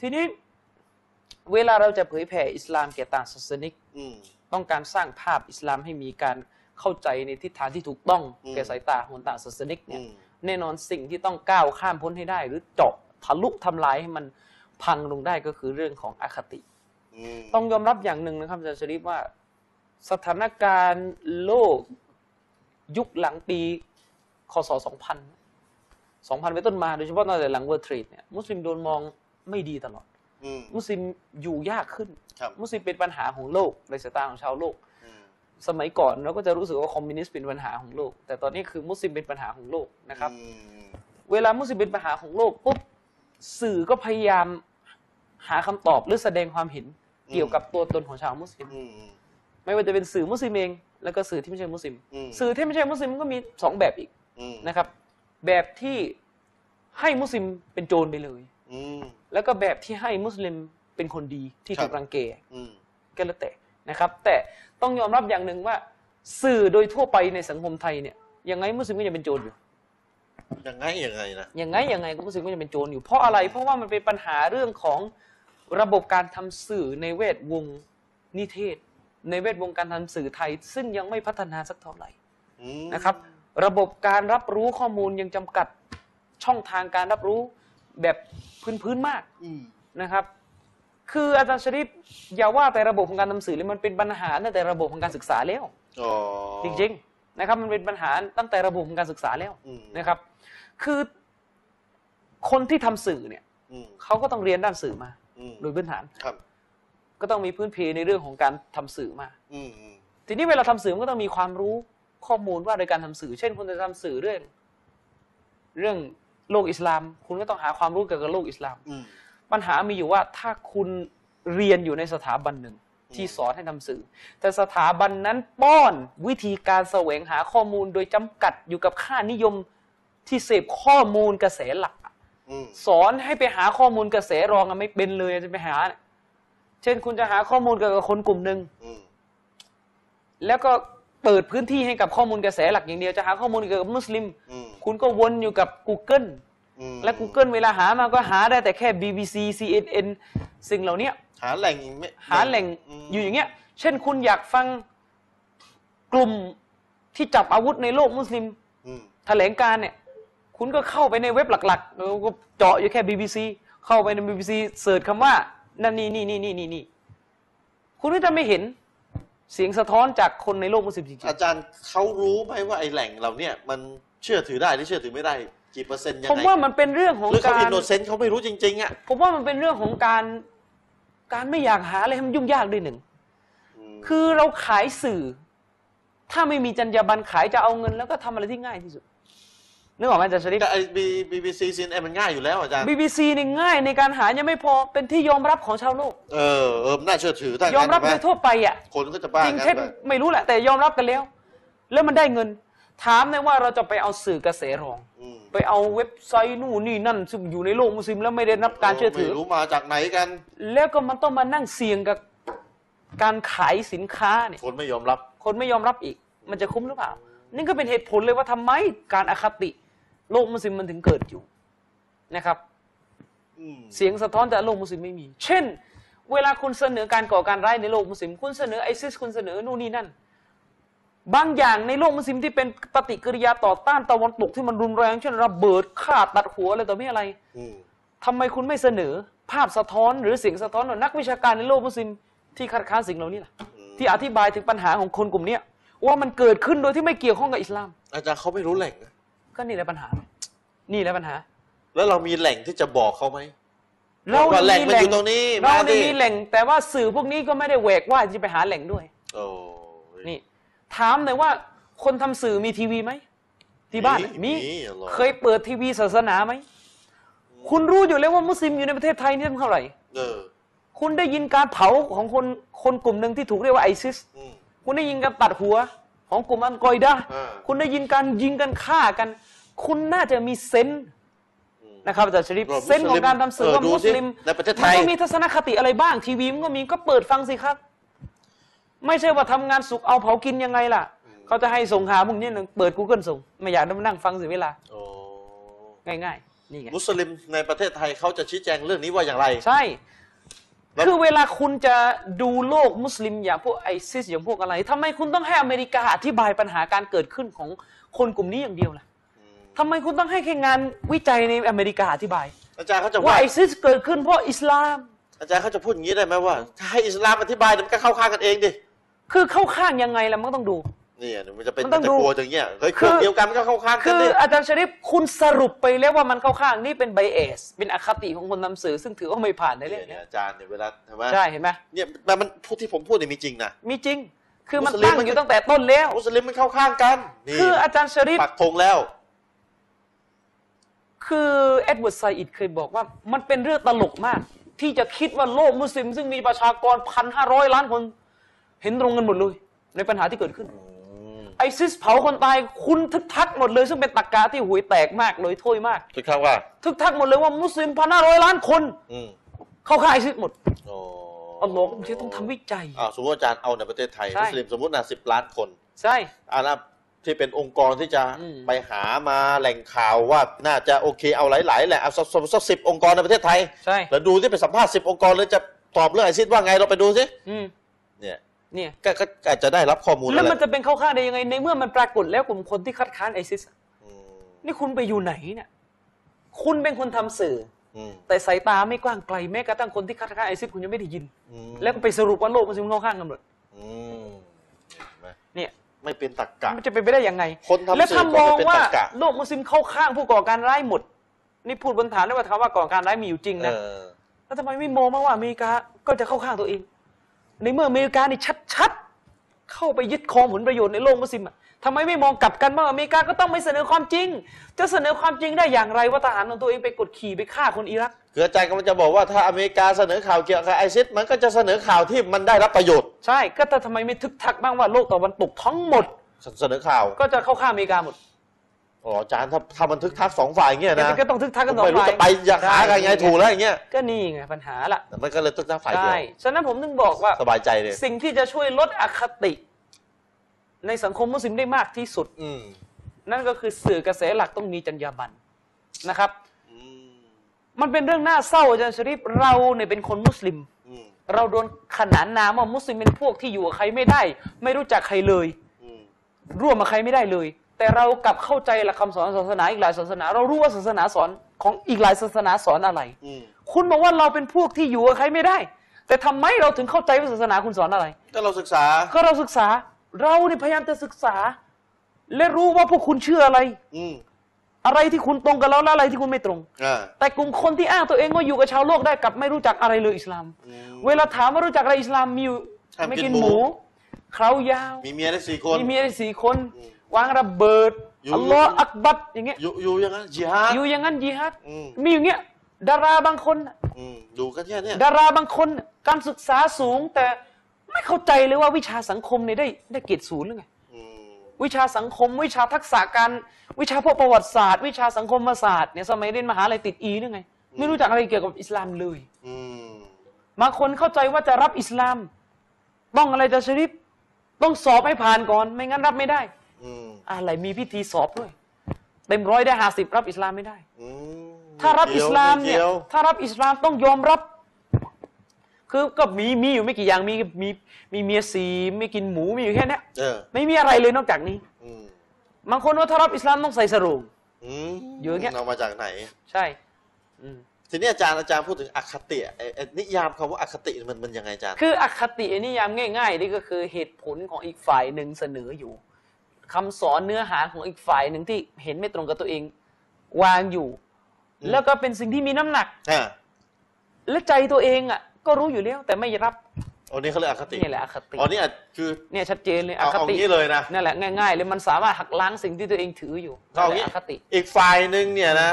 C: ทีนี้เวลาเราจะเผยแผ่อิสลามแก่ต่างศาสนิก
A: อืม
C: ต้องการสร้างภาพอิสลามให้มีการเข้าใจในทิศทางที่ถูกต้อง
A: อืม
C: แก่สายตาของต่างศาสนิกเนี่
A: อื
C: ย
A: ม
C: แน่นอนสิ่งที่ต้องก้าวข้ามพ้นให้ได้ หรือเจาะทะลุทำลายให้มันพังลงได้ก็คือเรื่องของอคติ ต้องยอมรับอย่างหนึ่งนะครับอาจารย์ชริฟว่า สถานการณ์โลกยุคหลังปีคศ 2000 2000ไปต้นมาโดยเฉพาะตั้งแต่หลังเวอร์ทรีดเนี่ยมุสลิมโดนมองไม่ดีตลอด
A: อืม
C: มุสลิมอยู่ยากขึ้น
A: ครับ
C: มุสลิมเป็นปัญหาของโลกในสายตาของชาวโลก
A: อืม
C: สมัยก่อนเราก็จะรู้สึกว่าคอมมิวนิสต์เป็นปัญหาของโลก แต่ตอนนี้คือมุสลิมเป็นปัญหาของโลกนะครับ เวลามุสลิมเป็นปัญหาของโลกปุ๊บสื่อก็พยายามหาคำตอบหรือแสดงความเห็น
A: อืม
C: เกี่ยวกับตัวตนของชาวมุสลิม
A: อืม
C: ไม่ว่าจะเป็นสื่อมุสลิมเอง แล้วก็สื่อที่ไม่ใช่มุสลิม
A: อืม
C: สื่อที่ไม่ใช่มุสลิมก็มีสองแบบอีก
A: ม
C: นะครับ แบบที่ให้มุสลิมเป็นโจรไปเลย
A: อืม
C: แล้วก็แบบที่ให้มุสลิมเป็นคนดีที่
A: ครับ
C: ถูกรังแก
A: อืม
C: ก็แล้วแต่นะครับ แต่ต้องยอมรับอย่างหนึ่งว่า สื่อโดยทั่วไปในสังคมไทยเนี่ยยังไงมุสลิมก็ยังเป็นโจรอยู่
A: ยังไงยังไงนะ
C: ยังไงยังไงก็รู้สึกว่าจะเป็นโจรอยู่เพราะอะไร เพราะว่ามันเป็นปัญหาเรื่องของระบบการทำสื่อในเวทวงนิเทศ ในเวทวงการทำสื่อไทย ซึ่งยังไม่พัฒนาสักเท่าไหร่
A: อืม
C: นะครับ ระบบการรับรู้ข้อมูลยังจำกัดช่องทางการรับรู้แบบพื้นๆมาก
A: อืม
C: นะครับ คืออาจารย์ชริปอย่าว่าแต่ระบบของการทำสื่อเลยมันเป็นปัญหาตั้งแต่ระบบของการศึกษาแล้ว
A: อ๋อ
C: จริงๆนะครับมันเป็นปัญหาตั้งแต่ระบบของการศึกษาแล้ว
A: อืม
C: นะครับ คือคนที่ทำสื่อเนี่ย
A: อืม
C: เขาก็ต้องเรียนด้านสื่อมา
A: อืม
C: โดยพื้นฐาน
A: ครับ
C: ก็ต้องมีพื้นเพในเรื่องของการทำสื่อมา
A: อืมอืม
C: ทีนี้เวลาทำสื่อมันก็ต้องมีความรู้ข้อมูลว่าในการทำสื่อ เช่นคุณจะทำสื่อเรื่อง เรื่องโลกอิสลาม คุณก็ต้องหาความรู้เกี่ยวกับโลกอิสลาม
A: อืม
C: ปัญหามีอยู่ว่าถ้าคุณเรียนอยู่ในสถาบันหนึ่ง ที่สอนให้ทำสื่อ แต่สถาบันนั้นป้อนวิธีการแสวงหาข้อมูลโดยจำกัดอยู่กับค่านิยมที่เสพข้อมูลกระแสหลัก
A: อืม
C: สอนให้ไปหาข้อมูลกระแสรองอะไม่เป็นเลยจะไปหา เช่นคุณจะหาข้อมูลเกี่ยวกับคนกลุ่มหนึ่ง
A: อืม
C: แล้วก็เปิดพื้นที่ให้กับข้อมูลกระแสหลักอย่างเดียวจะหาข้อมูลเกี่ยวกับมุสลิม
A: อืม
C: คุณก็วนอยู่กับ Google
A: อืม
C: และ Google เวลาหามาก็หาได้แต่แค่ BBC CNN สิ่งเหล่าเนี้ย
A: หาแหล่งไม่
C: หาแหล่ง
A: ม
C: อยู่อย่างเงี้ย เช่นคุณอยากฟังกลุ่มที่จับอาวุธในโลกมุสลิม
A: อืม
C: แถลงการเนี่ย คุณก็เข้าไปในเว็บหลักๆแล้วก็เจาะอยู่แค่ BBC เข้าไปใน BBC เสิร์ชคำว่า นั่นนี่นี่นี่นี่นี่นี่คุณก็จะไม่เห็นเสียงสะท้อนจากคนในโลกมุสลิมจริง
A: อาจารย์เขารู้ไหมว่าไอ้แหล่งเราเนี่ย มันเชื่อถือได้หรือเชื่อถือไม่ได้ กี่เปอร์เซ็นต์ยั
C: ๆ
A: ง
C: ผม
A: ไง
C: ว่ามันเป็นเรื่องของ
A: หรือเขา
C: กา
A: อิ
C: ร
A: นโนเซนต์เขาไม่รู้จริง ๆ อ่ะ
C: ผมว่ามันเป็นเรื่องของการการไม่อยากหาอะไรให้มันยุ่งยากด้วยหนึ่ง
A: ม
C: คือเราขายสื่อ ถ้าไม่มีจรรยาบรรณขายจะเอาเงินแล้วก็ทำอะไรที่ง่ายที่สุด นึกออกไหมอาจารย์ชลิด
A: แต่ไอ้บีบีบีซีซีเอ็มันง่ายอยู่แล้วอาจารย์
C: BBC นี่ง่ายในการหายังไม่พอเป็นที่ยอมรับของชาวโลก
A: เออเออน่าเชื่อถือถ้าย
C: ย
A: งั้
C: อมรับ
A: เห็น
C: โดย
A: ไหม
C: ทั่วไปอ่ะ
A: คนก็จะบ้า
C: จริง
A: กัน
C: เท็จ
A: ไป
C: ไม่รู้แหละ แต่ยอมรับกันแล้ว แล้วมันได้เงิน ถามเลยว่าเราจะไปเอาสื่อกระแสรอง
A: อืม
C: ไปเอาเว็บไซต์นู่นนี่นั่น ซึ่งอยู่ในโลกมุสลิมแล้วไม่ได้รับการเชื่อถือ
A: ไม่รู้มาจากไหนกัน
C: แล้วก็มันต้องมานั่งเสี่ยงกับการขายสินค้าเนี่ย
A: คนไม่ยอมรับ
C: คนไม่ยอมรับอีก มันจะคุ้มหรือเปล่า นี่ก็เป็นเหตุผลเลยว่าทำไมการอาคติ โลกมุสลิมมันถึงเกิดอยู่นะครับ
A: อืม
C: เสียงสะท้อนจากโลกมุสลิมไม่มี เช่น เวลาคุณเสนอการก่อการร้ายในโลกมุสลิม คุณเสนอไอซิสคุณเสนอนู่นนี่นั่น บางอย่างในโลกมุสลิมที่เป็นปฏิกิริยาต่อต้านตะวันตกที่มันรุนแรงเช่นระเบิดฆ่าตัดหัวอะไรต่อไม่อะไร
A: อืม
C: ทำไมคุณไม่เสนอภาพสะท้อนหรือเสียงสะท้อนของนักวิชาการในโลกมุสลิมที่คัดค้านสิ่งเหล่านี้ล่ะ ที่อธิบายถึงปัญหาของคนกลุ่มเนี้ยว่ามันเกิดขึ้นโดยที่ไม่เกี่ยวข้องกับอิสลาม
A: อาจารย์เขาไม่รู้แหล่งนะ
C: ก็นี่แหละปัญหา นี่แหละปัญหา
A: แล้วเรามีแหล่งที่จะบอกเขาไหม
C: เรา
A: ว่าแหล่งมันอยู่ตรงนี้
C: เรา
A: มาดิ
C: เนี่ยมีแหล่ง แต่ว่าสื่อพวกนี้ก็ไม่ได้แหวกว่าจะไปหาแหล่งด้วย
A: โอ้ย
C: นี่ ถามหน่อยว่าคนทำสื่อมีทีวีไหมที่บ้านน่ะ
A: มี
C: มี
A: มีเหรอ
C: เคยเปิดทีวีศาสนาไหมคุณรู้อยู่แล้วว่ามุสลิมอยู่ในประเทศไทยเนี่ยมันเท่าไหร่
A: เออ
C: คุณได้ยินการเผาของคนคนกลุ่มหนึ่งที่ถูกเรียกว่าไอซิส
A: อืม
C: คุณได้ยินการตัดหัวของกลุ่มอันกอยดะห์
A: อ่า
C: คุณได้ยินการยิงกันฆ่ากัน คุณน่าจะมีเซนส์นะครับอาจารย์ชริป
A: เรามุสลิม
C: เซนส์ของการทำสื่อ
A: เออ
C: ว่า
A: ดู
C: มุ
A: สิ
C: สลิม
A: ในประเทศไท
C: มั
A: ย
C: ต้องมีทัศนคติอะไรบ้างทีวีมันก็มีก็เปิดฟังสิครับ ไม่ใช่ว่าทำงานสุกเอาเผากินยังไงล่ะ เขาจะให้ส่งหาพวกนี้หนึ่งเปิด Google ส่ง ไม่อยากนั่งฟังเสียเวลา
A: โอ้
C: ง่ายๆนี่ไง
A: มุสลิมในประเทศไทยเขาจะชี้แจงเรื่องนี้ว่าอย่างไร
C: ใช่
A: แล้ว
C: คือเวลาคุณจะดูโลกมุสลิมอย่างพวกไอซิสอย่างพวกอะไรทำไมคุณต้องให้อเมริกาอธิบายปัญหาการเกิดขึ้นของคนกลุ่มนี้อย่างเดียวล่ะ ทำไมคุณต้องให้แค่งานวิจัยในอเมริกาอธิบาย
A: อาจารย์เขาจะ
C: ว่า
A: ว่า
C: ไอซิสเกิดขึ้นเพราะอิสลาม
A: อาจารย์เขาจะพูดอย่างนี้ได้ไหมว่า ถ้าให้อิสลามอธิบายเดี๋ยวมันก็เข้าข้างกันเองดิ
C: คือเข้าข้างยังไงล่ะมันก็ต้องดู
A: นี่อ่ะเดี๋ยวมันจะเป็น
C: มันต้
A: ตะ
C: องดู
A: กัวอย่างเงี้ยเฮ้ย
C: คื
A: คือ อเดียวกันมันก็เข้าข้างกั
C: คื
A: น
C: อ
A: ดิ
C: อาจารย์ชริปคุณสรุปไปแล้วว่ามันเข้าข้างนี่เป็นไบเอสเป็นอคติของคนนำสื่อซึ่งถือว่าไม่ผ่านในเรื่อง
A: เนี่ย
C: เนี้ย
A: อาจารย์เนี่ยเวลาเห็นไหม
C: ใช่เห็นไหม
A: เนี่ยแต่มันพูดที่ผมพูดเนี่ยมีจริงนะ
C: มีจริง คือมัน
A: มุสลิม
C: ตั้ง
A: มัน
C: อยู่ตั้งแต่ต้นแล้ว
A: มุสลิมมันเข้าข้างกันนี่
C: คืออาจารย์ชริป
A: ปักธงแล้ว
C: คือเอ็ดเวิร์ดไซอิดเคยบอกว่ามันเป็นเรื่องตลกมาก ที่จะคิดว่าโลกมุสลิม ซึ่งมีประชากรพันห้าร้อยล้านคน เห็นตรงกันหมดเลยในปัญหาที่เกิดขึ้น ไอซิสเผาคนตายคุณทึกทักหมดเลย ซึ่งเป็นตรกกาที่หวยแตกมากเลยถ้วยมาก
A: คือข้างว่า
C: ทึกทักหมดเลยว่ามุสลิมพันห้าร้อยล้านคน
A: อืม
C: เข้าค่ายไอซิสหมด
A: โอ้
C: อัลลอฮ์ผมจะต้องทำวิจัย
A: อ้าวสมมติอาจารย์เอาในประเทศไทย
C: ใช่
A: มุสลิมสมมตินะสิบล้านคน
C: ใช่
A: อานะที่เป็นองค์กรที่จะ
C: อืม
A: ไปหามาแหล่งข่าวว่าน่าจะโอเคเอาหลายๆแหละเอาสักสักสิบองค์กรในประเทศไทย
C: ใช่
A: แล้วดูที่ไปสัมภาษณ์สิบองค์กรแล้วจะตอบเรื่องไอซิดว่าไงเราไปดูสิ
C: อืม
A: เนี่ย
C: เนี่ย
A: ก็ก็ก็อาจจะได้รับข้อมูล
C: แล้วมัน
A: ห
C: จะเป็นเข้าค่ายได้ยังไง ในเมื่อมันปรากฏแล้วกลุ่มคนที่คัดค้านไอซิส
A: อืม
C: นี่คุณไปอยู่ไหนเนี่ยคุณเป็นคนทำสื่อ
A: อืม
C: แต่สายตาไม่กว้างไกลแม้กระทั่งคนที่คัดค้านไอซิสคุณยังไม่ได้ยิน
A: อืม
C: แล้วก็ไปสรุปว่าโลกมุสลิมเข้าข้างกันหมด
A: อืมเห็นไหม
C: เนี่ย
A: ไม่เป็นตรรกะ
C: มันจะเป็นไปได้ยังไง
A: คนทำ
C: แล้ว
A: สื่
C: ถ้า
A: อ
C: มอง
A: ก็เป็น
C: ว่า
A: ตรรกะ
C: โลกมุสลิมเข้าข้างผู้ก่อการร้ายหมด นี่พูดบนฐานได้ว่าคำว่าก่อการร้ายมีอยู่จริง
A: เอ
C: นะ
A: อ
C: แล้วทำไมไม่มองมางว่าอเมริกาก็จะเข้าข้างตัวเอง ในเมื่ออเมริกานี่ชัดๆ เข้าไปยึดครองผลประโยชน์ในโลกมุสลิมอะทำไมไม่มองกลับกันบ้างอเมริกาก็ต้องไม่เสนอความจริง จะเสนอความจริงได้อย่างไรว่าทหารของตัวเองไปกดขี่ไปฆ่าคนอิรัก
A: คืออาจารย์กำลังจะบอกว่าถ้าอเมริกาเสนอข่าวเกี่ยวกับไอซิดมันก็จะเสนอข่าวที่มันได้รับประโยชน์
C: ใช่ก็แต่ทำไมไม่ทึกทักบ้างว่าโลกตะวันตกทั้งหมด
A: เสนอข่าว
C: ก็จะเข้าข้างอเมริกาหมด
A: อ๋ออาจารย์ถ้าถ้ามันทึกทักสองฝ่ายอย่างเงี้ย
C: แต่
A: นะ
C: ก็ต้องทึกทักกันต่อ
A: ไม่รู้จะไปอยากหากันไงถูกแล้วอย่างเงี้ย
C: ก็นี่ไงปัญหาละ
A: แต่มันก็เลยทึกทักฝ่ายเดีย
C: ใช่
A: ว
C: ฉะนั้นผมถึงบอกว่า
A: สบายใจเลย
C: สิ่งที่จะช่วยลดอคติ ในสังคมมุสลิมได้มากที่สุด
A: อืม
C: นั่นก็คือสื่อกระแสหลักต้องมีจรรยาบรรณนะครับ มันเป็นเรื่องน่าเศร้าอาจารย์ชริฟเราเนี่ยเป็นคนมุสลิม
A: อืม
C: เราโดนขนานนามว่ามุสลิมเป็นพวกที่อยู่กับใครไม่ได้ ไม่รู้จักใครเลย
A: อืม
C: ร่วมกับใครไม่ได้เลย แต่เรากลับเข้าใจหลักคำสอนศาสนาอีกหลายศาสนา เรารู้ว่าศาสนาสอนของอีกหลายศาสนาสอนอะไร
A: อืม
C: คุณบอกว่าเราเป็นพวกที่อยู่กับใครไม่ได้ แต่ทำไมเราถึงเข้าใจว่าศาสนาคุณสอนอะไร
A: ก็เราศึกษา
C: ก็เราศึกษาเราเนี่ยพยายามจะศึกษา และรู้ว่าพวกคุณเชื่ออะไร
A: อืม
C: อะไรที่คุณตรงกับเราและอะไรที่คุณไม่ตรง
A: อ่า
C: แต่กลุ่มคนที่อ้างตัวเองว่าอยู่กับชาวโลกได้กลับไม่รู้จักอะไรเลยอิสลาม
A: อืม
C: เวลาถามว่ารู้จักอะไรอิสลามมีอยู่
A: ห้าม
C: ไม่
A: กิ
C: กิ
A: น
C: น
A: ห
C: ห
A: มู
C: มูเคราวยาว
A: มีเมียได้สี่คน
C: มีเมียได้สี่คน
A: อืม
C: วางระเบิด
A: อยู่
C: อัลลอฮ์อักบัตอย่างเงี้ย
A: อยู่อยู่อย่างนั้นจิฮาด
C: อยู่อย่างนั้นยิฮัด
A: อืม
C: มีอย่างเงี้ยดาราบางคนน่ะ
A: อืมดูกันแค่เนี้ย
C: ดาราบางคนน่ะการศึกษาสูงแต่ไม่เข้าใจเลยว่าวิชาสังคมเนี่ยได้ได้เกรดศูนย์หรือไง
A: อืม
C: วิชาสังคม วิชาทักษะการวิชาพวกประวัติศาสตร์ วิชาสังคมศาสตร์เนี่ยสมัยเรียนมหาลัยติดอีนี่ไง ไม่รู้จักอะไรเกี่ยวกับอิสลามเลย
A: อืม
C: บางคนเข้าใจว่าจะรับอิสลาม ต้องอะไรจะชริฟต้องสอบให้ผ่านก่อน ไม่งั้นรับไม่ได้
A: อืม
C: อะไรมีพิธีสอบด้วย เต็มร้อยได้ห้าสิบรับอิสลามไม่ได้
A: อืม
C: ถ้ารับอิสลามเนี่ย
A: ไกี่ว
C: ถ้ารับอิสลามต้องยอมรับ คือก็มีมีอยู่ไม่กี่อย่างมีมีมีเมียสีไม่กินหมูมีอยู่แค่เนี้ย
A: เออ
C: ไม่มีอะไรเลยนอกจากนี้
A: อืม
C: บางคนว่าถ้ารับอิสลามต้องใส่สรง
A: อืม
C: อยู่อย่างเงี้ย
A: เรามาจากไหน
C: ใช่ อืม
A: ทีนี้อาจารย์อาจารย์พูดถึงอคติไอ้ไอ้นิยามคำว่าอคติมันมันยังไงอาจารย์
C: คืออคตินิยามง่ายๆนี่ก็คือเหตุผลของอีกฝ่ายหนึ่งเสนออยู่คำสอนเนื้อหาของอีกฝ่ายหนึ่งที่เห็นไม่ตรงกับตัวเอง วางอยู่
A: อืม
C: แล้วก็เป็นสิ่งที่มีน้ำหนัก
A: อ่า
C: และใจตัวเองอ่ะ ก็รู้อยู่แล้วแต่ไม่รับ
A: อันนี้เขาเรียกอคติ
C: นี่แหละอคติ
A: อ๋อนี่อาจคือ
C: เนี่ยชัดเจนเลยอ
A: เอา
C: ค
A: เอา
C: ติ
A: งี้เลยนะ
C: นั่นแหละง่าย ๆ เลยมันสามารถหักล้างสิ่งที่ตัวเองถืออยู่นั่
A: เอา
C: นแห
A: งี้
C: ละอคติ
A: อีกฝ่ายหนึ่งเนี่ยนะ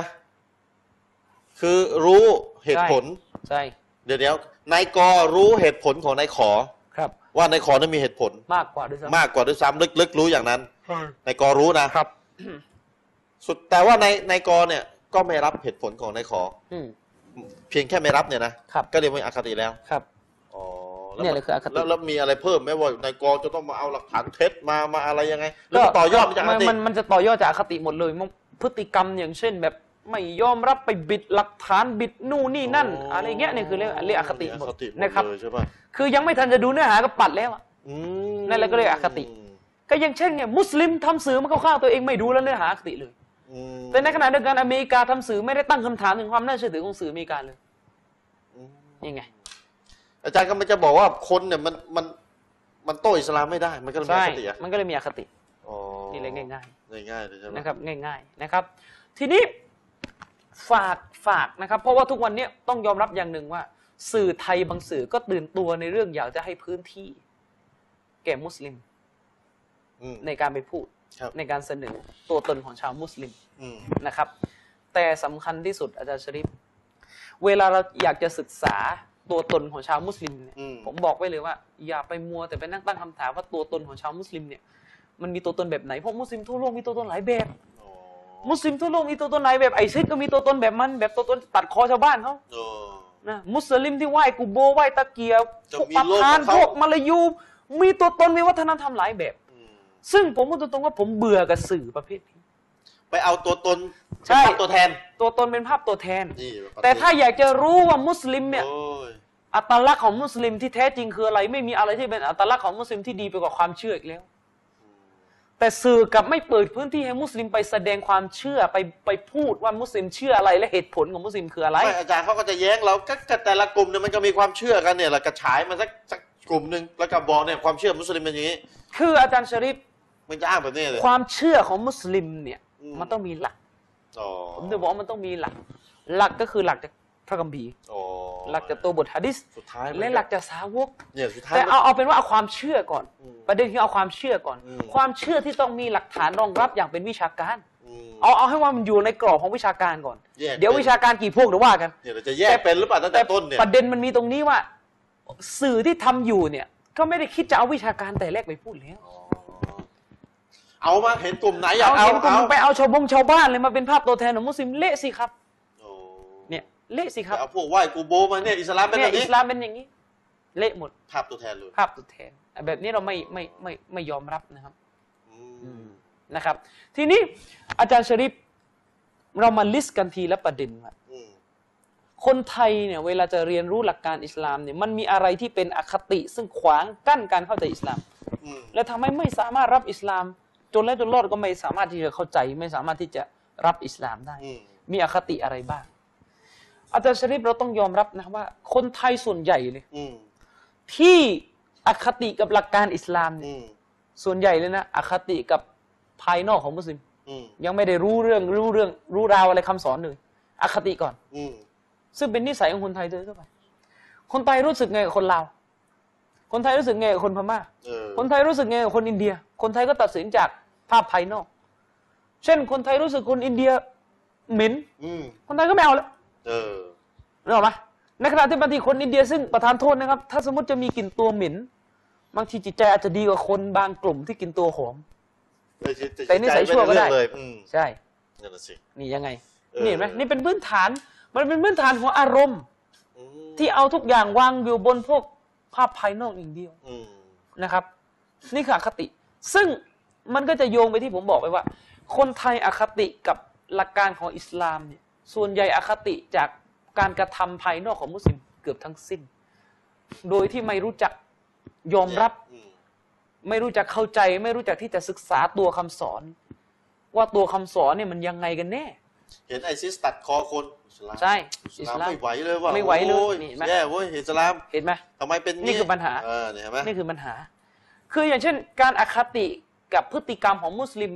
A: คือรู้เหตุผล
C: ใช่
A: เดี๋ยวเดี๋ยวนายกอรู้เหตุผลของนายขอ
C: ครับ
A: ว่านายขอนั้นมีเหตุผล
C: มากกว่าด้วยซ้ำ
A: มากกว่าด้วยซ้ำลึกๆ รู้อย่างนั้นนายกอรู้นะครับ สุดแต่ว่านายนายกอเนี่ย ก็ไม่รับเหตุผลของนายขอ
C: อืม
A: เพียงแค่ไม่รับเนี่ยนะครับ ก็เรียกว่าอคติแล้ว
C: ครับ
A: อ๋อ
C: เนี่ยเลยคืออคติ
A: แล้วแล้วมีอะไรเพิ่มไหมว่านายกอจะต้องมาเอาหลักฐานเท็จมามาอะไรยังไงแล้วก็ต่อยอดมาจากอคติ
C: มันมันจะต่อยอดจากอคติหมดเลยมันพฤติกรรมอย่างเช่น แบบไม่ยอมรับไปบิดหลักฐานบิดนู่นนี่นั่น อะไรเงี้ยเนี่ยคือเรียกเรียกอคติหมดนะครับ
A: เลยใช่ป่ะ
C: คือยังไม่ทันจะดูเนื้อหาก็ปัดแล้วอะ
A: อืม
C: นั่นแหละก็เรียกอคติ ก็อยังเช่นเนี่ยมุสลิมทำสื่อมาเข้าข้างตัวเองไม่ดูแล้วเนื้อหาอคติเลย
A: อืม
C: แต่ในขณะเดียวกันอเมริกาทำสื่อไม่ได้ตั้งคำถามถึงความน่าเชื่อถือของสื่ออเมริกาเลยยังไง
A: อาจารย์ก็มันจะบอกว่าคนเนี่ยมันมันมันโต้อิสลามไม่ได้ มันก็เลยไม่
C: ใช่
A: อคติอะ
C: มันก็เลยมีอคติ
A: อ๋อ
C: นี่เลยง่าย
A: ๆง่ายๆเลยใช่ไหม
C: นะครับง่ายๆนะครับ ทีนี้ฝากฝากนะครับ เพราะว่าทุกวันเนี้ยต้องยอมรับอย่างหนึ่งว่า สื่อไทยบางสื่อก็ตื่นตัวในเรื่องอยากจะให้พื้นที่ แก่มุสลิม
A: อืม
C: ในการไปพูด
A: ครับ
C: ในการเสนอตัวตนของชาวมุสลิม
A: อืม
C: นะครับ แต่สำคัญที่สุดอาจารย์ชริฟเวลาเราอยากจะศึกษาตัวตนของชาวมุสลิมเนี่ย
A: อืม
C: ผมบอกไว้เลยว่า อย่าไปมัวแต่ไปนั่งตั้งคำถามว่าตัวตนของชาวมุสลิมเนี่ยมันมีตัวตนแบบไหนเพราะมุสลิมทั่วโลกมีตัวตนหลายแบบ
A: อ๋อ
C: มุสลิมทั่วโลกมีตัวตนไหนแบบไอซิสก็มีตัวตนแบบมัน แบบตัวตนตัดคอชาวบ้านเขา
A: เออ
C: นะมุสลิมที่ไหว้กูโบไหว้ตะเกียบ
A: จะ
C: พวก
A: มีโล
C: ประ
A: ก
C: ธาน
A: ของเขา
C: พวกมาลายู มีตัวตนมีวัฒนธรรมหลายแบบ
A: อืม
C: ซึ่งผมพูดตรงๆว่าผมเบื่อกับสื่อประเภทนี้
A: ไปเอาตัวตน
C: ใช่
A: เป็นตัวแทน
C: ตัวตนเป็นภาพตัวแทน
A: นี่ปฏิ
C: แต่ถ้าอยากจะรู้ว่ามุสลิมเนี่ย
A: โอ้ย
C: อัตลักษณ์ของมุสลิมที่แท้จริงคืออะไร ไม่มีอะไรที่เป็นอัตลักษณ์ของมุสลิมที่ดีไปกว่าความเชื่ออีกแล้ว แต่สื่อกลับไม่เปิดพื้นที่ให้มุสลิมไปแสดงความเชื่อไปไปพูดว่ามุสลิมเชื่ออะไรและเหตุผลของมุสลิมคืออะไร
A: ไม่อาจารย์เขาก็จะแย้งเราก็ก็แต่ละกลุ่มเนี่ยมันก็มีความเชื่อกันเนี่ยเรากระฉายมาสักสักกลุ่มหนึ่งแล้วก็บอกเนี่ยความเชื่อมุสลิมเป็นอย่างนี้
C: คืออาจารย์ชริฟ
A: มันจะอ้างแบบนี้เลย
C: ความเชื่อของมุสลิมเนี่ย
A: อืม
C: มันต้องมีหลัก
A: อ๋อ
C: ผมจะบอกว่ามันต้องมีหลัก หลักก็คือหลักจากพระคัมภีร์
A: อ๋อ
C: หลักจากตัวบทฮะดิษ
A: สุดท้ายมัน
C: และหลักจากสาวก
A: เนี่ยสุดท้าย
C: แต่
A: มัน
C: เอาเอาเป็นว่าเอาความเชื่อก่อน
A: อืม
C: ประเด็นคือเอาความเชื่อก่อน
A: อืม
C: ความเชื่อที่ต้องมีหลักฐานรองรับอย่างเป็นวิชาการ
A: อืม
C: เอาเอาให้ว่ามันอยู่ในกรอบของวิชาการก่อน
A: แยก
C: เดี๋ยว
A: เป็น
C: วิชาการกี่พวกเดี๋ยวว่ากัน
A: เนี่ยเราจะแยกเป็นหรือเปล่าตั้งแต่ต้นเนี่ย
C: ประเด็นมันมีตรงนี้ว่า สื่อที่ทำอยู่เนี่ย ก็ไม่ได้คิดจะเอาวิชาการแต่แรกไปพูดแล้ว
A: อ๋อเอามาเห็นกลุ่มไหนอยาก
C: เอา
A: เอา
C: เห็นกลุ่
A: เอา
C: มไปเอาชาวบงชาวบ้านเลยมาเป็นภาพตัวแทนของมุสลิมเละสิครับ
A: โอ้
C: เนี่ยเละสิค
A: ไป
C: รับ
A: เอาพวกไหว้กูโบมาเนี่ยอิสลามเป็น
C: เนี่
A: แบ
C: ย
A: บ
C: อิ
A: นี้
C: สลามเป็นอย่างนี้ เละหมด
A: ภาพตัวแทนเลย
C: ภาพตัวแทนอ่ะแบบนี้เราไม่ไม่ไม่ไม่ยอมรับนะครับ
A: อืม
C: นะครับ ทีนี้อาจารย์ชริฟเรามาลิสต์กันทีละประเด็นว่า
A: อืม
C: คนไทยเนี่ยเวลาจะเรียนรู้หลักการอิสลามเนี่ยมันมีอะไรที่เป็นอคติซึ่งขวางกั้นการเข้าใจอิสลาม
A: อืม
C: และทำให้ไม่สามารถรับอิสลาม จนและจนรอดก็ไม่สามารถที่จะเข้าใจ ไม่สามารถที่จะรับอิสลามได้
A: อืม
C: มีอคติอะไรบ้าง อาจารย์ชริปเราต้องยอมรับนะว่า คนไทยส่วนใหญ่เลย
A: อืม
C: ที่อคติกับหลักการอิสลามเนี่ย
A: อืม
C: ส่วนใหญ่เลยนะอคติกับภายนอกของมุสลิม
A: อืม
C: ยังไม่ได้รู้เรื่องรู้เรื่องรู้ราวอะไรคำสอนเลยอคติก่อน
A: อืม
C: ซึ่งเป็นนิสัยของคนไทยโดยทั่วไป คนไทยรู้สึกไงกับคนลาว คนไทยรู้สึกไงกับคนพม่า
A: เออ
C: คนไทยรู้สึกไงกับคนอินเดีย คนไทยก็ตัดสินจากภาพภายนอก เช่น คนไทยรู้สึกคนอินเดียเหม็น
A: อืม
C: คนไทยก็ไม่เอาแล้ว
A: เออ
C: นึกออกไหมในขณะที่บางทีคนอินเดียซึ่งประทานโทษนะครับ ถ้าสมมติจะมีกลิ่นตัวเหม็น บางทีจิตใจอาจจะดีกว่าคนบางกลุ่มที่กินตัวหอม แต่นิสัยชั่วก็ได้
A: เลยอืม
C: ใช่
A: นั่นน่ะสิ
C: นี่ยังไง
A: เออ
C: นี่เห็นไหมนี่เป็นพื้นฐาน มันเป็นพื้นฐานของอารมณ์
A: อืม
C: ที่เอาทุกอย่างวางอยู่บนพวกภาพภายนอกอย่างเดียว
A: อืม
C: นะครับ นี่คืออคติ ซึ่งมันก็จะโยงไปที่ผมบอกไปว่า คนไทยอคติกับหลักการของอิสลามเนี่ยส่วนใหญ่อคติจากการกระทำภายนอกของมุสลิมเกือบทั้งสิ้น โดยที่ไม่รู้จักยอมรับ
A: อืม
C: ไม่รู้จักเข้าใจ ไม่รู้จักที่จะศึกษาตัวคำสอน ว่าตัวคำสอนเนี่ยมันยังไงกันแน่
A: เห็นไอซิสตัดคอคนอิสลาม
C: ใช่
A: อิ
C: อิ
A: ส
C: ส
A: ลา
C: ลาม ม
A: ไม่ไหวเลยว่ะ
C: ไม่ไหวเลย
A: โอ้
C: นี่เห็นไหม
A: แย่เว้ยอิสลาม
C: เห็นไหม
A: ทำไมเป็น
C: นี่คือปัญหา
A: เออเนี่ยเห็นไหม
C: นี่คือปัญหา คืออย่างเช่น การอคติกับพฤติกรรมของมุสลิม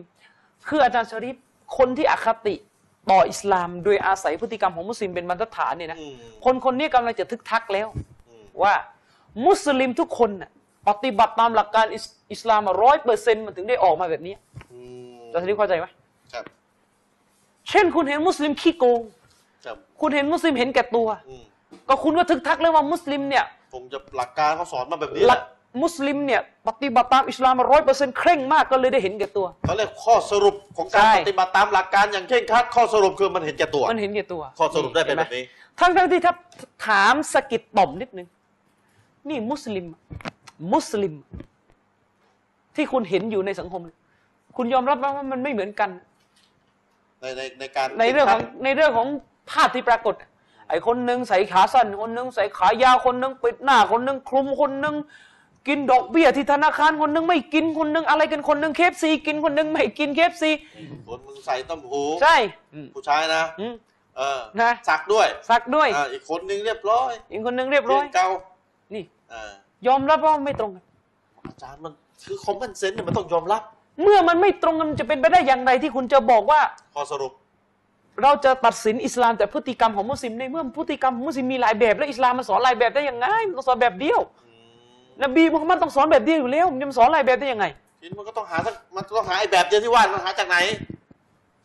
C: คืออาจารย์ชริปคนที่อคติต่ออิสลาม โดยอาศัยพฤติกรรมของมุสลิมเป็นบรรทัดฐานเนี่ยนะ
A: อืม
C: คนคนนี้กำลังจะทึกทักแล้ว
A: อืม
C: ว่ามุสลิมทุกคนน่ะปฏิบัติตามหลักการอิสอิสลามร้อยเปอร์เซ็นต์มันถึงได้ออกมาแบบนี้
A: อืม
C: อาจารย์ชริปเข้าใจไหม
A: ครับ
C: เช่นคุณเห็นมุสลิมขี้โกง
A: ครับ
C: คุณเห็นมุสลิมเห็นแก่ตัว
A: อืม
C: ก็คุณก็ทึกทักเลยว่ามุสลิมเนี่ย
A: ผมจะหลักการเขาสอนมาแบบนี้
C: ห
A: แห
C: ลัก
A: ละ
C: มุสลิมเนี่ยปฏิบัติตามอิสลามร้อยเปอร์เซ็นต์เคร่งมากก็เลยได้เห็นแก่ตัว
A: เขาเรียกข้อสรุปของการ
C: ใช่
A: ปฏิบัติตามหลักการอย่างเคร่งครัดข้อสรุปคือมันเห็นแก่ตัว
C: มันเห็นแก่ตัว
A: ข้อสรุปได้เป็นแบบนี้
C: ทั้งทั้งๆที่ถ้าถามสะกิดต่อมนิดนึง นี่มุสลิม มุสลิม ที่คุณเห็นอยู่ในสังคม คุณยอมรับไหมว่ามันไม่เหมือนกัน
A: ในในในการ
C: ในเรื่องของในเรื่องของภาพที่ปรากฏ ไอ้คนหนึ่งใส่ขาสั้น คนหนึ่งใส่ขายาวคนหนึ่งปิดหน้า คนหนึ่งคลุมคนหนึ่งกินดอกเบี้ยที่ธนาคารคนหนึ่งไม่กินคนหนึ่งอะไรกันคนหนึ่งเคฟซีกินคนหนึ่งไม่กินเคฟซี
A: คนมึงใส่ต้มหู
C: ใช่อืม
A: ผู้ชายนะ
C: อืม
A: เออ
C: นะ
A: สักด้วย
C: ซักด้วย
A: อ่าอีกคนนึงเรียบร้อย
C: อีกคนหนึ่งเรียบ
A: เรี
C: ร้
A: ย
C: อย
A: นเก่า
C: นี่
A: อ่าย
C: อมรับว่าไม่ตรงกัน
A: อาจารย์มันคือคอมมอนเซนส์มันต้องยอมรับ
C: เมื่อมันไม่ตรงกันมันจะเป็นไปได้อย่างไรที่คุณจะบอกว่า
A: ข้อสรุป
C: เราจะตัดสินอิสลามจากพฤติกรรมของมุสลิมในเมื่อพฤติกรรมของมุสลิมมีหลายแบบ และอิสลามมันสอนหลายแบบได้ยังไงมันต้องสอนแบบเดียวนบีมุฮัมมัดต้องสอนแบบเดียวอยู่แล้วมันจะมาสอนหลายแบบได้ยังไง
A: ทีนมันก็ต้องหาสักมันต้องหาไอ้แบบเดียวที่ว่ามันหาจากไหน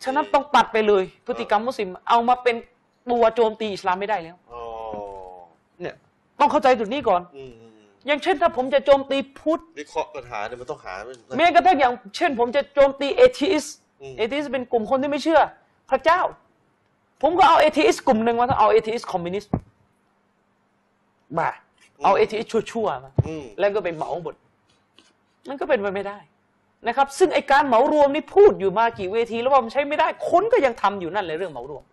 C: ฉะนั้นต้องตัดไปเลย พฤติกรรมมุสลิมเอามาเป็นตัวโจมตีอิสลามไม่ได้แล้ว
A: อ๋อ
C: เนี่ยต้องเข้าใจจุดนี้ก่อน
A: อืม
C: อย่างเช่นถ้าผมจะโจมตีพุทธ
A: วิเคราะห์ปัญหาเนี่ยมันต้องหาเป็น
C: แม้กระทั่งอย่างเช่น ผมจะโจมตีเอทิส
A: อืม
C: เอทิสเป็นกลุ่มคนที่ไม่เชื่อ พระเจ้า ผมก็เอาเอทิสกลุ่มหนึ่งมาถ้าเอาเอทิสคอมมิวนิสต์มาเอาเอทิสชั่วๆมา
A: อืม
C: แล้วก็ไปเหมาหมดมันก็เป็นไปไม่ได้นะครับ ซึ่งไอการเหมารวมนี่พูดอยู่มากี่เวที แล้วว่ามันใช้ไม่ได้คนก็ยังทำอยู่นั่นเลยเรื่องเหมารวม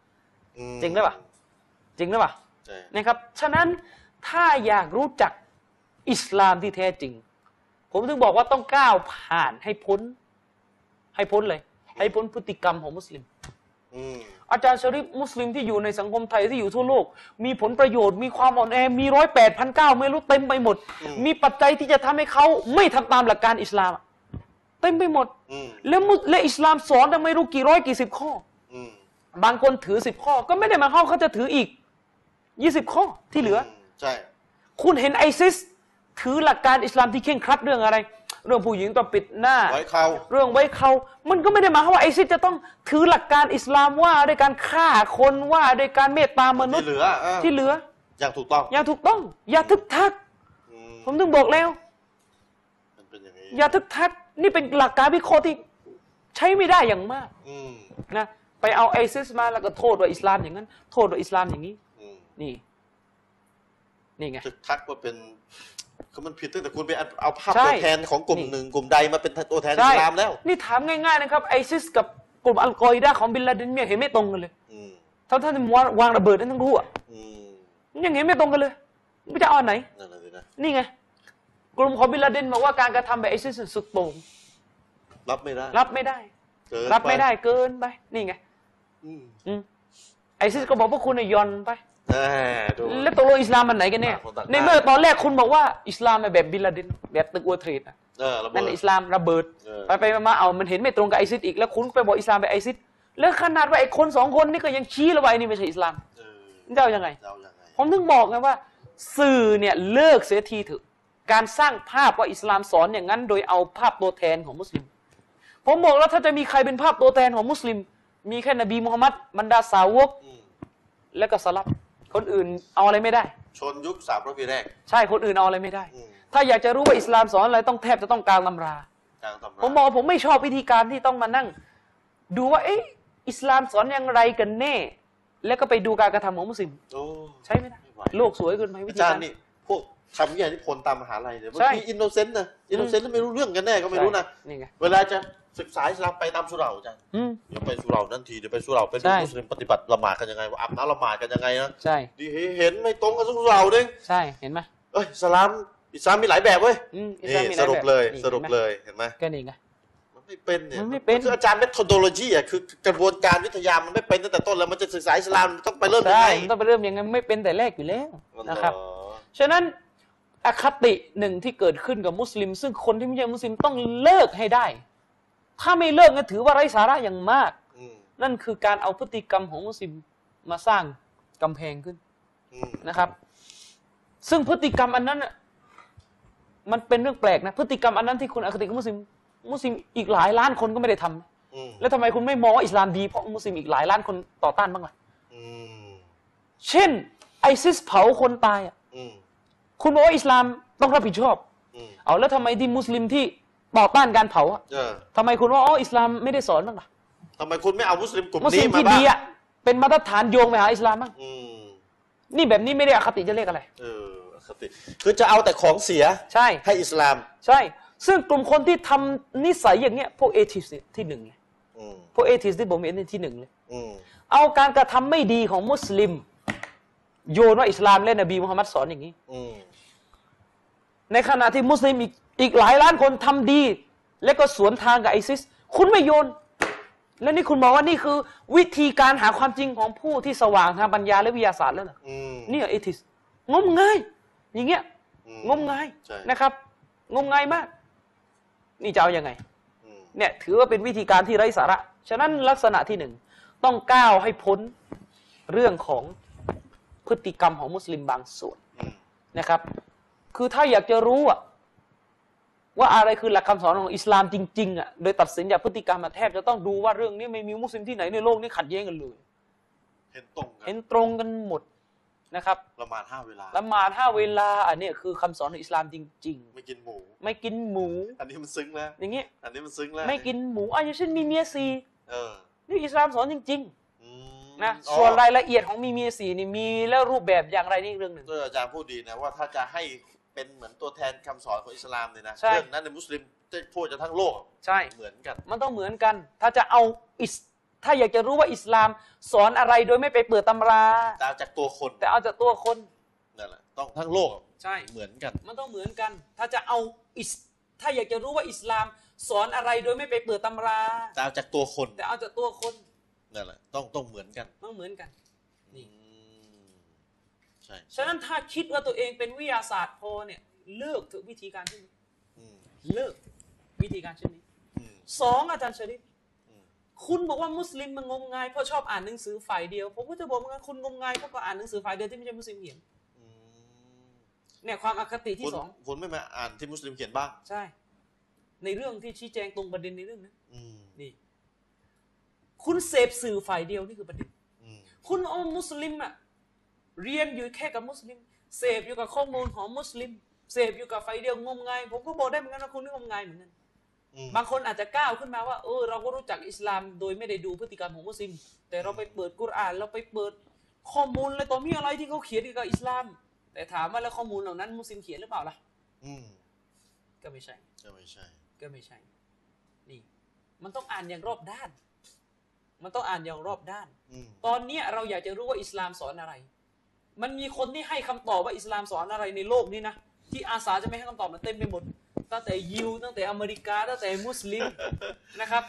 A: อืม
C: จริงหรือเปล่า จริงหรือเปล่า
A: ใช่
C: นะครับ ฉะนั้นถ้าอยากรู้จักอิสลามที่แท้จริง ผมถึงบอกว่าต้องก้าวผ่านให้พ้น ให้พ้นเลย ให้พ้นพฤติกรรมของมุสลิม
A: อืม
C: อาจารย์ชริปมุสลิมที่อยู่ในสังคมไทยที่อยู่ทั่วโลก มีผลประโยชน์มีความอ่อนแอมีร้อยแปดพันเก้าไม่รู้เต็มไปหมด มีปัจจัยที่จะทำให้เขาไม่ทำตามหลักการอิสลามอะเต็มไปหมด
A: อืม
C: แล้วมุสและอิสลามสอนแต่ไม่รู้กี่ร้อยกี่สิบข้อ
A: อืม
C: บางคนถือสิบข้อ ก็ไม่ได้หมายความว่าเขาจะถืออีกยี่สิบข้อที่เหลือ
A: มใช่
C: คุณเห็นไอซิส ถือหลักการอิสลามที่เคร่งครัดเรื่องอะไร เรื่องผู้หญิงต้องปิดหน้า
A: ไว้เขา
C: เรื่องไว้เขา มันก็ไม่ได้หมายความว่าไอซิสจะต้องถือหลักการอิสลามว่าด้วยการฆ่าคนว่าด้วยการเมตตามนุษ
A: ที่
C: ย์
A: เหลืออ่ะ
C: ที่เหลือ
A: อย่างถูกต้อง
C: อย่าถูกต้อง อย่าทึกทัก
A: อืม
C: ผมถึงบอกแล้ว
A: มันเป็นอย่างนี้
C: อย่าทึกทัก นี่เป็นหลักการวิเคราะห์ที่ใช้ไม่ได้อย่างมาก
A: อืม
C: นะไปเอาไอซิสมาแล้วก็โทษว่าอิสลามอย่างนั้น โทษว่าอิสลามอย่างนี้
A: อืม
C: นี่ นี่ไง
A: จะทักว่าเป็นคือมันผิดตั้งแต่คุณไปเอาภาพ
C: ใช่
A: ตัวแทนของกลุ่ม
C: นี่
A: หนึ่งกลุ่มใดมาเป็นตัวแทน
C: ใช่
A: อิสลามแล้ว
C: นี่ถามง่ายๆนะครับไอซิสกับกลุ่มอัลกออิดาของบินลาเดนเนี่ยเห็นไม่ตรงกันเลย
A: อืม
C: ทั้งท่านวางระเบิดนั้นทั้งคู่อะ
A: อืม
C: ยังเห็นไม่ตรงกันเลยไม่จะเอาอันไหน
A: นั่นแหละสินะ
C: นี่ไง กลุ่มของบินลาเดนบอกว่าการกระทำแบบไอซิสสุดโต่ง
A: รับไม่ได้
C: รับไม่ได้
A: เกินป
C: รับไม่ได้เกินไป นี่ไง
A: อืม
C: อืมไอซิสก็บอกพวกคุณน่ยย่อนไป
A: แน่ดู
C: แล้วตกลงอิสลามมันไหนกันแน่
A: ต่างคนต่าง
C: ในเมื่อตอนแรกคุณบอกว่าอิสลามเนี่ยแบบบินลาเดนแบบตึกอัวเทรดอะ
A: เออระเบิ
C: นั่
A: ด
C: นแหละอิสลามระเบิด
A: เออ
C: ไปไปมาๆเอามันเห็นไม่ตรงกับไอซิดอีกแล้วคุณก็ไปบอกอิสลามไปไอซิดแล้วขนาดว่าไอคนสองคนนี่ก็ยังชี้เลยว่าไอ้นี่ไม่ใช่อิสลาม
A: เออ
C: เจ้ายังไง
A: จะเอายังไง
C: ผมถึงบอกไงว่า สื่อเนี่ยเลิกเสียทีเถอะการสร้างภาพว่าอิสลามสอนอย่างนั้น โดยเอาภาพตัวแทนของมุสลิม ผมบอกแล้วถ้าจะมีใครเป็นภาพตัวแทนของมุสลิม มีแค่นบีมูฮัมมัดบรรดาสาวก
A: อืม
C: และก็สลับคนอื่นเอาอะไรไม่ได้
A: ชนยุคสามร้อยปีแรก
C: ใช่คนอื่นเอาอะไรไม่ได้
A: อืม
C: ถ้าอยากจะรู้ว่าอิสลามสอนอะไรต้องแทบจะต้องกลางตำรา
A: กลางตำรา
C: ผมบอกว่าผมไม่ชอบวิธีการที่ต้องมานั่ง ดูว่า เอ๊ะอิสลามสอนอย่างไรกันแน่ แล้วก็ไปดูการกระทำของมุสลิม
A: โอ้
C: ใช่ไหมนะ
A: หว
C: โลกสวยเกินไปวิ
A: อาจาก
C: ธีาร ร
A: ย์นี่พวกทำวิทยานิพนธ์ตามมหาลัยเนี่ยบาง
C: ใช่
A: ทีอินโนเซนต์นะอินโนเซนต์ไม่รู้เรื่องกันแน่ก็ไม่รู้นะ
C: นี่ไง
A: เวลาจะศึกษาอิสลามไปตามสุเหร่าอาจารย์
C: อืม
A: เดี๋ยวไปสุเหร่านั่นทีเดี๋ยวไปสุเหร่าไปดู
C: ใช่
A: มุสลิมปฏิบัติละหมาดกันยังไงว่าอาบน้ำละหมาดกันยังไงนะ
C: ใช่
A: ดีเห็นไม่ตรงกับสุเหร่าเด้ง
C: ใช่เห็นไหม
A: เอ้ยอิสลามอิสลามมีหลายแบบเว้ย
C: อืมอิส
A: นี่
C: ลามมีห
A: ส
C: ลาย
A: รุ
C: แบ
A: ป
C: บ
A: เลย
C: นี่
A: สรุป
C: ห็นไหม
A: เลยเห็นไหม
C: ก็นี่ไง
A: มันไม่เป็นเนี่ย
C: มันไม่เป็น
A: คืออาจารย์เมทโดโลจีอ่ะคือกระบวนการวิทยามันไม่เป็นตั้งแต่ต้นแล้วมันจะศึกษาอิสลามมันต้องไปเริ่มยัง
C: ใช่
A: ไง
C: มันต้องไปเริ่มยังไงไม่เป็นแต่แรกอยู่แล้วนะครับ
A: อ๋อ
C: ฉะนั้นอคติหนึ่งที่เกิดขึ้นกับมุสลิม ซึ่งคนที่ไม่ใช่มุสลิมต้องเลิกให้ได้ ถ้าไม่เลิกก็ถือว่าไร้สาระอย่างมาก
A: อืม
C: นั่นคือการเอาพฤติกรรมของมุสลิมมาสร้างกำแพงขึ้น
A: อืม
C: นะครับ ซึ่งพฤติกรรมอันนั้นน่ะมันเป็นเรื่องแปลกนะ พฤติกรรมอันนั้นที่คุณอคติกับมุสลิม มุสลิมอีกหลายล้านคนก็ไม่ได้ทำ
A: อืม
C: แล้วทำไมคุณไม่มองว่าอิสลามดีเพราะมุสลิมอีกหลายล้านคนต่อต้านบ้างล่ะ
A: อืม
C: เช่น ไอซิสเผาคนตายอะ
A: อืม
C: คุณบอกว่าอิสลามต้องรับผิดชอบ
A: อืม
C: เอาแล้วทำไมที่มุสลิมที่ต่อต้านการเผาอะ
A: เออ
C: ทำไมคุณว่าอ๋ออิสลามไม่ได้สอนบ้างล่ะ
A: ทำไมคุณไม่เอามุสลิมกลุ่ม
C: มุสลิ
A: นี้
C: ม
A: มา
C: ที่
A: บ้า
C: ดี
A: ง
C: อะเป็นมาตรฐานโยงไปหาอิสลามบ้าง
A: อืม
C: นี่แบบนี้ไม่ได้อคติจะเรียกอะไร
A: เอออคติคือจะเอาแต่ของเสีย
C: ใช่
A: ให้อิสลาม
C: ใช่ ซึ่งกลุ่มคนที่ทำนิสัยอย่างเงี้ย พวกเอทิสเนี่ยที่หนึ่งเลย
A: อืม
C: พวกเอทิสที่ผมเห็นเนี่ยที่หนึ่งเลย
A: อืม
C: เอาการกระทำไม่ดีของมุสลิม โยนว่าอิสลามและนบีมุฮัมมัดสอนอย่างนี้
A: อืม
C: ในขณะที่มุสลิมอีกอีกหลายล้านคนทำดี และก็สวนทางกับไอซิส คุณไม่โยน แล้วนี่คุณบอกว่านี่คือวิธีการหาความจริงของผู้ที่สว่างทางปัญญาและวิทยาศาสตร์แล้วเหรอ
A: อืม
C: เนี่ยเอทิสงมงาย อย่างเงี้ย
A: อืม
C: งมงาย
A: ใช่
C: นะครับ งมงายมาก นี่จะเอายังไง
A: อืม
C: เนี่ยถือว่าเป็นวิธีการที่ไร้สาระ ฉะนั้นลักษณะที่หนึ่งต้องก้าวให้พ้นเรื่องของพฤติกรรมของมุสลิมบางส่วน
A: อืม
C: นะครับ คือถ้าอยากจะรู้อะว่าอะไรคือหลักคำสอนของอิสลามจริงๆอะโดยตัดสินจากพฤติกรรมมาแทบจะต้องดูว่าเรื่องนี้ไม่มีมุสลิมที่ไหนในโลกนี้ขัดแย้งกันเลย
A: เห็นตรงกั
C: เห็
A: น
C: นตรงกันหมดนะครับ
A: ละหมาดห้าเวลา
C: ละหมาดห้าเวลาอันเนี้ยคือคำสอนของอิสลามจริง
A: ไม่กินหมู
C: ๆ ไม่กินหมู
A: อันนี้มันซึ้งแล้ว
C: อย่างเงี้ย
A: อันนี้มันซึ้งแล้ว
C: ไม่กินหมูอ่ะอย่างเช่นมีเมียสี
A: เออ
C: นี่อิสลามสอนจริง ๆ
A: อืม
C: นะ
A: อ๋อ
C: ส่วนรายละเอียดของมีเมียสีนี่มีแล้วรูปแบบอย่างไรนี่อีกเรื่องหนึ่ง
A: เอออาจารย์พูดดีนะว่าถ้าจะให้เป็นเหมือนตัวแทนคำสอนของอิสลามเนี่ยนะ
C: ใช่
A: เรื่องนั้นในมุสลิมจะพูดจะทั้งโลก
C: ใช่
A: เหมือนกัน
C: มันต้องเหมือนกัน ถ้าจะเอาอิสถ้าอยากจะรู้ว่าอิสลามสอนอะไรโดยไม่ไปเปิดตำรา
A: แต่เอาจากตัวคน
C: แต่เอาจากตัวคน
A: นั่นแหละต้องทั้งโลก
C: ใช่
A: เหมือนกัน
C: มันต้องเหมือนกัน ถ้าจะเอาอิสถ้าอยากจะรู้ว่าอิสลามสอนอะไรโดยไม่ไปเปิดตำรา
A: แต่เอาจากตัวคน
C: แต่เอาจากตัวคน
A: นั่นแหละต้องต้องเหมือนกัน
C: ต้องเหมือนกัน นี่
A: อืมใช่
C: ฉะนั้นถ้าคิดว่าตัวเองเป็นวิทยาศาสตร์พอเนี่ยเลิกเถึงวิธีการเช่นนี้
A: อืม
C: เลิกเถอะวิธีการเช่นนี้
A: อืม
C: สองอาจารย์ชริฟ
A: อืม
C: คุณบอกว่ามุสลิมมันงมงายเพราะชอบอ่านหนังสือฝ่ายเดียว ผมก็จะบอกว่าคุณงมงายเพราะก็อ่านหนังสือฝ่ายเดียวที่ไม่ใช่มุสลิมเขียน
A: อืม
C: เนี่ยความอคติที่
A: คุณ
C: สอง
A: คุณไม่มาอ่านที่มุสลิมเขียนบ้าง
C: ใช่ ในเรื่องที่ชี้แจงตรงประเด็นในเรื่องนั้น
A: อืม
C: นี่ คุณเสพสื่อฝ่ายเดียวนี่คือประเด็น
A: อืม
C: คุณเอามุสลิมอะเรียนอยู่แค่กับมุสลิม เสพอยู่กับข้อมูลของมุสลิม เสพอยู่กับฝ่ายเดียวงมงาย ผมก็บอกได้เหมือนกันว่าคุณนี่งมงายเหมือนกัน
A: อืม
C: บางคนอาจจะก้าวขึ้นมาว่าเออเราก็รู้จักอิสลามโดยไม่ได้ดูพฤติกรรมของมุสลิม แต่เราไปเปิดกุรอาน เราไปเปิดข้อมูลแล้วต่อมีอะไรที่เขาเขียนเกี่ยวกับอิสลาม แต่ถามว่าแล้วข้อมูลเหล่านั้นมุสลิมเขียนหรือเปล่าล่ะ
A: อืม
C: ก็ไม่ใช่
A: ใช่ไม่ใช่
C: ก็ไม่ใช่ นี่ มันต้องอ่านอย่างรอบด้าน มันต้องอ่านอย่างรอบด้าน
A: อืม
C: ตอนเนี้ยเราอยากจะรู้ว่าอิสลามสอนอะไร มันมีคนที่ให้คำตอบว่าอิสลามสอนอะไรในโลกนี้นะ ที่อาสาจะไม่ให้คำตอบมันเต็มไปหมด ตั้งแต่ยิวตั้งแต่อเมริกาตั้งแต่มุสลิมนะครับ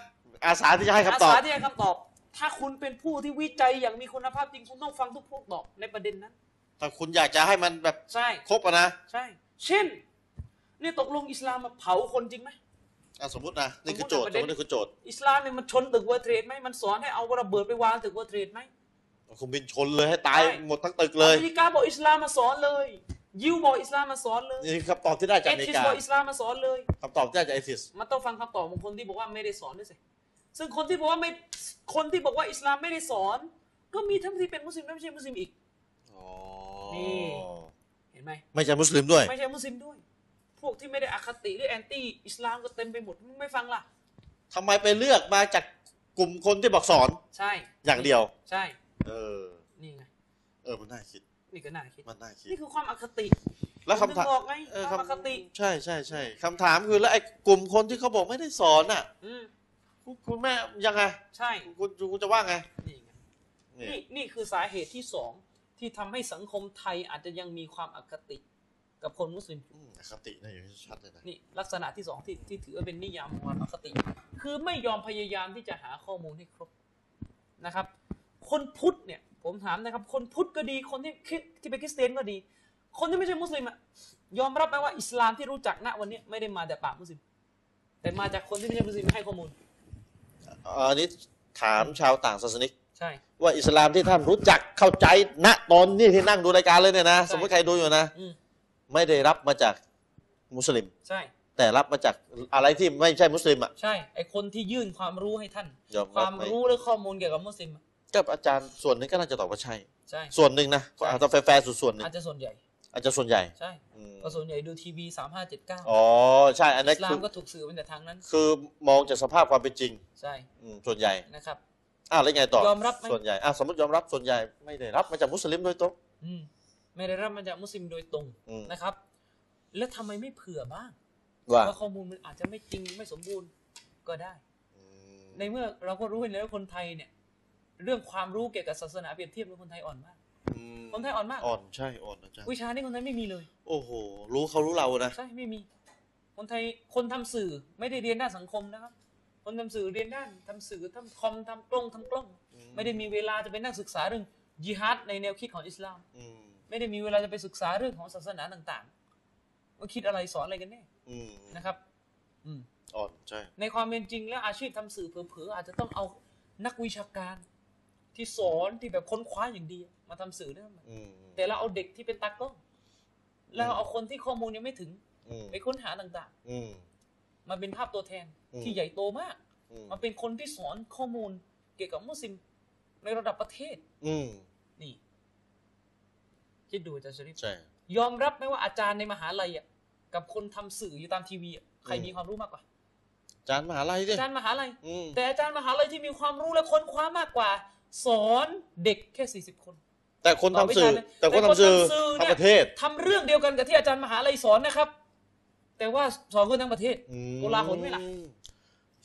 A: อาสาที่จะให้คำตอบ
C: อาสาที่ให้คำตอบ ถ้าคุณเป็นผู้ที่วิจัยอย่างมีคุณภาพจริงคุณต้องฟังทุกพวกตอบในประเด็นนั้น
A: แต่คุณอยากจะให้มันแบบ
C: ใช่
A: ครบอะนะ
C: ใช่ เช่นเนี่ยตกลงอิสลามมาเผาคนจริงไหม
A: อ่ะสมมตินะนี่คือโจทย์
C: ส
A: ส
C: ม
A: ม
C: มุ
A: ม
C: ติ
A: ติ
C: ในประเด็น
A: นี่คือโจทย์
C: อิสลามเนี่ยมันชนตึกเวอร์เทรดไหมมันสอนให้เอาระเบิดไปวางตึกเวอร์เทรดไหม
A: คุณบินชนเลยให้ตาย
C: ใช่
A: หมดทั้งตึกเลย
C: อเมริกาบอกอิสลามมาสอนเลย ยิวบอกอิสลามมาสอนเลย
A: นี่คือคำตอบที่ได้จาก
C: เอ
A: อเม
C: ทิ
A: ริ
C: ส
A: กา
C: บอกอิสลามมาสอนเลย
A: คำตอบที่ได้จากไอซิส
C: มันต้องฟังคำตอบของคนที่บอกว่าไม่ได้สอนด้วยสิ ซึ่งคนที่บอกว่าไม่ คนที่บอกว่าอิสลามไม่ได้สอน ก็มีทั้งที่เป็นมุสลิมและไม่ใช่มุสลิมอีก นี่ เห็นไหม
A: ไม่ใช่มุสลิมด้วย
C: ไม่ใช่มุสลิมด้วย พวกที่ไม่ได้อคติหรือแอนตี้อิสลามก็เต็มไปหมดมึงไม่ฟังล่ะ
A: ทำไมไปเลือกมาจากกลุ่มคนที่บอกสอน
C: ใช่
A: อย่างเดียว
C: ใช่
A: เออ
C: นี่ไง
A: เออ มันน่าคิด
C: นี่ก็น่าคิด
A: มันน่าคิด
C: นี่คือความอคติ
A: แล้วคำถาม
C: ผมถึงบอกไง
A: เออ
C: ความอค
A: คำ
C: ติ
A: ใช่ใช่ใช่คำถามคือแล้วไอ้กลุ่มคนที่เขาบอกไม่ได้สอนน่ะ
C: อืม
A: คุณคุณแม่ยังไง
C: ใช่
A: คุณคุณจะว่าไง
C: นี่ไงนี่นี่คือสาเหตุที่สองที่ทำให้สังคมไทยอาจจะยังมีความอคติ กับคนมุสลิมอยู่
A: อืมอคตินะอยู่ชัดเลยนะ
C: นี่ลักษณะที่สองที่ที่ถือว่าเป็นนิยามของความอคติ คือไม่ยอมพยายามที่จะหาข้อมูลให้ครบนะครับ คนพุทธเนี่ย ผมถามนะครับ คนพุทธก็ดีคนที่คริสที่เป็นคริสเตียนก็ดี คนที่ไม่ใช่มุสลิมอะยอมรับไหมว่าอิสลามที่รู้จักณวันนี้ไม่ได้มาจากปากมุสลิม แต่มาจากคนที่ไม่ใช่มุสลิมให้ข้อมูล
A: เอ่ออันนี้ถามชาวต่างศาสนิก
C: ใช่
A: ว่าอิสลามที่ท่านรู้จักเข้าใจณตอนนี้ที่นั่งดูรายการเลยเนี่ยนะ สมมติใครดูอยู่นะ
C: อืม
A: ไม่ได้รับมาจากมุสลิม
C: ใช่
A: แต่รับมาจากอะไรที่ไม่ใช่มุสลิมอ่ะ
C: ใช่ไอคนที่ยื่นความรู้ให้ท่าน
A: ยอม
C: ค
A: รั
C: วา
A: บ
C: ม
A: ไหม
C: รู้หรือข้อมูลเกี่ยวกับมุสลิมอะ
A: ก็อาจารย์ส่วนหนึงก็น่าจะตอบว่าใช่
C: ใช่
A: ส่วนหนึ่งนะ
C: ใช่
A: อาจจะแฟร์ๆสุดส่วนหนึ่ง
C: อาจจะส่วนใหญ่
A: อาจจะส่วนใหญ่
C: ใช่
A: อืม
C: ก็ส่วนใหญ่ดูทีวีสามห้าเจ็ดเก้า
A: อ๋อใช่ อันนั้
C: อิ
A: น
C: สลา
A: คื
C: ม
A: อ
C: ก็ถูกสื่อมาจากทางนั้น
A: คือมองจากสภาพความเป็นจริง
C: ใช่
A: อืมส่วนใหญ่
C: นะครับ
A: อ้าวแล้วไงต่อย
C: อมรับไหม
A: ส่วนใหญ่อ้าวสมมติยอมรับส่วนใหญ่ไม่ได้รับมาจากมุสลิมโดยตรง
C: อืมไม่ได้รับมาจากมุสลิมโดยตรง
A: อืม
C: นะครับ แล้วทำไมไม่เผื่อบ้าง
A: ว่า
C: ว่าข้อมูลมันอาจจะไม่จริงไม่สมบูรณ์ก็ได้
A: อืม
C: ในเมื่อเราก็รู้เห็นแล้วว่าคนไทยเนี่ย เรื่องความรู้เกี่ยวกับศาสนาเปรียบเทียบกับคนไทยอ่อนมาก
A: อืม
C: คนไทยอ่อนมาก
A: อ่อนใช่อ่อนอาจารย์
C: วิชานี่คนไทยไม่มีเลย
A: โอ้โหรู้เขารู้เรานะ
C: ใช่ไม่มี คนไทยคนทำสื่อไม่ได้เรียนด้านสังคมนะครับ คนทำสื่อเรียนด้านทำสื่อทำคอมทำกล้องทำกล้อง
A: อืม
C: ไม่ได้มีเวลาจะไปนั่งศึกษาเรื่องยิฮัดในแนวคิดของอิสลาม
A: อืม
C: ไม่ได้มีเวลาจะไปศึกษาเรื่องของศาสนาต่างๆว่าคิดอะไรสอนอะไรกันแน่
A: อืม
C: นะครับ อืม
A: อ่อนใช่
C: ในความเป็นจริงแล้วอาชีพทำสื่อเผลอๆอาจจะต้องเอานักวิชาการ ที่สอนที่แบบค้นคว้าอย่างดีมาทำสื่อได้ไหม
A: อืม
C: แต่เราเอาเด็กที่เป็นตากล้องแล้วเอาคนที่ข้อมูลยังไม่ถึง
A: อืม
C: ไปค้นหาต่างๆ
A: อืม
C: มันเป็นภาพตัวแทน
A: อืม
C: ที่ใหญ่โตมาก
A: อืม
C: มันเป็นคนที่สอนข้อมูลเกี่ยวกับมุสลิมในระดับประเทศ
A: อืม
C: นี่ คิดดูอาจารย์ชริฟ
A: ใช่
C: ยอมรับไหมว่าอาจารย์ในมหาลัยอ่ะ กับคนทำสื่ออยู่ตามทีวีอะใครมีความรู้มากกว่า
A: อาจารย์มหาลัยดิ
C: อาจารย์มหาลัย
A: อืม
C: แต่อาจารย์มหาลัยที่มีความรู้และค้นคว้ามากกว่า สอนเด็กแค่ 40 คน
A: แต่คนทำสื่อ แต่คนทำสื่อทำประเทศ
C: ทำเรื่องเดียวกันกับที่อาจารย์มหาลัยสอนนะครับ แต่ว่าสอนคนทั้งประเทศ
A: อืม
C: โกลาหลไหมล่ะ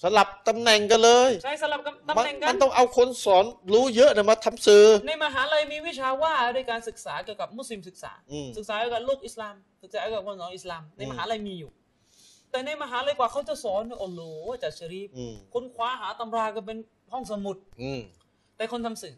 A: สลับตำแหน่งกันเลย
C: ใช่สลับกับตำ
A: มั
C: แหน่งกั
A: มัน นต้องเอาคนสอนรู้เยอะนะมาทำสื่อ
C: ในมหาลัยมีวิชาว่าด้วยการศึกษาเกี่ยวกับมุสลิมศึกษา
A: อืม
C: ศึกษาเกี่ยวกับโลกอิสลาม ศึกษาเกี่ยวกับคนของอิสลาม ใน
A: อืม
C: มหาลัยมีอยู่ แต่ในมหาลัยกว่าเขาจะสอนเนี่ยโอ้โหอาจัดชะรีฟ
A: อืม
C: ค้นคว้าหาตำราก็เป็นห้องสมุด
A: อืม
C: แต่คนทำสื่อ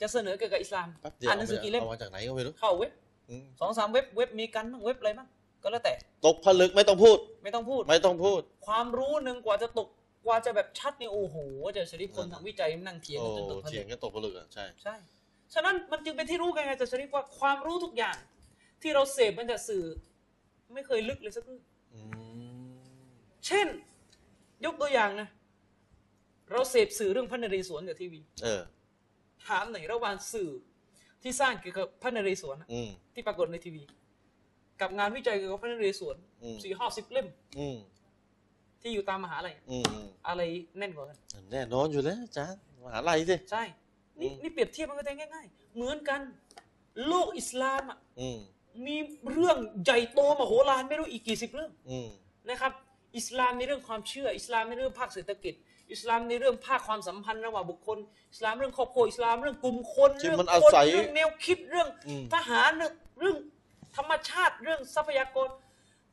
C: จะเสนอเกี่ยวกับอิสลาม
A: แป๊บเดียว
C: อ่านหนังสือกี่เล่ม
A: เอามาจากไหนก็ไม่รู้
C: เข้าเว็บ
A: อืม
C: สองสามเว็บเว็บมีกันบ้างเว็บอะไรบ้างก็แล้วแต่
A: ตกผลึกไม่ต้องพูด
C: ไม่ต้องพูด
A: ไม่ต้องพูด
C: ความรู้หนึ่งกว่าจะตกกว่าจะแบบชัดเนี่ยโอ้โหอาจัดชะรีฟคนทางวิจัยนั่งเถียง
A: โอ้
C: กันจนตกผ
A: เถี
C: ลึ
A: ย
C: ก
A: งกันตกผลึกอ่ะใช่
C: ใช่ ฉะนั้นมันจึงเป็นที่รู้กันไงอาจารย์ชริฟว่าความรู้ทุกอย่าง ที่เราเสพมันจากสื่อ ไม่เคยลึกเลยสักเรื่อง
A: อืม
C: เช่น ยกตัวอย่างนะ เราเสพสื่อเรื่องพระนเรศวรจากทีวี
A: เออ
C: ถามหน่อยระหว่างสื่อที่สร้างเกี่ยวกับพระนเรศวรนะ
A: อืม
C: ที่ปรากฏในทีวี กับงานวิจัยเกี่ยวกับพระนเรศวร
A: อืม
C: สี่ห้าสิบเล่ม
A: อืม
C: ที่อยู่ตามมหาลัยอะ
A: อืมอืม
C: อะไรแน่นกว่ากัน
A: แน่นอนอยู่แล้วอาจารย์มหาลัยสิ
C: ใช่ นี่
A: อืม
C: นี่เปรียบเทียบมันก็ได้ง่ายๆ เหมือนกัน โลกอิสลามอ่ะ
A: อืม
C: มีเรื่องใหญ่โตมโหฬารไม่รู้อีกกี่สิบเรื่อง
A: อืม
C: นะครับ อิสลามในเรื่องความเชื่อ อิสลามในเรื่องภาคเศรษฐกิจ อิสลามในเรื่องภาคความสัมพันธ์ระหว่างบุคคล อิสลามเรื่องครอบครัวอิสลามเรื่องกลุ่มคน
A: ที่
C: เรื่อง
A: มัน
C: ค
A: อาศัย
C: เรื่องแนวคิดเรื่อง
A: อืม
C: ทหารเรื่องเรื่องธรรมชาติเรื่องทรัพยากร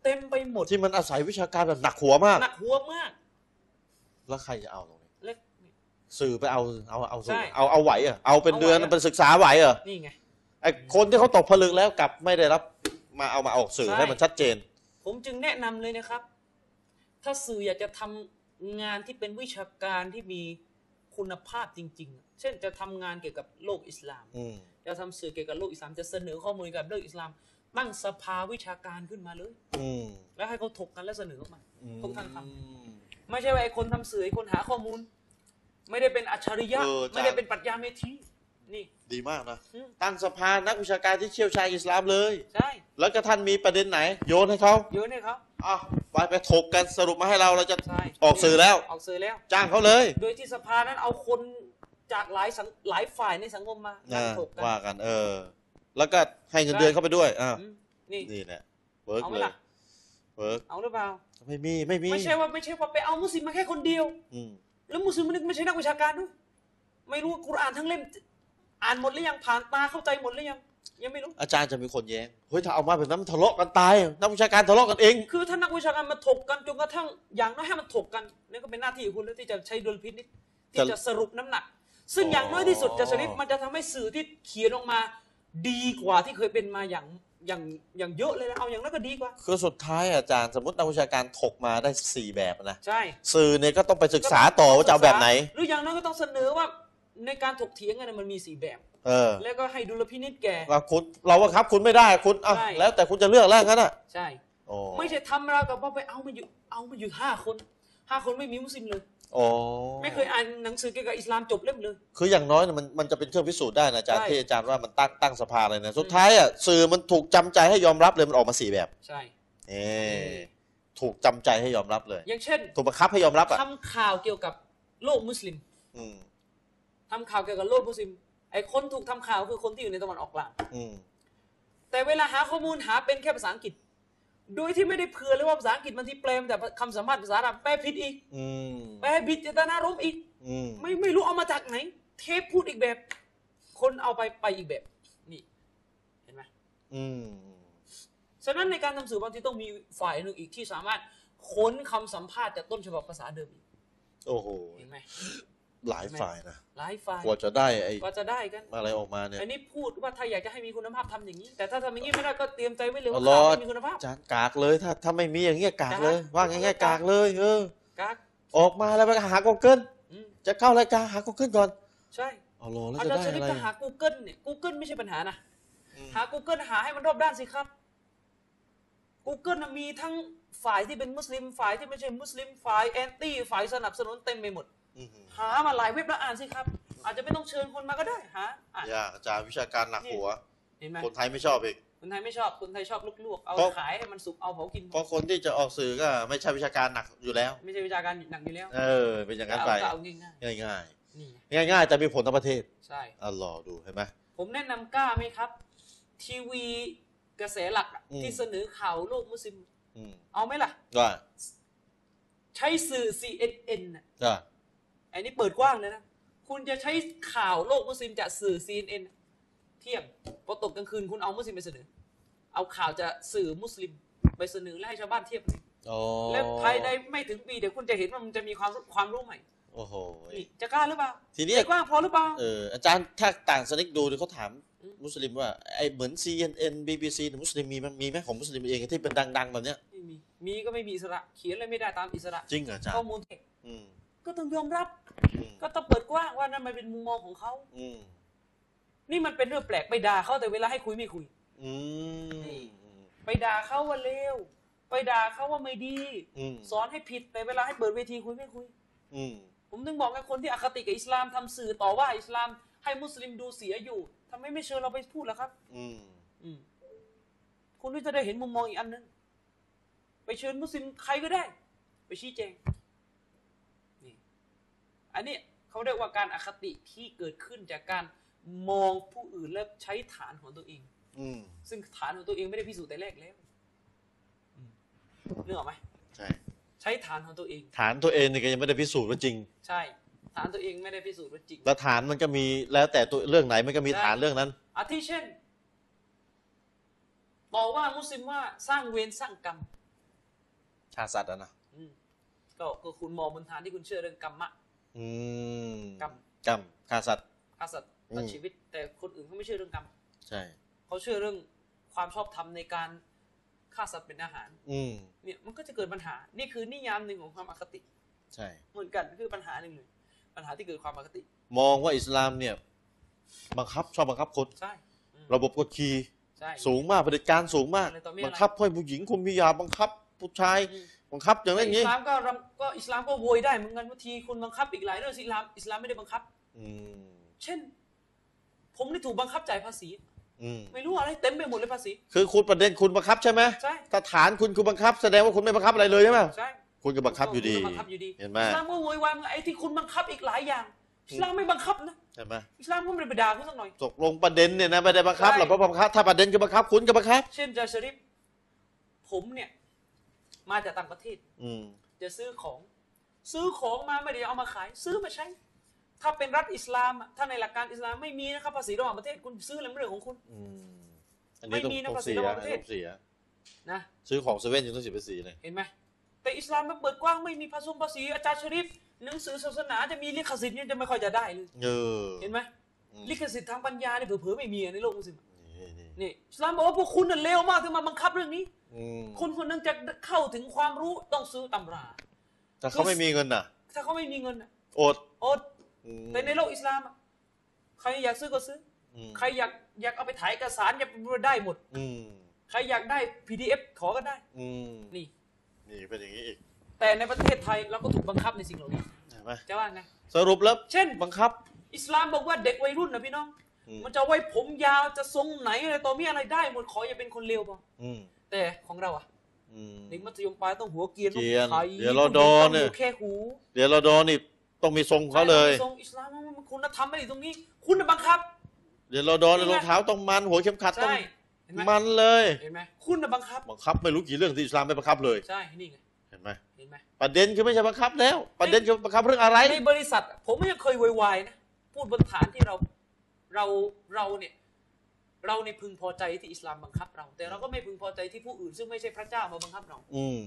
C: เต็มไปหมด
A: ที่มันอาศัยวิชาการแบบหนักหัวมาก
C: หนักหัวมาก
A: แล้วใครจะเอาตรงนี้
C: และ
A: สื่อไปเอาเอาเอา
C: ใช่
A: สื่อเอาเอาไหวเหรอ่ะเอาเป็น
C: เอาไหว
A: เดือน
C: อะ
A: เป็นศึกษาไหวเหรอ่ะ
C: นี่ไง
A: ไอคนที่เขาตกผลึกแล้วกลับไม่ได้รับมาเอามาออกสื่อ
C: ใช่
A: ให้มันชัดเจน
C: ผมจึงแนะนำเลยนะครับ ถ้าสื่ออยากจะทำงานที่เป็นวิชาการที่มีคุณภาพจริง ๆอะเช่นจะทำงานเกี่ยวกับโลกอิสลาม
A: อืม
C: จะทำสื่อเกี่ยวกับโลกอิสลาม จะเสนอข้อมูลเกี่ยวกับเรื่องอิสลาม ตั้งสภาวิชาการขึ้นมาเลย
A: อืม
C: แล้วให้เขาถกกันและเสนอออกมา
A: อืม
C: ทุกท่านครับ ไม่ใช่ว่าไอ้คนทำสื่อไอ้คนหาข้อมูล ไม่ได้เป็นอัจฉริยะ
A: เอออาจารย์
C: ไม่ได้เป็นปรัชญาเมธีนี่
A: ดีมากนะ
C: อืม
A: ตั้งสภานักวิชาการที่เชี่ยวชาญอิสลามเลย
C: ใช่
A: แล้วก็ท่านมีประเด็นไหน โยนให้เขา
C: เยอะเนี่ยครับ
A: อ่ะไปไปถกกันสรุปมาให้เราเราจะ
C: ใช่
A: ออกสื่อแล้ว
C: ออกสื่อแล้ว
A: จ้างเขาเลย
C: โดยที่สภานั้นเอาคนจากหลายสังหลายฝ่ายในสังคมมา
A: นะ
C: นั่งถกกั
A: ว่าน กัน เออ แล้วก็ให้เงินเดือน
C: ใช่
A: เข้าไปด้วยอ่ะ
C: อืมนี่
A: นี่แหละเวิร์ก
C: เอาไหม
A: เลย
C: ล่ะ
A: เวิร์ก
C: เอาหรือเปล่า
A: ไม่มีไม่มี
C: ไม่ใช่ว่าไม่ใช่ว่าไปเอามุสลิมมาแค่คนเดียว
A: อืม
C: แล้วมุสลิมมันไม่ใช่นักวิชาการด้วยไม่รู้กุรอานทั้งเล่ม อ่านหมดหรือยังผ่านตาเข้าใจหมดหรือยัง ยังไม่รู้
A: อาจารย์จะมีคนแย้ง เฮ้ย ถ้าเอามาแบบนั้นมันทะเลาะกันตาย นักวิชาการทะเลาะกันเอง
C: คือถ้านักวิชาการมาถกกันจนกระทั่งอย่างน้อยให้มันถกกันนั่นก็เป็นหน้าที่ของคุณแล้วที่จะใช้ดุลพินิจที่จะสรุปน้ำหนัก ซึ่งอย่างน้อยที่สุดจะสริปมันจะทำให้สื่อที่เขียนออกมา ดีกว่าที่เคยเป็นมาอย่างอย่างอย่างเยอะเลยนะเอาอย่างนั้นก็ดีกว่า
A: คือสุดท้ายอาจารย์สมมตินักวิชาการถกมาได้ 4 แบบนะ
C: ใช่
A: สื่อเนี่ยก็ต้องไปศึกษาต่อว่าจะเอาแบบไหน
C: หรืออย่างน้อยก็ต้องเสนอว่าในการถกเถียงกันนะมันมีสี่แบบ
A: เออ
C: แล้วก็ให้ดุลพินิจแก่
A: ว่าคุณเราว่าครับคุณไม่ได้คุณอ่ะ
C: ใช่
A: แล้วแต่คุณจะเลือกแล้วกันอ่ะ
C: ใช่
A: โอ้
C: ไม่ใช่ทำราวกับว่าไปเอามาอยู่เอามาอยู่ห้าคนห้าคนไม่มีมุสลิมเลย
A: โอ้
C: ไม่เคยอ่านหนังสือเกี่ยวกับอิสลามจบเล่มเลย
A: คืออย่างน้อยเนี่ยมันมันจะเป็นเครื่องพิสูจน์ได้นะอาจารย์
C: ใช่
A: ที่อาจารย์ว่ามันตั้งตั้งสภาอะไรนะสุดท้ายอ่ะสื่อมันถูกจำใจให้ยอมรับเลยมันออกมาสี่แบบ
C: ใช่
A: เออถูกจำใจให้ยอมรับเลย
C: อย่างเช่น
A: ถูกบังคับให้ยอมรับอ่ะ
C: ทำข่าวเกี่ยวกับโลกมุสลิม
A: อืม
C: ทำข่าวเกี่ยวกับโลกมุสลิมไอ้คนถูกทำข่าวคือคนที่อยู่ในตะวันออกกลาง
A: อืม
C: แต่เวลาหาข้อมูลหาเป็นแค่ภาษาอังกฤษ โดยที่ไม่ได้เผื่อเลยว่าภาษาอังกฤษบางทีแปลมาแต่คำสามภารถภาษาอาหรับแปลผิดอีก
A: อืม
C: แปลผิดเจตนารมณ์อีก
A: อืม
C: ไม่ไม่รู้เอามาจากไหน เทปพูดอีกแบบ คนเอาไปไปอีกแบบนี่เห็นไหม
A: อืม
C: ฉะนั้นในการทำสื่อบางทีต้องมีฝ่ายหนึ่งอีกที่สามารถค้นคำสัมภาษณ์จากต้นฉบับภาษาเดิมอีก
A: โอ้โห
C: เห็นไหม
A: หลายฝ่ายนะ
C: หลายฝ่าย
A: กว่าจะได้ไอ้
C: กว่าจะได้กัน
A: อะไรออกมาเนี่ย
C: อันนี้พูดว่าถ้าอยากจะให้มีคุณภาพทำอย่างนี้ แต่ถ้าทำอย่างนี้ไม่ได้ก็เตรียมใจไว้เลย
A: อ๋อล
C: ว่าข่าว
A: อด
C: ไม่มีคุณภาพ
A: จานกากเลย ถ้าถ้าไม่มีอย่างเงี้ยกากเลย
C: กาก
A: ว่าง่ายๆกากเลยเออ
C: กัก
A: ออกมาแล้วไปหา Google
C: อืม
A: จะเข้ารายการหา Google ก่อน
C: ใช่
A: เอาลอแล้ว
C: เอา
A: จะ
C: เรา
A: ได้
C: ชนิด
A: อะไร
C: จะหา Google เนี่ย Google ไม่ใช่ปัญหานะ
A: อืม
C: หา Google หาให้มันรอบด้านสิครับ Google น่ะมีทั้งฝ่ายที่เป็นมุสลิมฝ่ายที่ไม่ใช่มุสลิมฝ่ายแอนตี้ฝ่ายสนับสนุนเต็มไปหมด
A: อืม
C: หามาหลายเว็บแล้วอ่านสิครับ อาจจะไม่ต้องเชิญคนมาก็ได้หาอ่าน
A: ยากอาจารย์วิชาการหนักหัว
C: เห็นไหม
A: คนไทยไม่ชอบอีก
C: คนไทยไม่ชอบ คนไทยชอบลวกๆ เอา
A: เพราะ
C: ขายให้มันสุก เอาเผากิน
A: เพราะคนที่จะออกสื่อก็ไม่ใช่วิชาการหนักอยู่แล้ว
C: ไม่ใช่วิชาการหนักอยู่แล้ว
A: เออ เป็นอย่างนั้นไป
C: เอาก็เอาง่าย
A: ง่าย
C: ๆนี่ไง
A: ๆ ง่ายๆ แต่มีผลต่อประเทศ
C: ใช่
A: เอาลอดูเห็นไหม
C: ผมแนะนำกล้าไหมครับ ทีวีกระแสหลักอะ
A: อืม
C: ที่เสนอข่าวโลกมุสลิม
A: อืม
C: เอาไหมล่ะ
A: ว่า
C: ใช้สื่อ CNN น่ะ
A: จ้ะ
C: อันนี้เปิดกว้างเลยนะ คุณจะใช้ข่าวโลกมุสลิมจากสื่อ CNN เที่ยงพอตกกลางคืนคุณเอามุสลิมไปเสนอ เอาข่าวจากสื่อมุสลิมไปเสนอแล้วให้ชาวบ้านเทียบกัน
A: อ๋อ
C: แล้วภายในไม่ถึงปีเดี๋ยวคุณจะเห็นว่ามันจะมีความรู้ความรู้ใหม่
A: โอ้โห
C: นี่จะกล้าหรือเปล่า
A: ทีนี้
C: จะกล้าพอหรือเปล่า
A: เอออาจารย์ถ้าต่างสนิกดูเนี่ยเขาถาม
C: อืม
A: มุสลิมว่าไอเหมือน CNN BBC เนี่ยมุสลิมมีมันมีไหมของมุสลิมเองที่เป็นดัง ๆ แบบเนี้ย
C: ไม่มี มีก็ไม่มีอิสระ เขียนอะไรไม่ได้ตามอิสระ
A: จริงเหรออาจาร
C: ข้อ
A: ย์
C: มูลเท็จ
A: อืม
C: ก็ต้องยอมรับ
A: อืม
C: ก็ต้องเปิดกว้างว่านั่นมันเป็นมุมมองของเขา
A: อืม
C: นี่มันเป็นเรื่องแปลกไปด่าเขาแต่เวลาให้คุยไม่คุย
A: อืม
C: ไปด่าเขาว่าเลว ไปด่าเขาว่าไม่ดี
A: อืม
C: สอนให้ผิดแต่เวลาให้เปิดเวทีคุยไม่คุย
A: อืม
C: ผมถึงบอกไงคนที่อคติกับอิสลามทำสื่อต่อว่าอิสลามให้มุสลิมดูเสียอยู่ทำไมไม่เชิญเราไปพูดล่ะครับ
A: อืม
C: อืมคุณก็จะได้เห็นมุมมองอีกอันหนึง ไปเชิญมุสลิมใครก็ได้ ไปชี้แจงนี่อันนี้เขาเรียกว่าการอคติที่เกิดขึ้นจากการมองผู้อื่นและใช้ฐานของตัวเอง
A: อืม
C: ซึ่งฐานของตัวเองไม่ได้พิสูจน์แต่แรกแล้วอืมนึกออกไหม
A: ใช่
C: ใช้ฐานของตัวเอง
A: ฐานตัวเองเนี่ยก็ยังไม่ได้พิสูจน์ว่าจริง
C: ใช่ ฐานตัวเองไม่ได้พิสูจน์ว่าจริง
A: แล้วฐานมันก็มีแล้วแต่ตัวเรื่องไหนมันก็มีฐานเรื่องนั้น
C: อาทิเช่นต่อว่ามุสลิมว่าสร้างเวรสร้างกรรม
A: ชาติสัตว์อะนะ
C: อืมก็ก็คุณมองบนฐานที่คุณเชื่อเรื่องกรรมะ
A: อืม
C: กรรม
A: กรรมชาติสัตว์
C: อาสัตว์ตัด
A: อืม
C: ชีวิต แต่คนอื่นเขาไม่เชื่อเรื่องกรรม
A: ใช่
C: เขาเชื่อเรื่องความชอบธรรมในการฆ่าสัตว์เป็นอาหาร
A: อืม
C: เนี่ยมันก็จะเกิดปัญหา นี่คือนิยามหนึ่งของความอคติ
A: ใช่
C: เหมือนกันคือปัญหาหนึ่งเลยปัญหาที่เกิดความอคติ
A: มองว่าอิสลามเนี่ย บังคับชอบบังคับคน
C: ใช่อืม
A: ระบบกดขี่
C: ใช่
A: สูงมากเผด็จการสูงมาก
C: อะไรต่อมีอะไร
A: บังคับให้ผู้หญิงคุมพิยาบังคับ ผู้ชาย
C: อืม
A: บังคับอย่างนั้นอย่าง
C: อิ
A: นี้
C: สลามก็รำก็อิสลามก็โวยได้เหมือนกันว่าทีคุณบังคับอีกหลายเรื่องอิสลามอิสลามไม่ได้บังคับ
A: อืม
C: เช่น ผมได้ถูกบังคับจ่ายภาษี
A: อืม
C: ไม่รู้อะไรเต็มไปหมดเลยภาษี
A: คือคุณประเด็นคุณบังคับใช่ไหม
C: ใช่
A: ถ้าฐานคุณคุณบังคับ แสดงว่าคุณไม่บังคับอะไรเลยใช่ไหม
C: ใช่
A: คุณก็บังคับอยู่ดี
C: คุณก็บังคับอยู่ดี
A: เห็นไหม
C: อิสลามก็โวยวายมึงไอ้ที่คุณบังคับอีกหลายอย่างอิสลามไม่บังคับนะ
A: เห็นไหม
C: อิสลามก็ไม่ได้ไปด่าคุณสักหน่อย
A: ตกลงประเด็นเนี่ยนะไม่ได้บังคับหรอกเพราะบังคับถ้าประเด็นคือบังคับคุณก็บังคับ
C: เช่นจาชริฟผมเนี่ย มาจากต่างประเทศ
A: อืม
C: จะซื้อของ ซื้อของมาไม่ได้เอามาขาย ซื้อมาใช้ ถ้าเป็นรัฐอิสลามอะถ้าในหลักการอิสลามไม่มีนะครับภาษีระหว่างประเทศคุณซื้ออะไรไม่เรื่องของคุณ
A: อืมอันนี้
C: ไม่
A: ต้อง
C: มีนะ
A: ต้อง
C: ภาษี
A: เสีย
C: ระหว่างประเทศ
A: ต้องเสีย
C: นะ
A: ซื้อของเซเว่นยังต้องเสียภาษีเลย
C: เห็นไหมแต่อิสลามมันเปิดกว้างไม่มีภาษีภาษีอาจารย์ชริฟหนังสือศาสนาจะมีลิขสิทธิ์เนี่ยจะไม่ค่อยจะได้เลย
A: เออ
C: เห็นไหม
A: อืม
C: ลิขสิทธิ์ทางปัญญาเนี่ยเผลอๆไม่มีอะในโลกมุสลิมอะ
A: นี่นี่
C: นี่อิสลามบอกว่าพวกคุณน่ะเลวมากถึงมาบังคับเรื่องนี้
A: อืม
C: คนคนนึงจะเข้าถึงความรู้ต้องซื้อตำรา
A: ถ้าเขาไม่มีเงินน่ะ
C: ถ้าเขาไม่มีเงินน่ะ
A: อด
C: อด
A: อืม
C: แต่ในโลกอิสลามอะใครอยากซื้อก็ซื้อ
A: อืม
C: ใครอยากอยากเอาไปถ่ายเอกสารอยากได้หมด
A: อืม
C: ใครอยากได้ PDF ขอก็ได้
A: อืม
C: นี่
A: นี่เป็นอย่างนี้อีก
C: แต่ในประเทศไทยเราก็ถูกบังคับในสิ่งเหล่านี้
A: เห็นไหม
C: จะว่าไง
A: สรุปแล้ว
C: เช่น
A: บังคับ
C: อิสลามบอกว่าเด็กวัยรุ่นนะพี่น้อง
A: อืม
C: มันจะไว้ผมยาวจะทรงไหนอะไรต่อมีอะไรได้หมดขออย่าเป็นคนเลวพอ
A: อืม
C: แต่ของเราอะ
A: อืม
C: เด็กมัธยมปลายต้องหัวเกรียนต้อง
A: เกรียน
C: ไถ
A: เดี๋ยวเราโดนเนี่ย
C: ต้องหูแค่หู
A: เดี๋ยวเราโดนนี่ต้องมีทรงเขาเลย
C: ทรงอิสลามมันคุณธรรมไม่ได้ตรงนี้ คุณน่ะบังคับ
A: เดี๋ยวเราโดน
C: นี่ไง
A: รองเท้าต้องมันหัวเข็มขัดต้อง
C: ใช่เห็นไหม
A: มันเลย
C: เห็นไหมคุณน่ะบังคับ
A: บังคับไม่รู้กี่เรื่องที่อิสลามไม่บังคับเลย
C: ใช่นี่ไง
A: เห็นไหม
C: เห็นไหม
A: ประเด็นคือไม่ใช่บังคับแล้ว ประเด็นคือบังคับเรื่องอะไร
C: ในบริษัทอะผมยังเคยโวยวายนะพูดบนฐานที่เราเราเราเนี่ยเราในยพึงพอใจที่อิสลามบังคับเรา แต่เราก็ไม่พึงพอใจที่ผู้อื่น ซึ่งไม่ใช่พระเจ้ามาบังคับเรา
A: อืม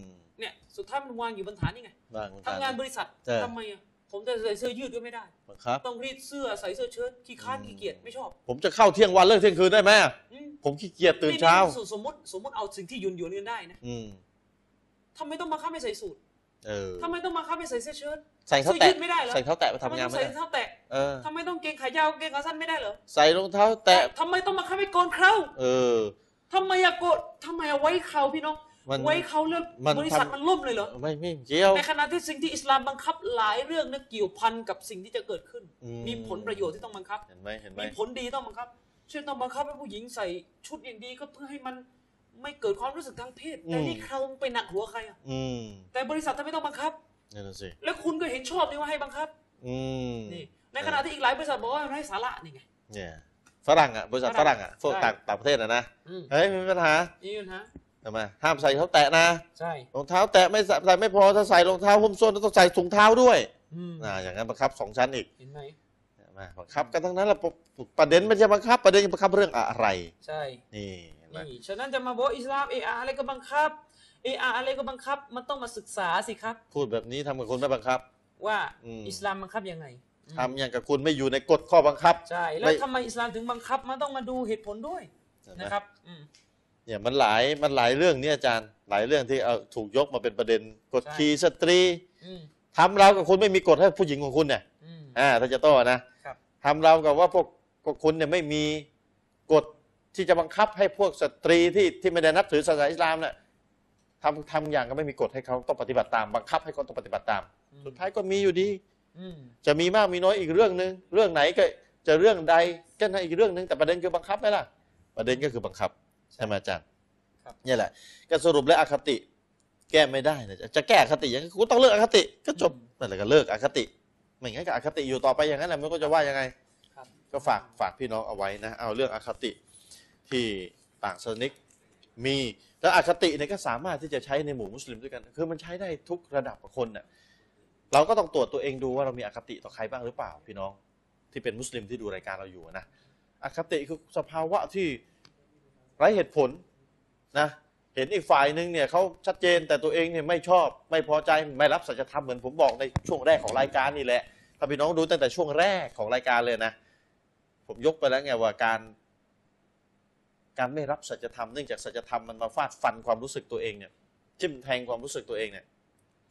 C: เนี่ยสุดท้ายมันวางอยู่บนฐานนี่ไง
A: บ้าง
C: ทำงานบริษัท
A: ใช่
C: ทำไมอะผมจะใส่เสื้อยืดก็ไม่ได้
A: บังคับ
C: ต้องรีดเสื้อใส่เสื้อเชิ้ตขี้ค้าน
A: อืม
C: ขี้เกียจไม่ชอบ
A: ผมจะเข้าเที่ยงวันเลิกเที่ยงคืนได้ไหม
C: อืม
A: ผมขี้เกียจตื่นเช้า
C: สสมมติสมมติเอาสิ่งที่ยุนยนๆกันได้นะ
A: อืม
C: ทำไมต้องบังคับให้ใส่สูท
A: เออ
C: ทำไมต้องบังคับให้ใส่เสื้อเชิ้ต
A: ใส่เท้า
C: เสื้
A: แตะ
C: อยืดไม่ได้เหรอ
A: ใส่เท้าแตะไป
C: ทำไม
A: ทำงาน
C: ต้อง
A: ไม่
C: ใส่
A: ได้
C: เท้าแตะ
A: เออ
C: ทำไมต้องเกงขายาวเกงขาสั้นไม่ได้เหรอ
A: ใส่รองเท้าแตะ
C: ทำไมต้องบังคับให้โกนเครา
A: เออ
C: ทำไมอะโกดทำไมอะไว้เขาพี่น้อง
A: มัน
C: ไว้เขาเรื่อง
A: มัน
C: บริษัท
A: ทำ
C: มันล่มเลยเหรอ
A: ไม่ไม่เกี่ยว
C: ในขณะที่สิ่งที่อิสลามบังคับหลายเรื่องนะเกี่ยวพันกับสิ่งที่จะเกิดขึ้น
A: อืม
C: มีผลประโยชน์ที่ต้องบังคับ
A: เห็นไหมเห็นไหม
C: มีผลดีต้องบังคับ เช่นต้องบังคับให้ผู้หญิงใส่ชุดอย่างดีก็เพื่อให้มันไม่เกิดความรู้สึกทางเพศ แต่นี่เขาไปหนักหัวใครอะ
A: อืม
C: แต่บริษัททำไมต้องบังคับ
A: นั่นนะสิ
C: แล้วคุณก็เห็นชอบนี่ว่าให้บังคับ
A: อืม
C: นี่ ในขณะที่อีกหลายบริษัทบอกว่ามันไร้สาระนี่ไง
A: เนี่ยฝรั่งอ่ะบริษัทฝรั่งอ่ะพวก
C: ใช่
A: ต่างต่างประเทศอ่ะนะ
C: อืม
A: เฮ้ยไม่มีปัญหา
C: นี่นะ
A: ทำไมห้ามใส่เท้าแตะนะ
C: ใช่
A: รองเท้าแตะไม่ใส่ใส่ไม่พอถ้าใส่รองเท้าหุ้มส้นต้องใส่ถุงเท้าด้วย
C: อืม
A: อ่าอย่างนั้นบังคับสองชั้นอีก
C: เห็นไหม
A: เห็นไหมบังคับกันทั้งนั้นแหละปประเด็นไม่ใช่บังคับ ประเด็นบังคับเรื่องอะไร
C: ใช่
A: นี่เห็นไหม
C: นี่ฉะนั้นจะมาบอกว่าอิสลามเออาอะไรก็บังคับเออาอะไรก็บังคับ มันต้องมาศึกษาสิครับ
A: พูดแบบนี้ทำกับคนไม่บังคับ
C: ว่า
A: อืม
C: อิสลามบังคับยังไง
A: ทำอย่างกับคุณไม่อยู่ในกฎข้อบังคับ
C: ใช่ แล้ว
A: ไม่
C: ทำไมอิสลามถึงบังคับ มันต้องมาดูเหตุผลด้วยนะครับอืม
A: เนี่ยมันหลายมันหลายเรื่องเนี่ยอาจารย์ หลายเรื่องที่เอาถูกยกมาเป็นประเด็นกฎ
C: ใช่
A: ขี่สตรี
C: อืม
A: ทำเรากับคุณไม่มีกฎให้ผู้หญิงของคุณเนี่ย
C: อืม
A: อ่าถ้าจะโต้นะครับ ทำเรากับว่าพวกพวกคุณเนี่ยไม่มีกฎที่จะบังคับให้พวกสตรีที่ที่ไม่ได้นับถือศาสนาอิสลามเนี่ยทำทำอย่างก็ไม่มีกฎให้เขาต้องปฏิบัติตามบังคับให้เขาต้องปฏิบัติตาม สุดท้ายก็มีอยู่ดี
C: อืม
A: จะมีมากมีน้อยอีกเรื่องหนึ่งเรื่องไหนก็จะเรื่องใดก็นั่นอีกเรื่องหนึ่งแต่ประเด็นคือบังคับไหมล่ะ ประเด็นก็คือบังคับใช่ไหมอาจารย์เนี่ยแหละก็สรุปแล้วอคติ แก้ไม่ได้นะจะแก้อคติยังไงกูต้องเลิกอคติก็จบนั่นแหละก็เลิกอคติไม่งั้นก็อคติอยู่ต่อไปอย่างนั้นแหละไมันก็จะว่ายังไง
C: ครับ
A: ก็ฝากฝากพี่น้องเอาไว้นะ เอาเรื่องอคติที่ต่างศาสนิก มีแล้วอคติเนี่ยก็สามารถที่จะใช้ในหมู่มุสลิมด้วยกัน คือมันใช้ได้ทุกระดับคนน่ะเราก็ต้องตรวจตัวเองดูว่าเรามีอคติต่อใครบ้างหรือเปล่า พี่น้องที่เป็นมุสลิมที่ดูรายการเราอยู่นะอคติคือสภาวะที่ไร้เหตุผลนะเห็นอีกฝ่ายหนึ่งเนี่ยเขาชัดเจนแต่ตัวเองเนี่ยไม่ชอบ ไม่พอใจไม่รับสัจธรรมเหมือนผมบอกในช่วงแรกของรายการนี่แหละถ้าพี่น้องดูตั้งแต่ช่วงแรกของรายการเลยนะ ผมยกไปแล้วไงว่าการ การไม่รับสัจธรรมเนื่องจากสัจธรรมมันมาฟาดฟันความรู้สึกตัวเองเนี่ยจิ้มแทงความรู้สึกตัวเองเนี่ย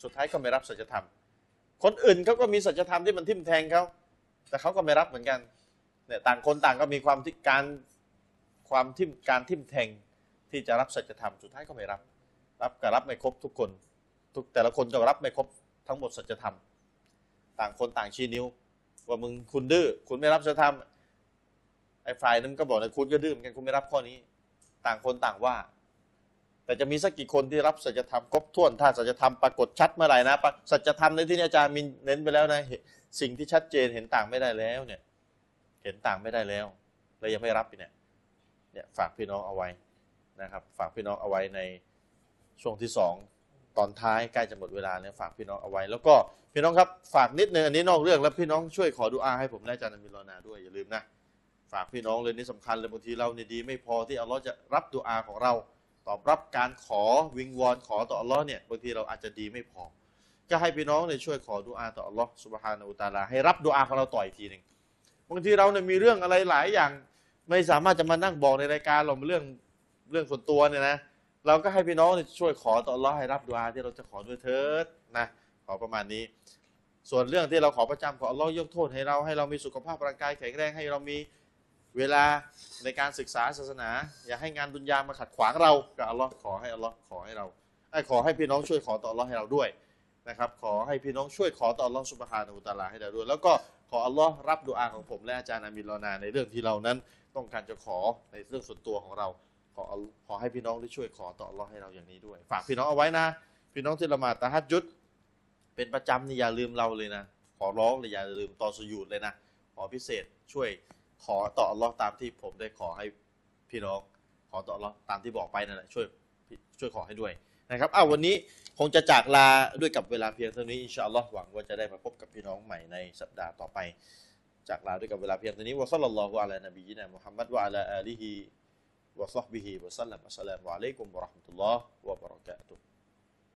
A: สุดท้ายก็ไม่รับสัจธรรม คนอื่นเขาก็มีสัจธรรมที่มันทิ่มแทงเขาแต่เขาก็ไม่รับเหมือนกันเนี่ยต่างคนต่างก็มีความที่การความทิ่มการทิ่มแทงที่จะรับสัจธรรมสุดท้ายก็ไม่รับ รับก็รับไม่ครบทุกคน ทุกแต่ละคนก็รับไม่ครบทั้งหมดสัจธรรม ต่างคนต่างชี้นิ้ว ว่ามึงคุณดื้อคุณไม่รับสัจธรรม ไอ้ฝ่ายนั้นก็บอกนะคุณก็ดื้อเหมือนกันคุณไม่รับข้อนี้ ต่างคนต่างว่า แต่จะมีสักกี่คนที่รับสัจธรรมครบถ้วน ถ้าสัจธรรมปรากฏชัดเมื่อไหร่นะปะสัจธรรมในที่นี้อาจารย์มินเน้นไปแล้วนะเห็นสิ่งที่ชัดเจนเห็นต่างไม่ได้แล้วเนี่ย เห็นต่างไม่ได้แล้วแล้วยังไม่รับอีกเนี่ยเนี่ยฝากพี่น้องเอาไว้นะครับ ฝากพี่น้องเอาไว้ในช่วงที่สองตอนท้ายใกล้จะหมดเวลาแล้วฝากพี่น้องเอาไว้ แล้วก็พี่น้องครับฝากนิดนึงอันนี้นอกเรื่องแล้วพี่น้องช่วยขอดูอาให้ผมและอาจารย์มินรอนาด้วยอย่าลืมนะ ฝากพี่น้องเลยนี่สำคัญเลยบางทีเราเนี่ยดีไม่พอที่อัลลอฮ์จะรับดุอาของเรา ตอบรับการขอวิงวอนขอต่ออัลลอฮ์เนี่ยบางทีเราอาจจะดีไม่พอ ก็ให้พี่น้องเนี่ยช่วยขอดุอาต่ออัลลอฮ์สุบฮานาอูตาลาให้รับดุอาของเราต่ออีกทีหนึ่งบางทีเราเนี่ยมีเรื่องอะไรหลายอย่าง ไม่สามารถจะมานั่งบอกในรายการหรอกมันเรื่องเรื่องส่วนตัวเนี่ยนะเราก็ให้พี่น้องเนี่ยช่วยขอต่ออัลลอฮ์ให้รับดุอาที่เราจะขอด้วยเถิดนะขอประมาณนี้ ส่วนเรื่องที่เราขอประจำขออัลลอฮ์ยกโทษให้เราให้เรามีสุขภาพร่างกายแข็งแรงให้เรามี เวลาในการศึกษาศาสนา อย่าให้งานดุนยามาขัดขวางเรากับอัลลอฮ์ขอให้อัลลอฮ์ขอให้เราไอ้ยขอให้พี่น้องช่วยขอต่ออัลลอฮ์ให้เราด้วยนะครับ ขอให้พี่น้องช่วยขอต่ออัลลอฮ์สุบฮานะฮูตะอาลาให้เราด้วย แล้วก็ขออัลลอฮ์รับดุอาของผมและอาจารย์อามินรอนาในเรื่องที่เรานั้น ต้องการจะขอในเรื่องส่วนตัวของเรา ขออัลขอให้พี่น้องได้ช่วยขอต่ออัลลอฮ์ให้เราอย่างนี้ด้วย ฝากพี่น้องเอาไว้นะ พี่น้องที่ละหมาดตะฮัดยุดเป็นประจำนี่อย่าลืมเราเลยนะ ขอร้องเลยอย่าลืมตอนสุญูดเลยนะ ขอพิเศษช่วยขอต่ออัลลอฮ์ตามที่ผมได้ขอให้พี่น้อง ขอต่ออัลลอฮ์ตามที่บอกไปนั่นแหละช่วยช่วยขอให้ด้วยนะครับอ้าววันนี้คงจะจากลาด้วยกับเวลาเพียงเท่านี้อินชาอัลลอฮ์หวังว่าจะได้มาพบกับพี่น้องใหม่ในสัปดาห์ต่อไป จากลาด้วยกับเวลาเพียงเท่านี้วะซัลลัลลอฮุอะลานบีนะมุฮัมมัดวะอะลาอาลีฮิวะซอฮบิฮิวะสัลลัมอัสสลามุอะลัยกุมวะเราะห์มะตุลลอฮ์วะบะเราะกาตุฮ์